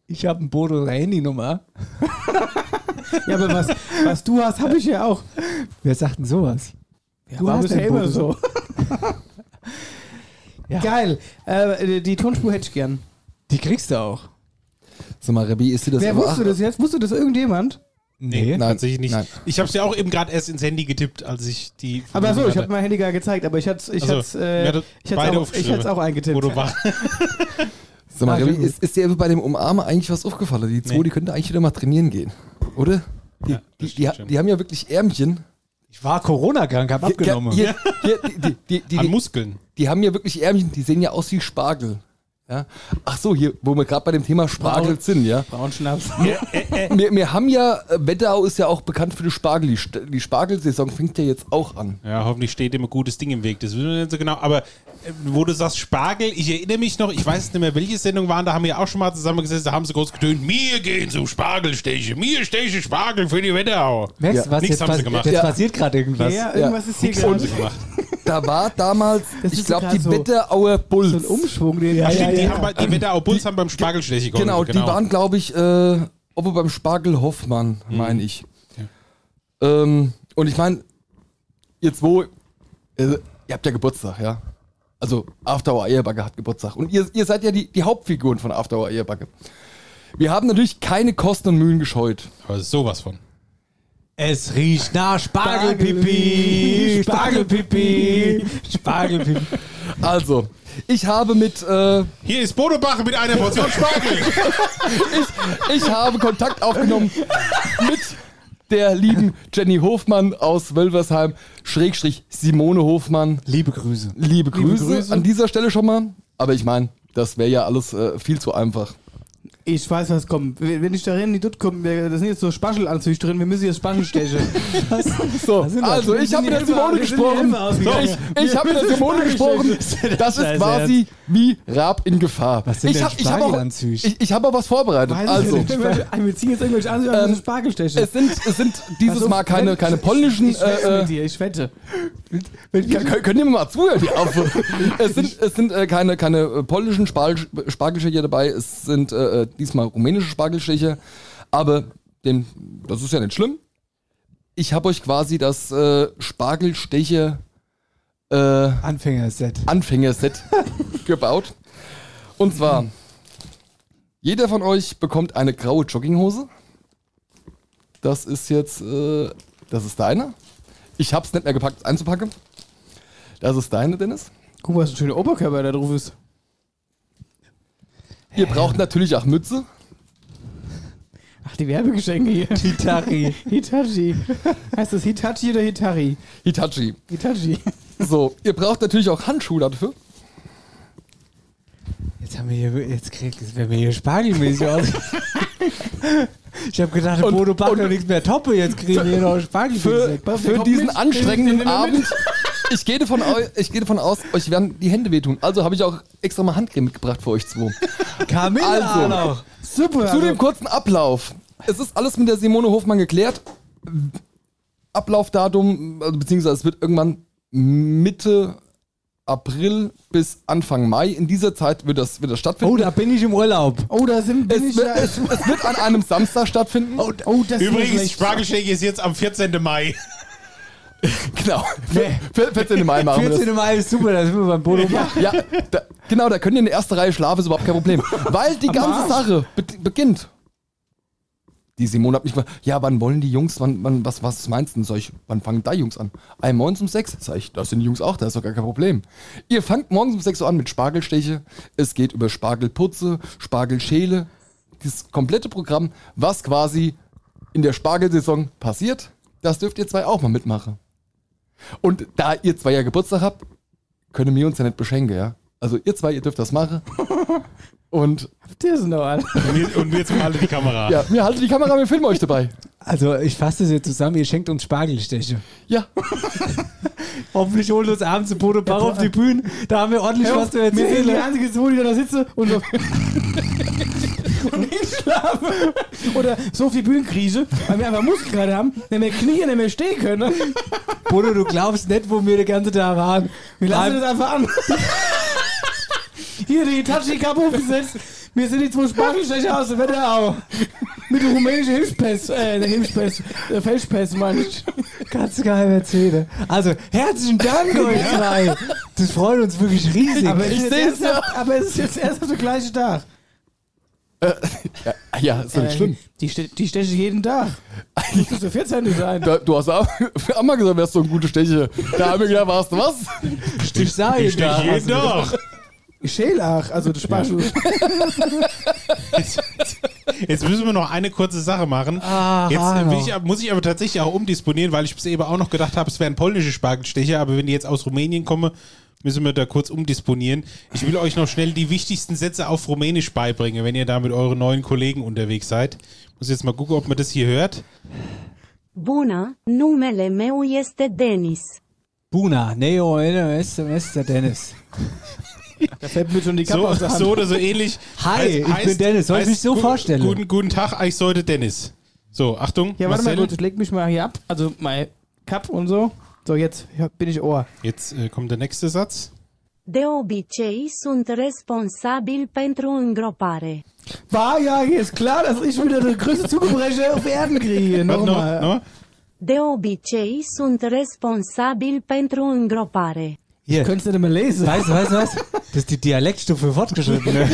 Speaker 4: Ich habe ein Bodo Handynummer.
Speaker 5: Ja, aber was, was du hast, habe ich ja auch.
Speaker 4: Wer sagt denn sowas?
Speaker 5: du
Speaker 4: warum
Speaker 5: hast
Speaker 4: ist
Speaker 5: ja
Speaker 4: der
Speaker 5: immer
Speaker 4: Boden
Speaker 5: so.
Speaker 4: Ja.
Speaker 5: Geil. Äh, die- die Tonspur hätte ich gern.
Speaker 4: Die kriegst du auch.
Speaker 6: Sag mal, Rebi, ist dir das
Speaker 5: Wer
Speaker 6: aber-
Speaker 5: wusste das jetzt? Wusste das irgendjemand?
Speaker 7: Nee,
Speaker 6: Nein,
Speaker 7: tatsächlich nicht.
Speaker 6: nein.
Speaker 7: Ich habe es ja auch eben gerade erst ins Handy getippt, als ich die.
Speaker 5: Aber so, ich habe
Speaker 7: hatte.
Speaker 5: mein Handy gar gezeigt, aber ich hatte es ich
Speaker 7: Also,
Speaker 5: hat's,
Speaker 7: mir
Speaker 5: äh,
Speaker 7: hat das
Speaker 5: ich hat's
Speaker 7: beide
Speaker 5: auch, ich
Speaker 7: aufgeschrieben.
Speaker 5: hat's auch eingetippt.
Speaker 7: Bodo Bach.
Speaker 6: Sag mal,
Speaker 4: Ah,
Speaker 6: Rebi,
Speaker 4: stimmt.
Speaker 6: ist, ist dir bei dem Umarmen eigentlich was aufgefallen? Die zwei,
Speaker 7: Nee.
Speaker 6: die könnten eigentlich wieder mal trainieren gehen. Oder? Die,
Speaker 7: Ja, das
Speaker 6: die, die,
Speaker 7: stimmt
Speaker 6: ha-
Speaker 7: schon.
Speaker 6: die haben ja wirklich Ärmchen.
Speaker 4: Ich war Corona-krank, hab abgenommen.
Speaker 6: Hier, hier, die, die, die, die,
Speaker 7: An
Speaker 6: die,
Speaker 7: Muskeln.
Speaker 6: die haben ja wirklich Ärmchen, die sehen ja aus wie Spargel. Ja? Ach so, hier, wo wir gerade bei dem Thema Spargel sind, ja.
Speaker 5: Braunschnaps.
Speaker 6: Wir, wir haben ja, äh, Wetterau ist ja auch bekannt für den Spargel. Die, St- die Spargelsaison fängt ja jetzt auch an.
Speaker 7: Ja, hoffentlich steht ihm ein gutes Ding im Weg. Das wissen wir nicht so genau. Aber äh, wo du sagst Spargel, ich erinnere mich noch, ich weiß nicht mehr, welche Sendung waren, da haben wir ja auch schon mal zusammengesessen, da haben sie groß getönt, mir gehen zum Spargelsteche, mir steche Spargel für die Wetterau.
Speaker 4: Merkst du,
Speaker 6: Ja.
Speaker 4: was
Speaker 7: Nichts
Speaker 4: jetzt,
Speaker 7: haben sie
Speaker 4: passi
Speaker 7: gemacht.
Speaker 4: jetzt
Speaker 6: Ja.
Speaker 4: passiert gerade
Speaker 5: Ja,
Speaker 4: irgendwas?
Speaker 5: ja, irgendwas ist hier
Speaker 7: Haben
Speaker 5: gerade.
Speaker 7: sie gemacht.
Speaker 6: Da war damals,
Speaker 5: Das
Speaker 6: ich
Speaker 5: ist so
Speaker 6: glaube, die
Speaker 5: krass so.
Speaker 6: Wetterauer Bulls.
Speaker 5: So ein Umschwung, den ja,
Speaker 7: Stimmt, die, haben bei, die Wetterau Bulls haben beim Spargelsteche geholfen.
Speaker 6: Genau, die waren, glaube ich, äh, Oppo beim Spargel Hoffmann, meine ich. Ähm, und ich meine, jetzt wo, äh, ihr habt ja Geburtstag, ja. Also After Hour Eierbacke hat Geburtstag. Und ihr, ihr seid ja die, die Hauptfiguren von After Hour Eierbacke. Wir haben natürlich keine Kosten und Mühen gescheut.
Speaker 7: Aber sowas von.
Speaker 4: Es riecht nach Spargelpipi, Spargelpipi, Spargelpipi.
Speaker 6: Also, ich habe mit, äh,
Speaker 7: Hier ist Bodo Bach mit einer Portion Spargel.
Speaker 6: ich, ich habe Kontakt aufgenommen mit der lieben Jenny Hofmann aus Wölversheim, Schrägstrich Simone Hofmann.
Speaker 4: Liebe Grüße.
Speaker 6: Liebe Grüße,
Speaker 5: Grüße.
Speaker 6: an dieser Stelle schon mal. Aber ich meine, das wäre ja alles äh, viel zu einfach.
Speaker 5: Ich weiß, was kommt. Wenn wenn ich da rein, die dort kommen, wir- da sind jetzt so Spargelanzüge drin, wir müssen jetzt Spargel stechen.
Speaker 6: So,
Speaker 4: wir.
Speaker 6: also ich habe mit der Simone gesprochen. Ich, ich habe mit der Simone gesprochen. Das ist
Speaker 4: Scheiße,
Speaker 6: quasi wie Raab in Gefahr.
Speaker 4: Was sind
Speaker 6: ich
Speaker 4: denn
Speaker 6: hab- ich habe auch,
Speaker 4: Spargelanzüge?
Speaker 6: ich, ich hab auch was vorbereitet. Also,
Speaker 5: wir ziehen jetzt irgendwelche Anzüge, wir müssen Spargel stechen.
Speaker 6: es sind, es sind dieses Mal keine, keine polnischen.
Speaker 5: Also, Ich wette
Speaker 6: äh, äh,
Speaker 5: mit dir, ich wette.
Speaker 6: Kann- Könnt, könnt ihr mir mal zuhören? die Affe? es sind, es sind äh, keine, keine äh, polnischen Spar Spargelstecher dabei, es sind äh, äh, diesmal rumänische Spargelstecher, aber den, das ist ja nicht schlimm. Ich habe euch quasi das äh, Spargelstecher äh,
Speaker 4: Anfängerset.
Speaker 6: Anfängerset gebaut. Und zwar, jeder von euch bekommt eine graue Jogginghose. Das ist jetzt, äh, das ist deine. Ich hab's nicht mehr gepackt einzupacken. Das ist deine, Dennis.
Speaker 5: Guck mal, was ein schöner Oberkörper da drauf ist.
Speaker 6: Ihr braucht natürlich auch Mütze.
Speaker 5: Ach, die Werbegeschenke hier.
Speaker 4: Titari.
Speaker 5: Hitachi. Heißt das Hitachi oder Hitari?
Speaker 6: Hitachi.
Speaker 5: Hitachi.
Speaker 6: So, ihr braucht natürlich auch Handschuhe dafür.
Speaker 4: Jetzt haben wir hier, jetzt kriegt, jetzt werden wir hier spargelmäßig aus. Ich habe gedacht,
Speaker 6: Und-
Speaker 4: Bodo packt
Speaker 6: und-
Speaker 4: noch nichts mehr Toppe, jetzt kriegen wir hier noch Spargel.
Speaker 6: Für, für
Speaker 5: kommt
Speaker 6: diesen
Speaker 5: mit.
Speaker 6: anstrengenden
Speaker 5: Nimm ihn mit.
Speaker 6: Abend. Ich gehe, davon au- ich gehe davon aus, euch werden die Hände wehtun. Also habe ich auch extra mal Handcreme mitgebracht für euch zwei.
Speaker 4: Camilla
Speaker 6: Also.
Speaker 4: noch.
Speaker 5: Super.
Speaker 6: Zu dem kurzen Ablauf. Es ist alles mit der Simone Hofmann geklärt. Ablaufdatum, also beziehungsweise es wird irgendwann Mitte April bis Anfang Mai. In dieser Zeit wird das, wird das stattfinden.
Speaker 4: Oh, da bin ich im Urlaub.
Speaker 5: oh, da sind bin
Speaker 6: es,
Speaker 5: ich
Speaker 6: wird,
Speaker 5: ja.
Speaker 6: es, es wird an einem Samstag stattfinden.
Speaker 5: Oh, oh, das ist
Speaker 7: Übrigens,
Speaker 5: nicht
Speaker 7: Spargelsteak ist jetzt am 14. Mai.
Speaker 6: Genau. 14. Mai machen wir das.
Speaker 4: 14. Mai ist super, da sind wir beim Bodo. Bach.
Speaker 6: Ja, da, genau, da könnt ihr in der ersten Reihe schlafen, ist überhaupt kein Problem. Weil die ganze Sache be beginnt. Die Simone hat mich gefragt, ja, wann wollen die Jungs, wann, wann, was, was meinst du denn? Sag ich, wann fangen da Jungs an? Ein morgens um sechs? Sag ich, das sind die Jungs auch, da ist doch gar kein Problem. Ihr fangt morgens um sechs Uhr an mit Spargelsteche, es geht über Spargelputze, Spargelschäle, dieses komplette Programm, was quasi in der Spargelsaison passiert, das dürft ihr zwei auch mal mitmachen. Und da ihr zwei ja Geburtstag habt, können wir uns ja nicht beschenken, ja? Also ihr zwei, ihr dürft das machen. Und
Speaker 5: Das ist noch alles.
Speaker 7: Und jetzt, und jetzt mal alle die Kamera.
Speaker 6: ja, wir halten die Kamera, wir filmen euch dabei.
Speaker 4: Also, ich fasse das jetzt zusammen, ihr schenkt uns Spargelsteche.
Speaker 6: Ja,
Speaker 4: Hoffentlich holen uns abends ein Bodo Bach auf die Bühne, da haben wir ordentlich was zu
Speaker 5: Wir sind die
Speaker 4: erzählen.
Speaker 5: einzige Zwo, die da sitze und so. und ich schlafe. Oder so auf die Bühnenkrise, weil wir einfach Muskeln gerade haben, nicht mehr knien, nicht mehr stehen können. ne?
Speaker 4: Bodo, du glaubst nicht, wo wir den ganzen Tag waren.
Speaker 5: Wir lassen
Speaker 4: Bleib-
Speaker 5: das einfach an. Hier, die Hitachi Cup aufgesetzt. Wir sind die zwei Spargelstecher aus der Wetterau. Mit dem rumänischen Hilfspest. Äh, der Hilfspest. Der Felspest, meine ich.
Speaker 4: Ganz geil erzählen. Also, herzlichen Dank euch drei. Das freut uns wirklich riesig.
Speaker 5: Aber es, ist
Speaker 6: seh's
Speaker 5: jetzt erst auf, aber es ist jetzt erst auf der gleichen Tag.
Speaker 6: Äh, ja ist doch
Speaker 5: Äh.
Speaker 6: nicht schlimm.
Speaker 5: Die, ste- die steche ich jeden Tag. Das muss der 14. sein.
Speaker 6: Da, du hast auch, auch mal gesagt, wärst so ein guter Steche. Da haben wir gedacht, warst du was?
Speaker 4: ich sage
Speaker 7: Ich stehe jeden Tag.
Speaker 5: Schelach, also der Spargel.
Speaker 7: Jetzt müssen wir noch eine kurze Sache machen.
Speaker 4: Ah,
Speaker 7: jetzt äh, will ich, ab- muss ich aber tatsächlich auch umdisponieren, weil ich bis eben auch noch gedacht habe, es wären polnische Spargelstecher, aber wenn die jetzt aus Rumänien kommen, müssen wir da kurz umdisponieren. Ich will euch noch schnell die wichtigsten Sätze auf Rumänisch beibringen, wenn ihr da mit euren neuen Kollegen unterwegs seid. Ich muss jetzt mal gucken, ob man das hier hört.
Speaker 12: Bună, numele meu este Denis.
Speaker 4: Buna, Neo, SMS, der Dennis.
Speaker 5: Da fällt mir schon die Kappe
Speaker 7: So,
Speaker 5: aus der Hand.
Speaker 7: so oder so ähnlich.
Speaker 4: Hi, ich bin Dennis. Soll ich mich so
Speaker 7: gu-
Speaker 4: vorstellen?
Speaker 7: Guten, guten Tag, ich sollte Dennis. So, Achtung,
Speaker 5: Ja, warte
Speaker 7: Marcel.
Speaker 5: mal kurz, ich leg mich mal hier ab. Also mein Cup und so. So, jetzt ja, bin ich Ohr.
Speaker 7: Jetzt äh, kommt der nächste Satz.
Speaker 12: De obicei sunt responsabil pentru îngropare.
Speaker 5: War ja, hier ist klar, dass ich wieder das größte Zugebrecher auf Erden kriege.
Speaker 7: Warte,
Speaker 5: Nochmal.
Speaker 7: noch, noch.
Speaker 12: De obicei sunt responsabil pentru îngropare.
Speaker 4: Hier,
Speaker 5: Könntest du denn mal lesen?
Speaker 4: ne? weißt du, weißt du was? Das ist die Dialektstufe fortgeschrittene.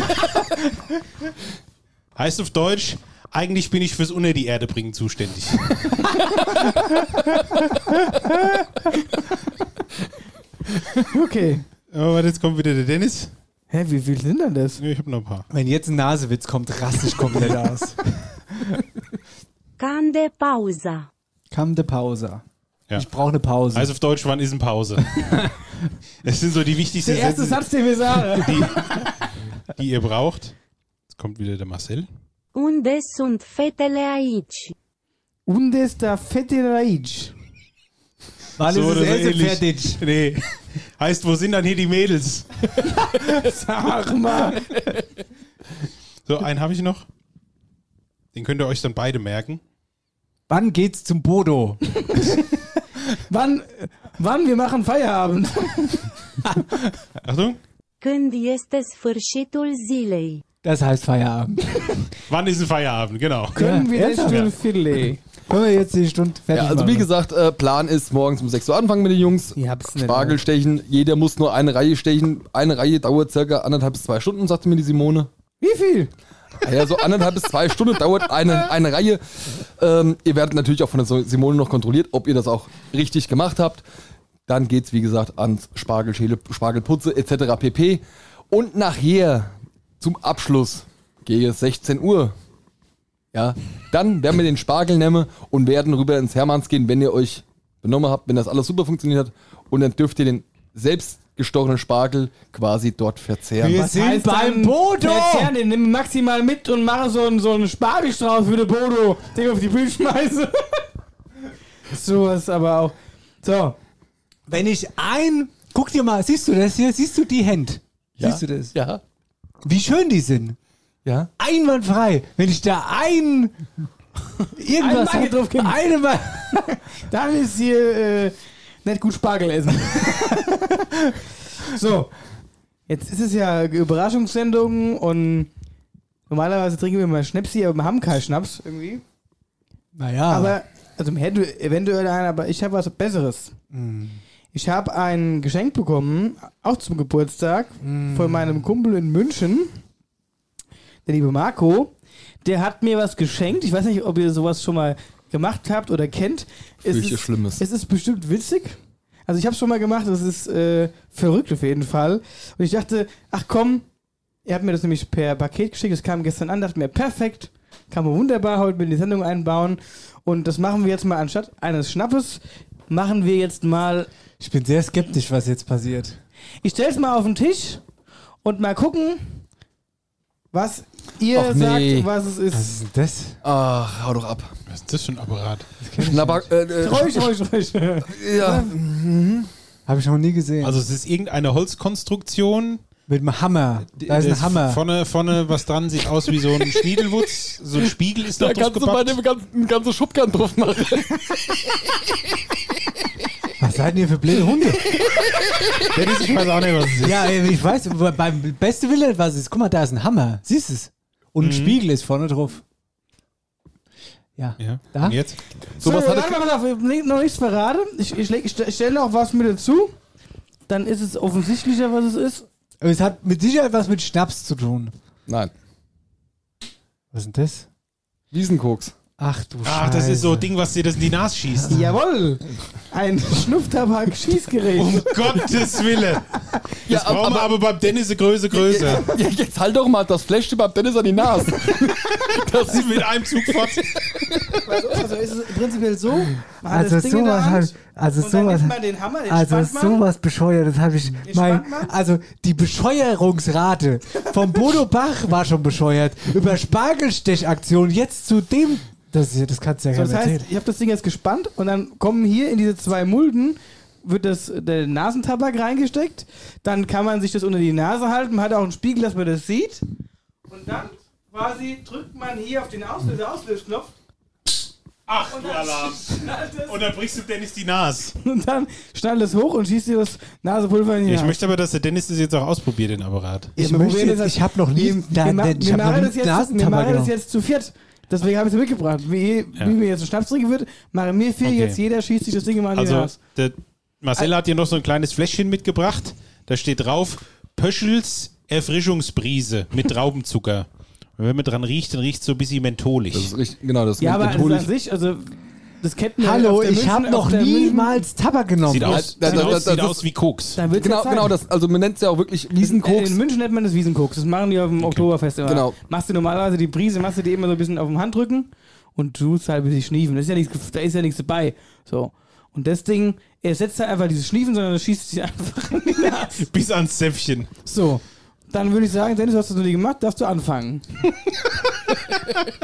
Speaker 7: Heißt auf Deutsch, eigentlich bin ich fürs Unter die Erde bringen zuständig.
Speaker 5: Okay.
Speaker 7: Aber warte, jetzt kommt wieder der Dennis.
Speaker 5: Hä, wie viel sind denn das?
Speaker 7: Nee, Ich habe noch ein paar.
Speaker 4: Wenn jetzt ein Nasewitz kommt, raste ich komplett aus.
Speaker 12: Cande pauza.
Speaker 4: Kam de Pause.
Speaker 7: Ja.
Speaker 4: Ich brauche eine Pause.
Speaker 7: Also auf Deutsch, wann ist eine Pause? Das sind so die wichtigsten
Speaker 5: Der erste
Speaker 7: Sätze,
Speaker 5: Satz, den wir sagen.
Speaker 7: die, die ihr braucht. Jetzt kommt wieder der Marcel.
Speaker 12: Unde sunt fetele aici?
Speaker 5: Undes da fette Raij.
Speaker 4: Wann
Speaker 7: so
Speaker 4: ist
Speaker 7: oder
Speaker 4: das
Speaker 7: so
Speaker 4: erste
Speaker 7: ähnlich.
Speaker 4: fertig?
Speaker 7: Nee. Heißt, wo sind dann hier die Mädels?
Speaker 5: Sag mal.
Speaker 7: So, einen habe ich noch. Den könnt ihr euch dann beide merken.
Speaker 4: Wann geht's zum Bodo?
Speaker 5: Wann, wann wir machen Feierabend?
Speaker 7: Achtung.
Speaker 12: Când este sfârșitul zilei?
Speaker 4: Das heißt Feierabend.
Speaker 7: Wann ist ein Feierabend? Genau.
Speaker 5: Können wir das
Speaker 4: ernsthaft?
Speaker 5: Stunde Filet?
Speaker 4: Können wir jetzt die Stunde fertig
Speaker 6: Ja, also wie
Speaker 4: machen?
Speaker 6: gesagt, äh, Plan ist morgens um 6 Uhr anfangen mit den Jungs.
Speaker 5: Ich hab's nicht. ne?
Speaker 6: Spargel stechen, jeder muss nur eine Reihe stechen. Eine Reihe dauert circa anderthalb bis zwei Stunden, sagte mir die Simone.
Speaker 5: Wie viel?
Speaker 6: Naja, so anderthalb bis zwei Stunden dauert eine, eine Reihe. Ähm, ihr werdet natürlich auch von der So- Simone noch kontrolliert, ob ihr das auch richtig gemacht habt. Dann geht's, wie gesagt, ans Spargelschäle, Spargelputze etc. pp. Und nachher, zum Abschluss, gehe es 16 Uhr. Ja, dann werden wir den Spargel nehmen und werden rüber ins Hermanns gehen, wenn ihr euch benommen habt, wenn das alles super funktioniert hat. Und dann dürft ihr den selbst gestochenen Spargel quasi dort verzehren.
Speaker 4: Wir sind beim Bodo!
Speaker 5: Erzähl den nimm maximal mit und mache so einen, so einen Spargelstrauß für den Bodo, den ich auf die Bühne schmeiße. Sowas aber auch. So,
Speaker 4: Wenn ich ein... Guck dir mal, siehst du das hier? Siehst du die Hände?
Speaker 6: Ja.
Speaker 4: Siehst du das?
Speaker 6: Ja,
Speaker 4: Wie schön die sind.
Speaker 6: ja.
Speaker 4: Einwandfrei. Wenn ich da ein... Irgendwas...
Speaker 5: Ein Mangel drauf gebe.
Speaker 4: Eine Mangel.
Speaker 5: dann ist hier äh, nicht gut Spargel essen. so, jetzt ist es ja Überraschungssendung und normalerweise trinken wir mal Schnäpsi, aber wir haben keinen Schnaps irgendwie.
Speaker 4: Naja.
Speaker 5: Aber, also hätte eventuell einen, aber ich habe was Besseres. Ich habe ein Geschenk bekommen, auch zum Geburtstag, von meinem Kumpel in München, der liebe Marco. Der hat mir was geschenkt. Ich weiß nicht, ob ihr sowas schon mal gemacht habt oder kennt. Es
Speaker 6: Fürchte
Speaker 5: ist,
Speaker 6: Schlimmes.
Speaker 5: es ist bestimmt witzig. Also ich habe schon mal gemacht. Es ist äh, verrückt auf jeden Fall. Und ich dachte, ach komm, er hat mir das nämlich per Paket geschickt. Es kam gestern an. Dachte mir, perfekt, kann man wunderbar heute mit in die Sendung einbauen. Und das machen wir jetzt mal anstatt eines Schnappes. Machen wir jetzt mal
Speaker 4: ich bin sehr skeptisch, was jetzt passiert.
Speaker 5: ich stell's mal auf den Tisch und mal gucken, was ihr
Speaker 6: Ach,
Speaker 5: sagt,
Speaker 6: nee.
Speaker 5: was es
Speaker 4: Was
Speaker 5: ist.
Speaker 4: ist denn das?
Speaker 6: Ach, hau doch ab.
Speaker 7: Was ist das für ein Apparat?
Speaker 6: Schnapper, äh, äh,
Speaker 5: Ruhig, ruhig, ruhig.
Speaker 6: ja.
Speaker 4: Habe ich noch nie gesehen.
Speaker 7: Also es ist irgendeine Holzkonstruktion.
Speaker 4: Mit dem Hammer.
Speaker 7: Äh,
Speaker 4: Da ist ein Hammer.
Speaker 7: Vorne, vorne was dran, sieht aus wie so ein Schniedelwutz. So ein Spiegel ist
Speaker 6: Da
Speaker 7: noch drauf
Speaker 6: kannst du mal
Speaker 7: gepappt.
Speaker 6: eine ganze, ganze Schubkern drauf machen.
Speaker 4: Was seid denn ihr für blöde Hunde?
Speaker 7: Dennis, ich weiß auch nicht, was es ist.
Speaker 4: ja, ey, ich weiß, aber beim besten Willen, was es ist. Guck mal, da ist ein Hammer. Siehst du es? Und ein Spiegel ist vorne drauf. Ja.
Speaker 7: Ja.
Speaker 4: Da?
Speaker 7: Und jetzt?
Speaker 5: So,
Speaker 6: Sowas
Speaker 5: warte
Speaker 6: hatte
Speaker 5: mal auf, ich hab noch nichts verraten. Ich, ich, leg- ich ste- stelle auch was mit dazu. Dann ist es offensichtlicher, was es ist.
Speaker 4: Aber es hat mit Sicherheit was mit Schnaps zu tun.
Speaker 6: Nein.
Speaker 4: Was ist denn das?
Speaker 6: Wiesenkoks.
Speaker 4: Ach du Scheiße.
Speaker 7: Ach, das ist so ein Ding, was dir das in die Nase schießt.
Speaker 5: Jawoll! Ein
Speaker 7: Um
Speaker 5: Schnupftabak-Schießgerät.
Speaker 7: Gottes Wille. Das brauchen wir aber beim Dennis eine Größe, Größe.
Speaker 6: Ja, jetzt halt doch mal das Fläschchen beim Dennis an die Nase.
Speaker 7: Das ist mit einem Zug fort.
Speaker 5: also ist es prinzipiell so. Man hat
Speaker 4: Also
Speaker 5: das Ding in der
Speaker 4: sowas
Speaker 5: Hand
Speaker 4: halt, also
Speaker 5: und dann
Speaker 4: sowas,
Speaker 5: nimmt man den Hammer, den
Speaker 4: also
Speaker 5: spannt man.
Speaker 4: sowas bescheuertes habe ich, mein,
Speaker 5: spannt man?
Speaker 4: also die Bescheuerungsrate von Bodo Bach war schon bescheuert über Spargelstechaktion jetzt zu dem, das, ist ja- das kannst du ja
Speaker 5: So,
Speaker 4: gar
Speaker 5: das
Speaker 4: nicht
Speaker 5: heißt,
Speaker 4: erzählen.
Speaker 5: ich habe das Ding jetzt gespannt und dann kommen hier in diese zwei Mulden, wird das der Nasentabak reingesteckt. Dann kann man sich das unter die Nase halten. Man hat auch einen Spiegel, dass man das sieht. Und dann quasi drückt man hier auf den Auslöser, Auslösknopf.
Speaker 7: Ach,
Speaker 5: Und
Speaker 7: du
Speaker 5: dann,
Speaker 7: Alarm.
Speaker 5: Schnallt es,
Speaker 7: Und dann brichst du Dennis die Nase.
Speaker 5: und dann schnallt es hoch und schießt dir das Nasepulver in die
Speaker 7: Ich
Speaker 5: Nase.
Speaker 7: möchte aber, dass der Dennis das jetzt auch ausprobiert, den Apparat.
Speaker 4: Ich
Speaker 5: wir
Speaker 4: möchte
Speaker 5: probieren
Speaker 4: jetzt-
Speaker 5: das-
Speaker 4: ich hab noch nie-
Speaker 5: Wir,
Speaker 4: da-
Speaker 5: wir, ma-
Speaker 4: denn ich
Speaker 5: wir
Speaker 4: hab noch
Speaker 5: machen
Speaker 4: nie
Speaker 5: das jetzt, wir
Speaker 4: Nasentabak
Speaker 5: machen das
Speaker 4: genommen.
Speaker 5: jetzt zu viert. Deswegen habe ich es mitgebracht. Wie, wie mir jetzt ein Schnaps trinken wird, machen wir vier
Speaker 7: Okay.
Speaker 5: jetzt. Jeder schießt sich das Ding immer an die
Speaker 7: Also,
Speaker 5: Nase.
Speaker 7: der Marcel hat hier noch so ein kleines Fläschchen mitgebracht. Da steht drauf: Pöschels Erfrischungsbrise mit Traubenzucker. Wenn man dran riecht, dann riecht es so ein bisschen mentholig.
Speaker 6: Das ist richtig, genau, das
Speaker 5: Ja, aber
Speaker 6: mit- mit
Speaker 5: also
Speaker 6: Honig-
Speaker 5: an sich, also das kennt man
Speaker 4: Hallo,
Speaker 5: auf der
Speaker 4: ich
Speaker 5: München-
Speaker 4: habe
Speaker 5: auf
Speaker 4: noch
Speaker 5: der München-
Speaker 4: niemals Tabak genommen.
Speaker 7: sieht aus,
Speaker 6: da-
Speaker 7: sieht
Speaker 6: da-
Speaker 7: aus,
Speaker 6: da-
Speaker 7: sieht
Speaker 6: das-
Speaker 7: aus wie Koks.
Speaker 5: Da wird's
Speaker 6: Genau,
Speaker 5: ja
Speaker 6: genau,
Speaker 5: Zeit.
Speaker 6: das, also man nennt es ja auch wirklich
Speaker 5: In
Speaker 6: Wiesenkoks.
Speaker 5: München nennt man das Wiesenkoks. Das machen die auf dem Oktoberfest immer.
Speaker 6: Genau.
Speaker 5: Machst du normalerweise die Brise, machst du die immer so ein bisschen auf dem Handrücken und tust halt ein bisschen schniefen. Das ist ja nichts, da ist ja nichts dabei. So. Und das Ding ersetzt halt einfach dieses Schniefen, sondern das schießt sich einfach in die Nase.
Speaker 7: Bis ans Säpfchen.
Speaker 5: So. Dann würde ich sagen, Dennis, du hast das noch nie gemacht, darfst du anfangen.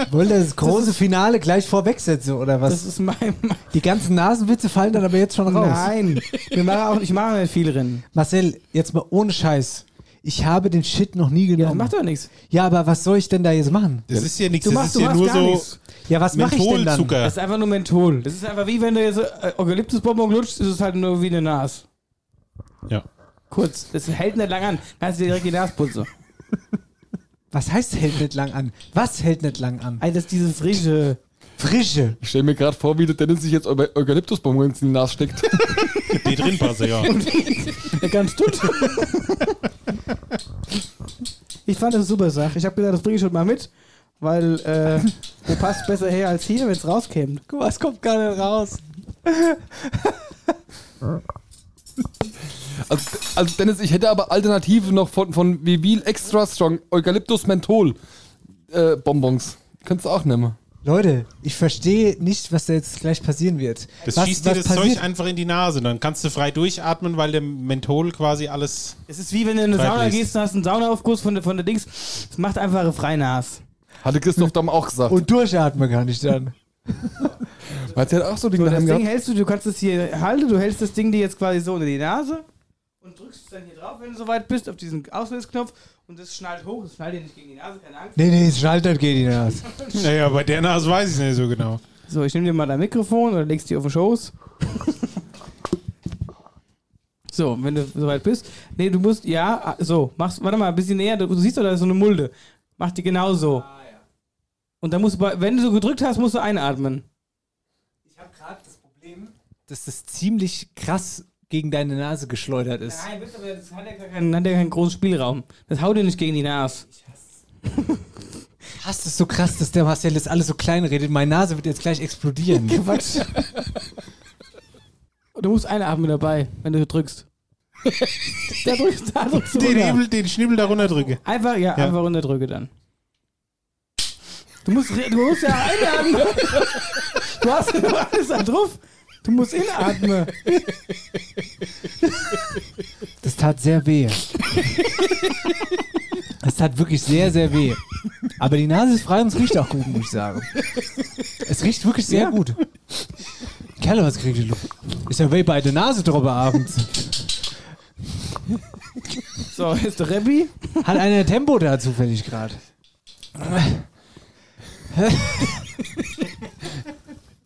Speaker 4: Wollt ihr das große Finale gleich vorwegsetzen oder was?
Speaker 5: Das ist mein. mein
Speaker 4: Die ganzen Nasenwitze fallen dann aber jetzt schon raus.
Speaker 5: Nein. Wir machen auch, ich mache nicht viel drin.
Speaker 4: Marcel, jetzt mal ohne Scheiß. Ich habe den Shit noch nie
Speaker 5: Ja, das
Speaker 4: genommen.
Speaker 5: macht doch nichts.
Speaker 4: Ja, aber was soll ich denn da jetzt machen?
Speaker 7: Das ist ja nichts.
Speaker 5: Du
Speaker 7: Das
Speaker 5: machst-
Speaker 7: ist
Speaker 5: du
Speaker 7: ja
Speaker 5: machst
Speaker 7: nur
Speaker 5: gar
Speaker 7: so
Speaker 5: nichts.
Speaker 4: Ja, was mache ich denn dann?
Speaker 7: Mentholzucker.
Speaker 5: Das ist einfach nur Menthol. Das ist einfach wie wenn du jetzt äh, Eukalyptusbonbon lutscht, ist es halt nur wie eine Nase.
Speaker 7: Ja.
Speaker 5: Kurz. Das hält nicht lang an. Kannst du dir direkt die Nase putzen.
Speaker 4: Was heißt hält nicht lang an? Was hält nicht lang an?
Speaker 5: Also das ist dieses frische.
Speaker 4: Frische.
Speaker 6: Ich stelle mir gerade vor, wie der Dennis sich jetzt Eu Eukalyptusbonbon in die Nase steckt.
Speaker 7: Die drin passen, ja.
Speaker 5: Ja, ganz tut. ich fand das eine super Sache. Ich habe gesagt, das bringe ich schon mal mit, weil äh, wo passt besser her als hier, wenn es rauskäme.
Speaker 4: Guck mal, es kommt gar nicht raus.
Speaker 6: Also, also Dennis, ich hätte aber Alternative noch von, von Vivil Extra Strong Eukalyptus Menthol äh, Bonbons. Könntest du auch nehmen.
Speaker 4: Leute, ich verstehe nicht, was da jetzt gleich passieren wird.
Speaker 7: Das
Speaker 4: was,
Speaker 7: schießt dir
Speaker 4: was
Speaker 7: das
Speaker 4: passiert?
Speaker 7: Zeug einfach in die Nase. Dann kannst du frei durchatmen, weil der Menthol quasi alles.
Speaker 5: Es ist wie wenn du in eine
Speaker 7: Weit
Speaker 5: Sauna
Speaker 7: liest.
Speaker 5: gehst und hast einen Saunaaufguss von, der- von der Dings. Das macht einfach eine Freinase.
Speaker 6: Hatte Christoph Damm auch gesagt.
Speaker 4: Und durchatmen kann ich dann.
Speaker 6: hat sie halt auch so Dinge
Speaker 5: Das
Speaker 6: daheim
Speaker 5: Ding
Speaker 6: gehabt.
Speaker 5: hältst du, du kannst es hier halten, du hältst das Ding dir jetzt quasi so unter die Nase und drückst es dann hier drauf, wenn du soweit bist, auf diesen Auslösknopf und das schnallt hoch. Es schnallt dir nicht gegen die Nase, keine Angst.
Speaker 4: Nee, nee, es schnallt nicht geht die Nase.
Speaker 7: Naja, bei der Nase weiß ich nicht so genau.
Speaker 5: So, ich nehme dir mal dein Mikrofon oder legst dir auf den Schoß. so, wenn du soweit bist. Nee, du musst, ja, ah, so, machst, warte mal, ein bisschen näher. Du, du siehst doch, da ist so eine Mulde. Mach die genau so. Und dann musst du, bei- wenn du so gedrückt hast, musst du einatmen.
Speaker 4: Ich habe gerade das Problem, dass das ziemlich krass gegen deine Nase geschleudert ist.
Speaker 5: Nein, bitte, aber das hat ja, gar keinen, hat ja keinen großen Spielraum. Das haut dir nicht gegen die Nase.
Speaker 4: Hast es so krass, dass der Marcel das alles so klein redet. Meine Nase wird jetzt gleich explodieren.
Speaker 5: Quatsch. Du musst einatmen dabei, wenn du drückst. da drückst, da drückst du
Speaker 7: Den,
Speaker 5: runter.
Speaker 7: Hebel, den Schnibbel da runterdrücke.
Speaker 5: Einfach, ja, einfach runterdrücke dann. Du musst, re- du musst ja einatmen. Du hast ja noch alles da drauf. Du musst inatmen.
Speaker 4: Das tat sehr weh. Das tat wirklich sehr, sehr weh. Aber die Nase ist frei und es riecht auch gut, muss ich sagen. Es riecht wirklich sehr gut. Kerle, was kriegt die Luft? Ist ja weh bei der Nase drüber abends.
Speaker 5: So, ist der Rebbi.
Speaker 4: Hat einer Tempo da zufällig gerade?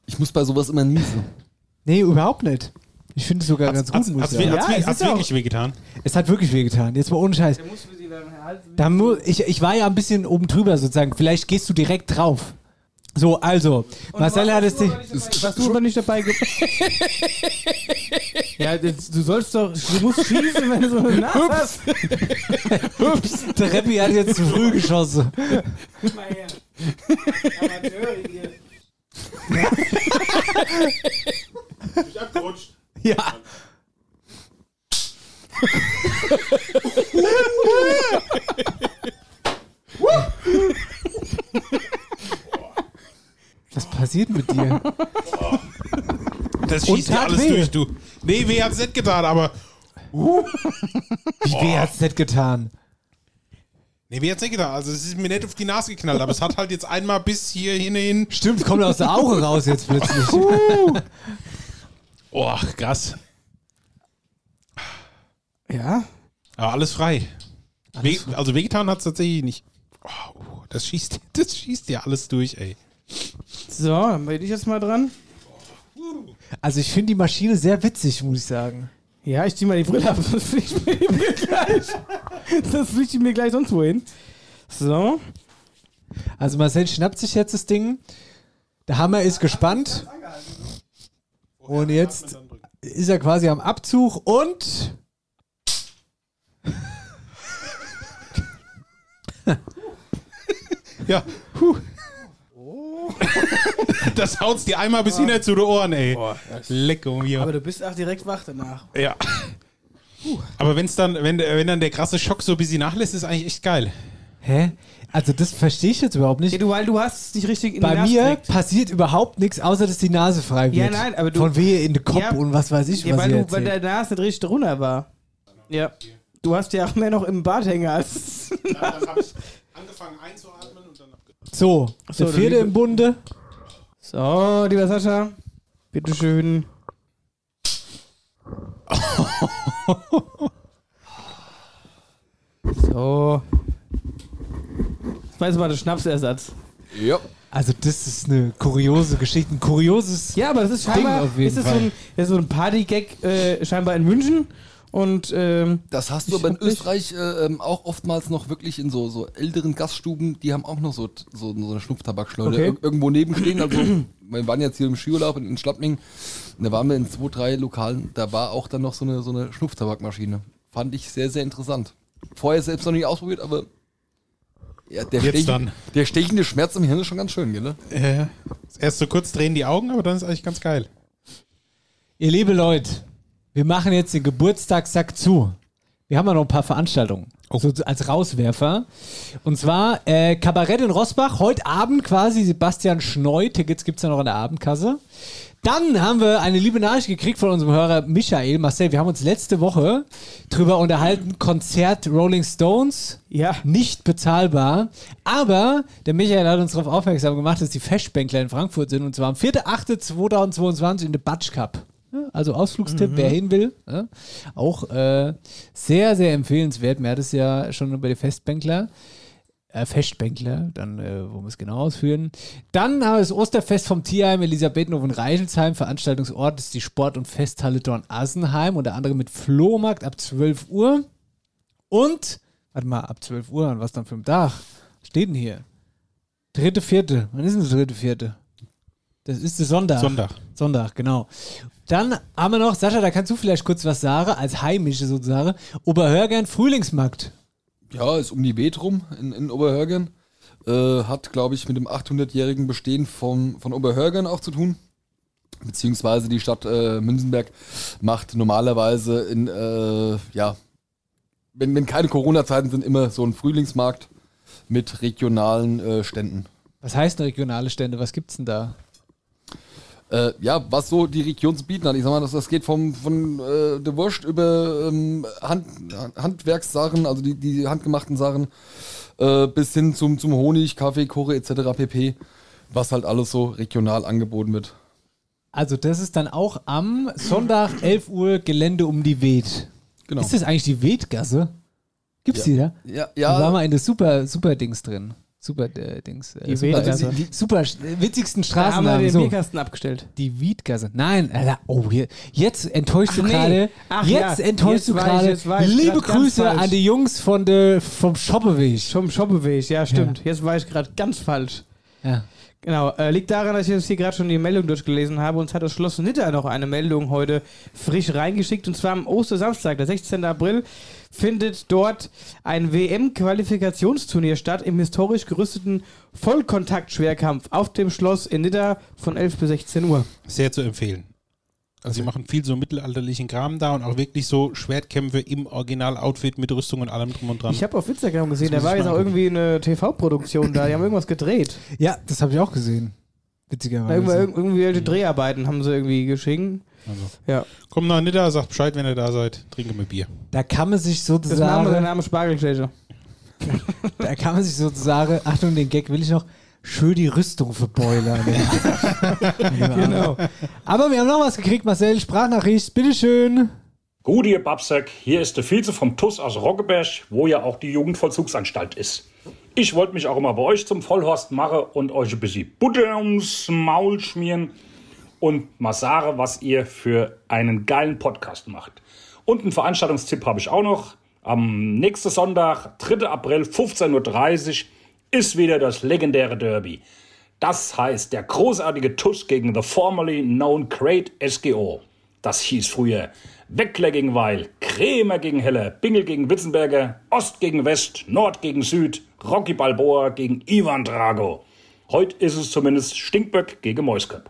Speaker 6: Ich muss bei sowas immer niesen.
Speaker 4: Nee, überhaupt nicht. Ich finde es sogar ganz gut,
Speaker 7: Hat's,
Speaker 4: muss
Speaker 7: hat's,
Speaker 4: ich
Speaker 7: weh-
Speaker 4: sagen.
Speaker 7: hat's,
Speaker 5: Ja,
Speaker 7: weh-
Speaker 5: es
Speaker 7: hat's
Speaker 5: ist ja
Speaker 7: wirklich wehgetan.
Speaker 4: Es hat wirklich wehgetan. Jetzt mal ohne Scheiß. Da mu ich, ich war ja ein bisschen oben drüber sozusagen. Vielleicht gehst du direkt drauf. So, also, Marcel hat es dich.
Speaker 5: Warst du aber nicht dabei? ge- ja, jetzt, du sollst doch, du musst schießen, wenn du so eine Nase hast.
Speaker 4: Ups, der Reppi hat jetzt zu früh geschossen.
Speaker 5: Guck mal her. Amateure hier.
Speaker 7: Ich abgerutscht.
Speaker 4: Ja. Was passiert mit dir?
Speaker 7: Das
Speaker 4: Und
Speaker 7: schießt ja
Speaker 4: tat
Speaker 7: alles
Speaker 4: weh.
Speaker 7: durch, du. Nee, weh hat's nicht getan, aber.
Speaker 4: Wie weh hat's nicht getan?
Speaker 7: Nee, weh hat's nicht getan. Also, es ist mir nicht auf die Nase geknallt, aber es hat halt jetzt einmal bis hier hin. hin.
Speaker 4: Stimmt, kommt aus der Auge raus jetzt plötzlich.
Speaker 7: Oh, krass.
Speaker 5: Ja?
Speaker 7: Aber alles frei. Weh- also, wehgetan hat's tatsächlich nicht. Oh, oh, das schießt, das schießt ja alles durch, ey.
Speaker 5: So, dann bin ich jetzt mal dran.
Speaker 4: Also ich finde die Maschine sehr witzig, muss ich sagen.
Speaker 5: Ja, ich zieh mal die Brille ab, sonst fliegt mir die Brille gleich. Sonst fliegt die mir gleich sonst wohin. So.
Speaker 4: Also Marcel schnappt sich jetzt das Ding. Der Hammer ist gespannt. Und jetzt ist er quasi am Abzug und
Speaker 7: Ja. Huh. Das haut's dir einmal bis hinter zu den Ohren, ey. Lecker mir.
Speaker 5: Aber du bist auch direkt wach danach.
Speaker 7: Ja. Aber wenn's dann, wenn, wenn dann der krasse Schock so ein bisschen nachlässt, ist eigentlich echt geil.
Speaker 4: Hä? Also das verstehe ich jetzt überhaupt nicht.
Speaker 5: Ja, du, weil du hast es nicht richtig in
Speaker 4: Bei
Speaker 5: den
Speaker 4: mir
Speaker 5: Nerv gekriegt.
Speaker 4: passiert überhaupt nichts, außer dass die Nase frei
Speaker 5: Ja,
Speaker 4: wird.
Speaker 5: nein, aber du-
Speaker 4: Von wehe in den Kopf
Speaker 5: Ja.
Speaker 4: und was weiß ich,
Speaker 5: Ja,
Speaker 4: was
Speaker 5: weil,
Speaker 4: ihr
Speaker 5: du, weil
Speaker 4: erzählt.
Speaker 5: der Nase nicht richtig runter war. Ja. Du hast ja auch mehr noch im Barthänger als.
Speaker 7: Angefangen einzuatmen und dann
Speaker 4: So,
Speaker 5: So,
Speaker 4: der
Speaker 5: der
Speaker 4: vierte
Speaker 5: liebe-
Speaker 4: im Bunde.
Speaker 5: So, lieber Sascha. Bitteschön. so. Das war jetzt mal der Schnapsersatz.
Speaker 6: Ja.
Speaker 4: Also das ist eine kuriose Geschichte, ein kurioses...
Speaker 5: Ja, aber das ist scheinbar.
Speaker 4: auf jeden
Speaker 5: ist das
Speaker 4: Fall.
Speaker 5: so ein, das ist so ein Party-Gag äh, scheinbar in München. Und ähm,
Speaker 6: Das hast du
Speaker 5: Ich
Speaker 6: aber in
Speaker 5: hab nicht-
Speaker 6: Österreich äh, ähm, auch oftmals noch wirklich in so, so älteren Gaststuben, die haben auch noch so, so, so eine Schnupftabakschleuder
Speaker 5: Okay.
Speaker 6: ir irgendwo nebenstehen. Also, wir waren jetzt hier im Skiurlaub in, in Schlappning, und da waren wir in zwei, drei Lokalen, da war auch dann noch so eine, so eine Schnupftabakmaschine. Fand ich sehr, sehr interessant. Vorher selbst noch nicht ausprobiert, aber ja, der,
Speaker 7: Jetzt
Speaker 6: stech,
Speaker 7: dann.
Speaker 6: der stechende Schmerz im Hirn ist schon ganz schön, gell? ne?
Speaker 7: Äh, erst so kurz drehen die Augen, aber dann ist eigentlich ganz geil.
Speaker 4: Ihr liebe Leute, wir machen jetzt den Geburtstagssack zu. Wir haben ja noch ein paar Veranstaltungen. So als Rauswerfer. Und zwar äh, Kabarett in Rosbach, heute Abend quasi Sebastian Schneu. Tickets gibt's ja noch an der Abendkasse. Dann haben wir eine liebe Nachricht gekriegt von unserem Hörer Michael. Marcel, wir haben uns letzte Woche drüber unterhalten, Konzert Rolling Stones.
Speaker 5: ja.
Speaker 4: nicht bezahlbar. Aber der Michael hat uns darauf aufmerksam gemacht, dass die Festbänkler in Frankfurt sind und zwar am 4.8.2022 in der Batsch Cup. Ja, Also Ausflugstipp, wer hin will. Ja. Auch äh, sehr, sehr empfehlenswert. Mir hat es ja schon über die Festbänkler. Äh, Festbänkler, dann äh, wollen wir es genau ausführen. Dann haben wir das Osterfest vom Tierheim Elisabethenhofen Reichelsheim. Veranstaltungsort ist die Sport- und Festhalle Dorn-Assenheim, unter anderem mit Flohmarkt ab 12 Uhr. Und, warte mal, ab 12 Uhr, an was dann für ein Tag? Was Steht denn hier? Dritte, vierte. Wann ist denn das dritte, vierte? Das ist der Sonntag.
Speaker 7: Sonntag.
Speaker 4: Sonntag, genau. Dann haben wir noch, Sascha, da kannst du vielleicht kurz was sagen, als Heimische sozusagen. Oberhörgern Frühlingsmarkt.
Speaker 6: Ja, ist um die Beet rum in, in Oberhörgern. Äh, hat, glaube ich, mit dem 800-jährigen Bestehen vom, von Oberhörgern auch zu tun. Beziehungsweise die Stadt äh, Münzenberg macht normalerweise in, äh, ja, wenn, wenn keine Corona-Zeiten sind, immer so einen Frühlingsmarkt mit regionalen äh, Ständen.
Speaker 4: Was heißt denn regionale Stände? Was gibt's denn da?
Speaker 6: Äh, ja, was so die Region zu bieten hat. Ich sag mal, das, das geht vom, von äh, der Wurst über ähm, Hand, Handwerkssachen, also die, die handgemachten Sachen, äh, bis hin zum, zum Honig, Kaffee, Kurre etc. pp. Was halt alles so regional angeboten wird.
Speaker 4: Also, das ist dann auch am Sonntag 11 Uhr Gelände um die Weht.
Speaker 6: Genau.
Speaker 4: Ist das eigentlich die Wehtgasse? Gibt's die da?
Speaker 6: Ja,
Speaker 4: Da war
Speaker 6: ja.
Speaker 4: mal in das super, super Dings drin. Super äh, Dings. Äh,
Speaker 5: Die
Speaker 4: super,
Speaker 5: Wiedgasse.
Speaker 4: die, die super äh, witzigsten
Speaker 5: Da haben wir
Speaker 4: Straßennamen.
Speaker 5: den
Speaker 4: So.
Speaker 5: Bierkasten abgestellt.
Speaker 4: Die Wiedgasse. Nein, Alter, oh, hier, jetzt enttäuschst du
Speaker 5: Ach nee.
Speaker 4: gerade.
Speaker 5: Ach
Speaker 4: Jetzt
Speaker 5: ja,
Speaker 4: enttäuschst
Speaker 5: jetzt
Speaker 4: du
Speaker 5: weiß ich,
Speaker 4: gerade.
Speaker 5: jetzt weiß ich,
Speaker 4: Liebe
Speaker 5: grad ganz
Speaker 4: Grüße
Speaker 5: falsch.
Speaker 4: an die Jungs von de, vom Schoppeweg.
Speaker 5: Vom Schoppeweg, ja, stimmt. Jetzt war ich gerade ganz falsch.
Speaker 4: Ja.
Speaker 5: Genau, äh, liegt daran, dass ich jetzt hier gerade schon die Meldung durchgelesen habe. Uns hat das Schloss Nitter noch eine Meldung heute frisch reingeschickt. Und zwar am Ostersamstag, der 16. April, findet dort ein WM-Qualifikationsturnier statt im historisch gerüsteten Vollkontakt-Schwerkampf auf dem Schloss in Nitter von 11 bis 16 Uhr.
Speaker 7: Sehr zu empfehlen. Also sie machen viel so mittelalterlichen Kram da und auch wirklich so Schwertkämpfe im Original-Outfit mit Rüstung und allem drum und dran.
Speaker 5: Ich habe auf Instagram gesehen, da
Speaker 7: Das muss
Speaker 5: war
Speaker 7: ich
Speaker 5: jetzt
Speaker 7: mal
Speaker 5: auch irgendwie eine TV-Produktion da. Die haben irgendwas gedreht.
Speaker 4: ja, das habe ich auch gesehen. Witzigerweise.
Speaker 5: Da irgendw- irgendwelche Dreharbeiten haben sie irgendwie geschickt.
Speaker 7: Also.
Speaker 5: Ja.
Speaker 7: Kommt nach Nidda, sagt Bescheid, wenn ihr da seid. Trinke mal Bier.
Speaker 4: da kann man sich
Speaker 5: Das Name, der
Speaker 4: sozusagen,
Speaker 5: Name Spargelschläger.
Speaker 4: da kann man sich sozusagen, Achtung, den Gag will ich noch, schön die Rüstung verbeulern. genau. Aber wir haben noch was gekriegt, Marcel, Sprachnachricht, bitteschön.
Speaker 13: Gut, ihr Babsack, hier ist der Vize vom TUS aus Roggeberg, wo ja auch die Jugendvollzugsanstalt ist. Ich wollte mich auch immer bei euch zum Vollhorst machen und euch ein bisschen Butter ums Maul schmieren und mal sagen, was ihr für einen geilen Podcast macht. Und einen Veranstaltungstipp habe ich auch noch. Am nächsten Sonntag, 3. April, 15.30 Uhr, ist wieder das legendäre Derby. Das heißt der großartige TUS gegen the formerly known Great SGO. Das hieß früher Weckler gegen Weil, Krämer gegen Heller, Bingel gegen Witzenberger, Ost gegen West, Nord gegen Süd, Rocky Balboa gegen Ivan Drago. Heute ist es zumindest Stinkböck gegen Moisköp.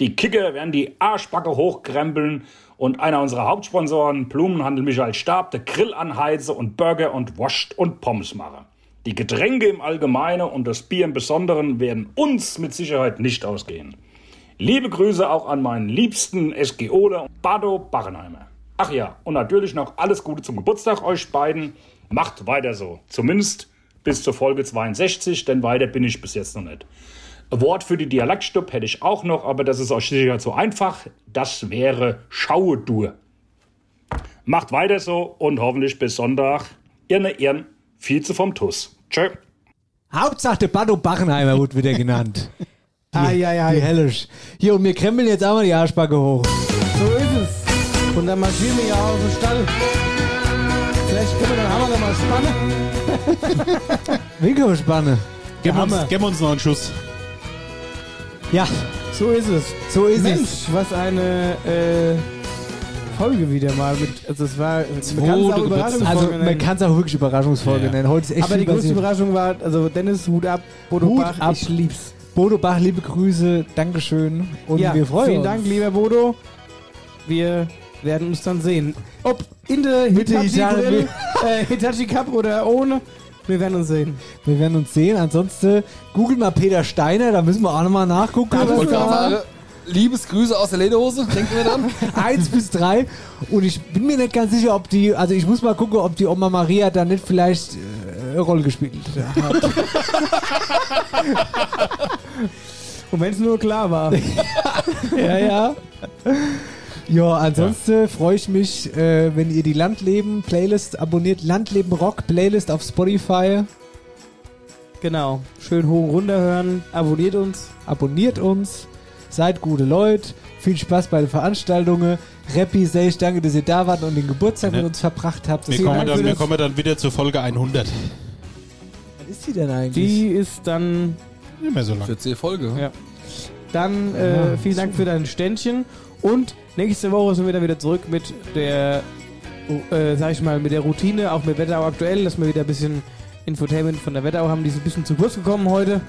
Speaker 13: Die Kicker werden die Arschbacke hochkrempeln und einer unserer Hauptsponsoren, Blumenhandel Michael Stab, der Grill anheize und Burger und Wascht und Pommes mache. Die Getränke im Allgemeinen und das Bier im Besonderen werden uns mit Sicherheit nicht ausgehen. Liebe Grüße auch an meinen liebsten SGOler Bardo Barrenheimer. Ach ja, und natürlich noch alles Gute zum Geburtstag euch beiden. Macht weiter so. Zumindest bis zur Folge 62, denn weiter bin ich bis jetzt noch nicht. Wort für die Dialektstub hätte ich auch noch, aber das ist euch sicher zu einfach. Das wäre Schauedur. Macht weiter so und hoffentlich bis Sonntag. Irne Irn, Vize vom TUS. Tschö.
Speaker 4: Hauptsache der Bado Bachenheimer wurde wieder genannt. Die,
Speaker 5: Ai, ai, ai.
Speaker 4: die hellisch. Hier, und wir krempeln jetzt einmal die Arschbacke hoch.
Speaker 5: So ist es. Und dann marschieren wir ja aus dem Stall. Vielleicht können wir dann Hammer nochmal spannen.
Speaker 4: Winkelbespanne.
Speaker 7: Gib
Speaker 5: Hammer.
Speaker 7: uns, gib uns noch einen Schuss.
Speaker 4: Ja,
Speaker 5: So ist es.
Speaker 4: so ist
Speaker 5: Mensch,
Speaker 4: es.
Speaker 5: was eine äh, Folge wieder mal mit. Also es war man kann's auch
Speaker 7: Geburtstag.
Speaker 5: Überraschungsfolge
Speaker 4: Also, man
Speaker 5: nennen.
Speaker 4: kann es auch wirklich Überraschungsfolge
Speaker 7: Ja.
Speaker 4: nennen. Heute ist echt
Speaker 5: Aber die
Speaker 4: viel
Speaker 5: größte
Speaker 4: passiert.
Speaker 5: Überraschung war, also Dennis, Hut ab, Bodo
Speaker 4: Hut
Speaker 5: Bach,
Speaker 4: ab.
Speaker 5: ich lieb's.
Speaker 4: Bodo Bach, liebe Grüße, Dankeschön. Und wir freuen
Speaker 5: vielen
Speaker 4: uns.
Speaker 5: Dank, lieber Bodo. Wir werden uns dann sehen. Ob in der Hitachi,
Speaker 4: Gitarre-
Speaker 5: Grill, äh, Hitachi Cup oder ohne, wir werden uns sehen.
Speaker 4: Wir werden uns sehen. Ansonsten google mal Peter Steiner, da müssen wir auch nochmal nachgucken.
Speaker 6: Ich
Speaker 4: was
Speaker 6: wollte
Speaker 4: da
Speaker 6: gerade
Speaker 4: war.
Speaker 6: sagen, Liebesgrüße aus der Lederhose, denken wir dran.
Speaker 4: Eins bis drei. Und ich bin mir nicht ganz sicher, ob die, also ich muss mal gucken, ob die Oma Maria da nicht vielleicht äh, Rolle gespielt hat.
Speaker 5: Und wenn es nur klar war.
Speaker 4: ja, ja. Ja, ansonsten freue ich mich, äh, wenn ihr die Landleben-Playlist abonniert. Landleben Rock-Playlist auf Spotify.
Speaker 5: genau. Schön hoch und runter hören. Abonniert uns.
Speaker 4: Abonniert uns. Seid gute Leute. Viel Spaß bei den Veranstaltungen. Rappi, Sage, danke, dass ihr da wart und den Geburtstag mit uns verbracht habt.
Speaker 7: Wir
Speaker 4: Vielen
Speaker 7: kommen,
Speaker 4: Dank
Speaker 7: dann,
Speaker 4: für
Speaker 7: wir
Speaker 4: das-
Speaker 7: kommen dann wieder zur Folge 100.
Speaker 4: Wann ist die denn eigentlich?
Speaker 5: Die ist dann.
Speaker 7: Nicht mehr so lange.
Speaker 6: 40 Folge.
Speaker 5: Ja. Dann äh,
Speaker 4: Ja,
Speaker 5: vielen Dank für dein Ständchen. Und nächste Woche sind wir dann wieder zurück mit der, äh, sag ich mal, mit der Routine, auch mit Wetterau aktuell, dass wir wieder ein bisschen Infotainment von der Wetterau haben. Die ist ein bisschen zu kurz gekommen heute.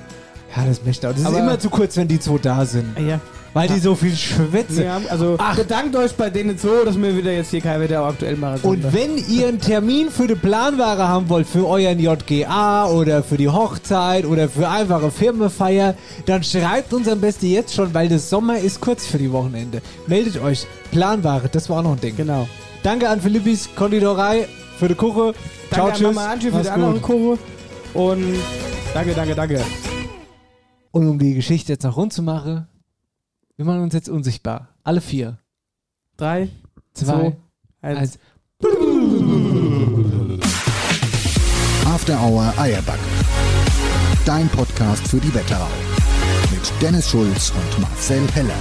Speaker 4: Ja, das möchte ich auch. Das
Speaker 5: Aber-
Speaker 4: ist immer zu kurz, wenn die zwei da sind.
Speaker 5: Ja.
Speaker 4: Weil die so viel schwätzen.
Speaker 5: Wir haben, also
Speaker 4: Ach.
Speaker 5: bedankt euch bei denen so, dass wir wieder jetzt hier kein Wetterau aktuell machen.
Speaker 4: Und wenn ihr einen Termin für die Planware haben wollt, für euren JGA oder für die Hochzeit oder für einfache Firmenfeier, dann schreibt uns am besten jetzt schon, weil der Sommer ist kurz für die Wochenende. Meldet euch. Planware, das war auch noch ein Ding.
Speaker 5: genau.
Speaker 4: Danke an Philippis Konditorei für die Kuche. Ciao,
Speaker 5: Danke
Speaker 4: tschüss.
Speaker 5: an Mama Angie für
Speaker 4: Mach's
Speaker 5: die andere
Speaker 4: gut.
Speaker 5: Kurve. Und danke, danke, danke.
Speaker 4: Und um die Geschichte jetzt noch rund zu machen, wir machen uns jetzt unsichtbar. Alle vier.
Speaker 5: Drei,
Speaker 4: Zwei,
Speaker 5: eins.
Speaker 4: eins.
Speaker 2: After Hour Eierbacke. Dein Podcast für die Wetterau. Mit Dennis Schulz und Marcel Heller.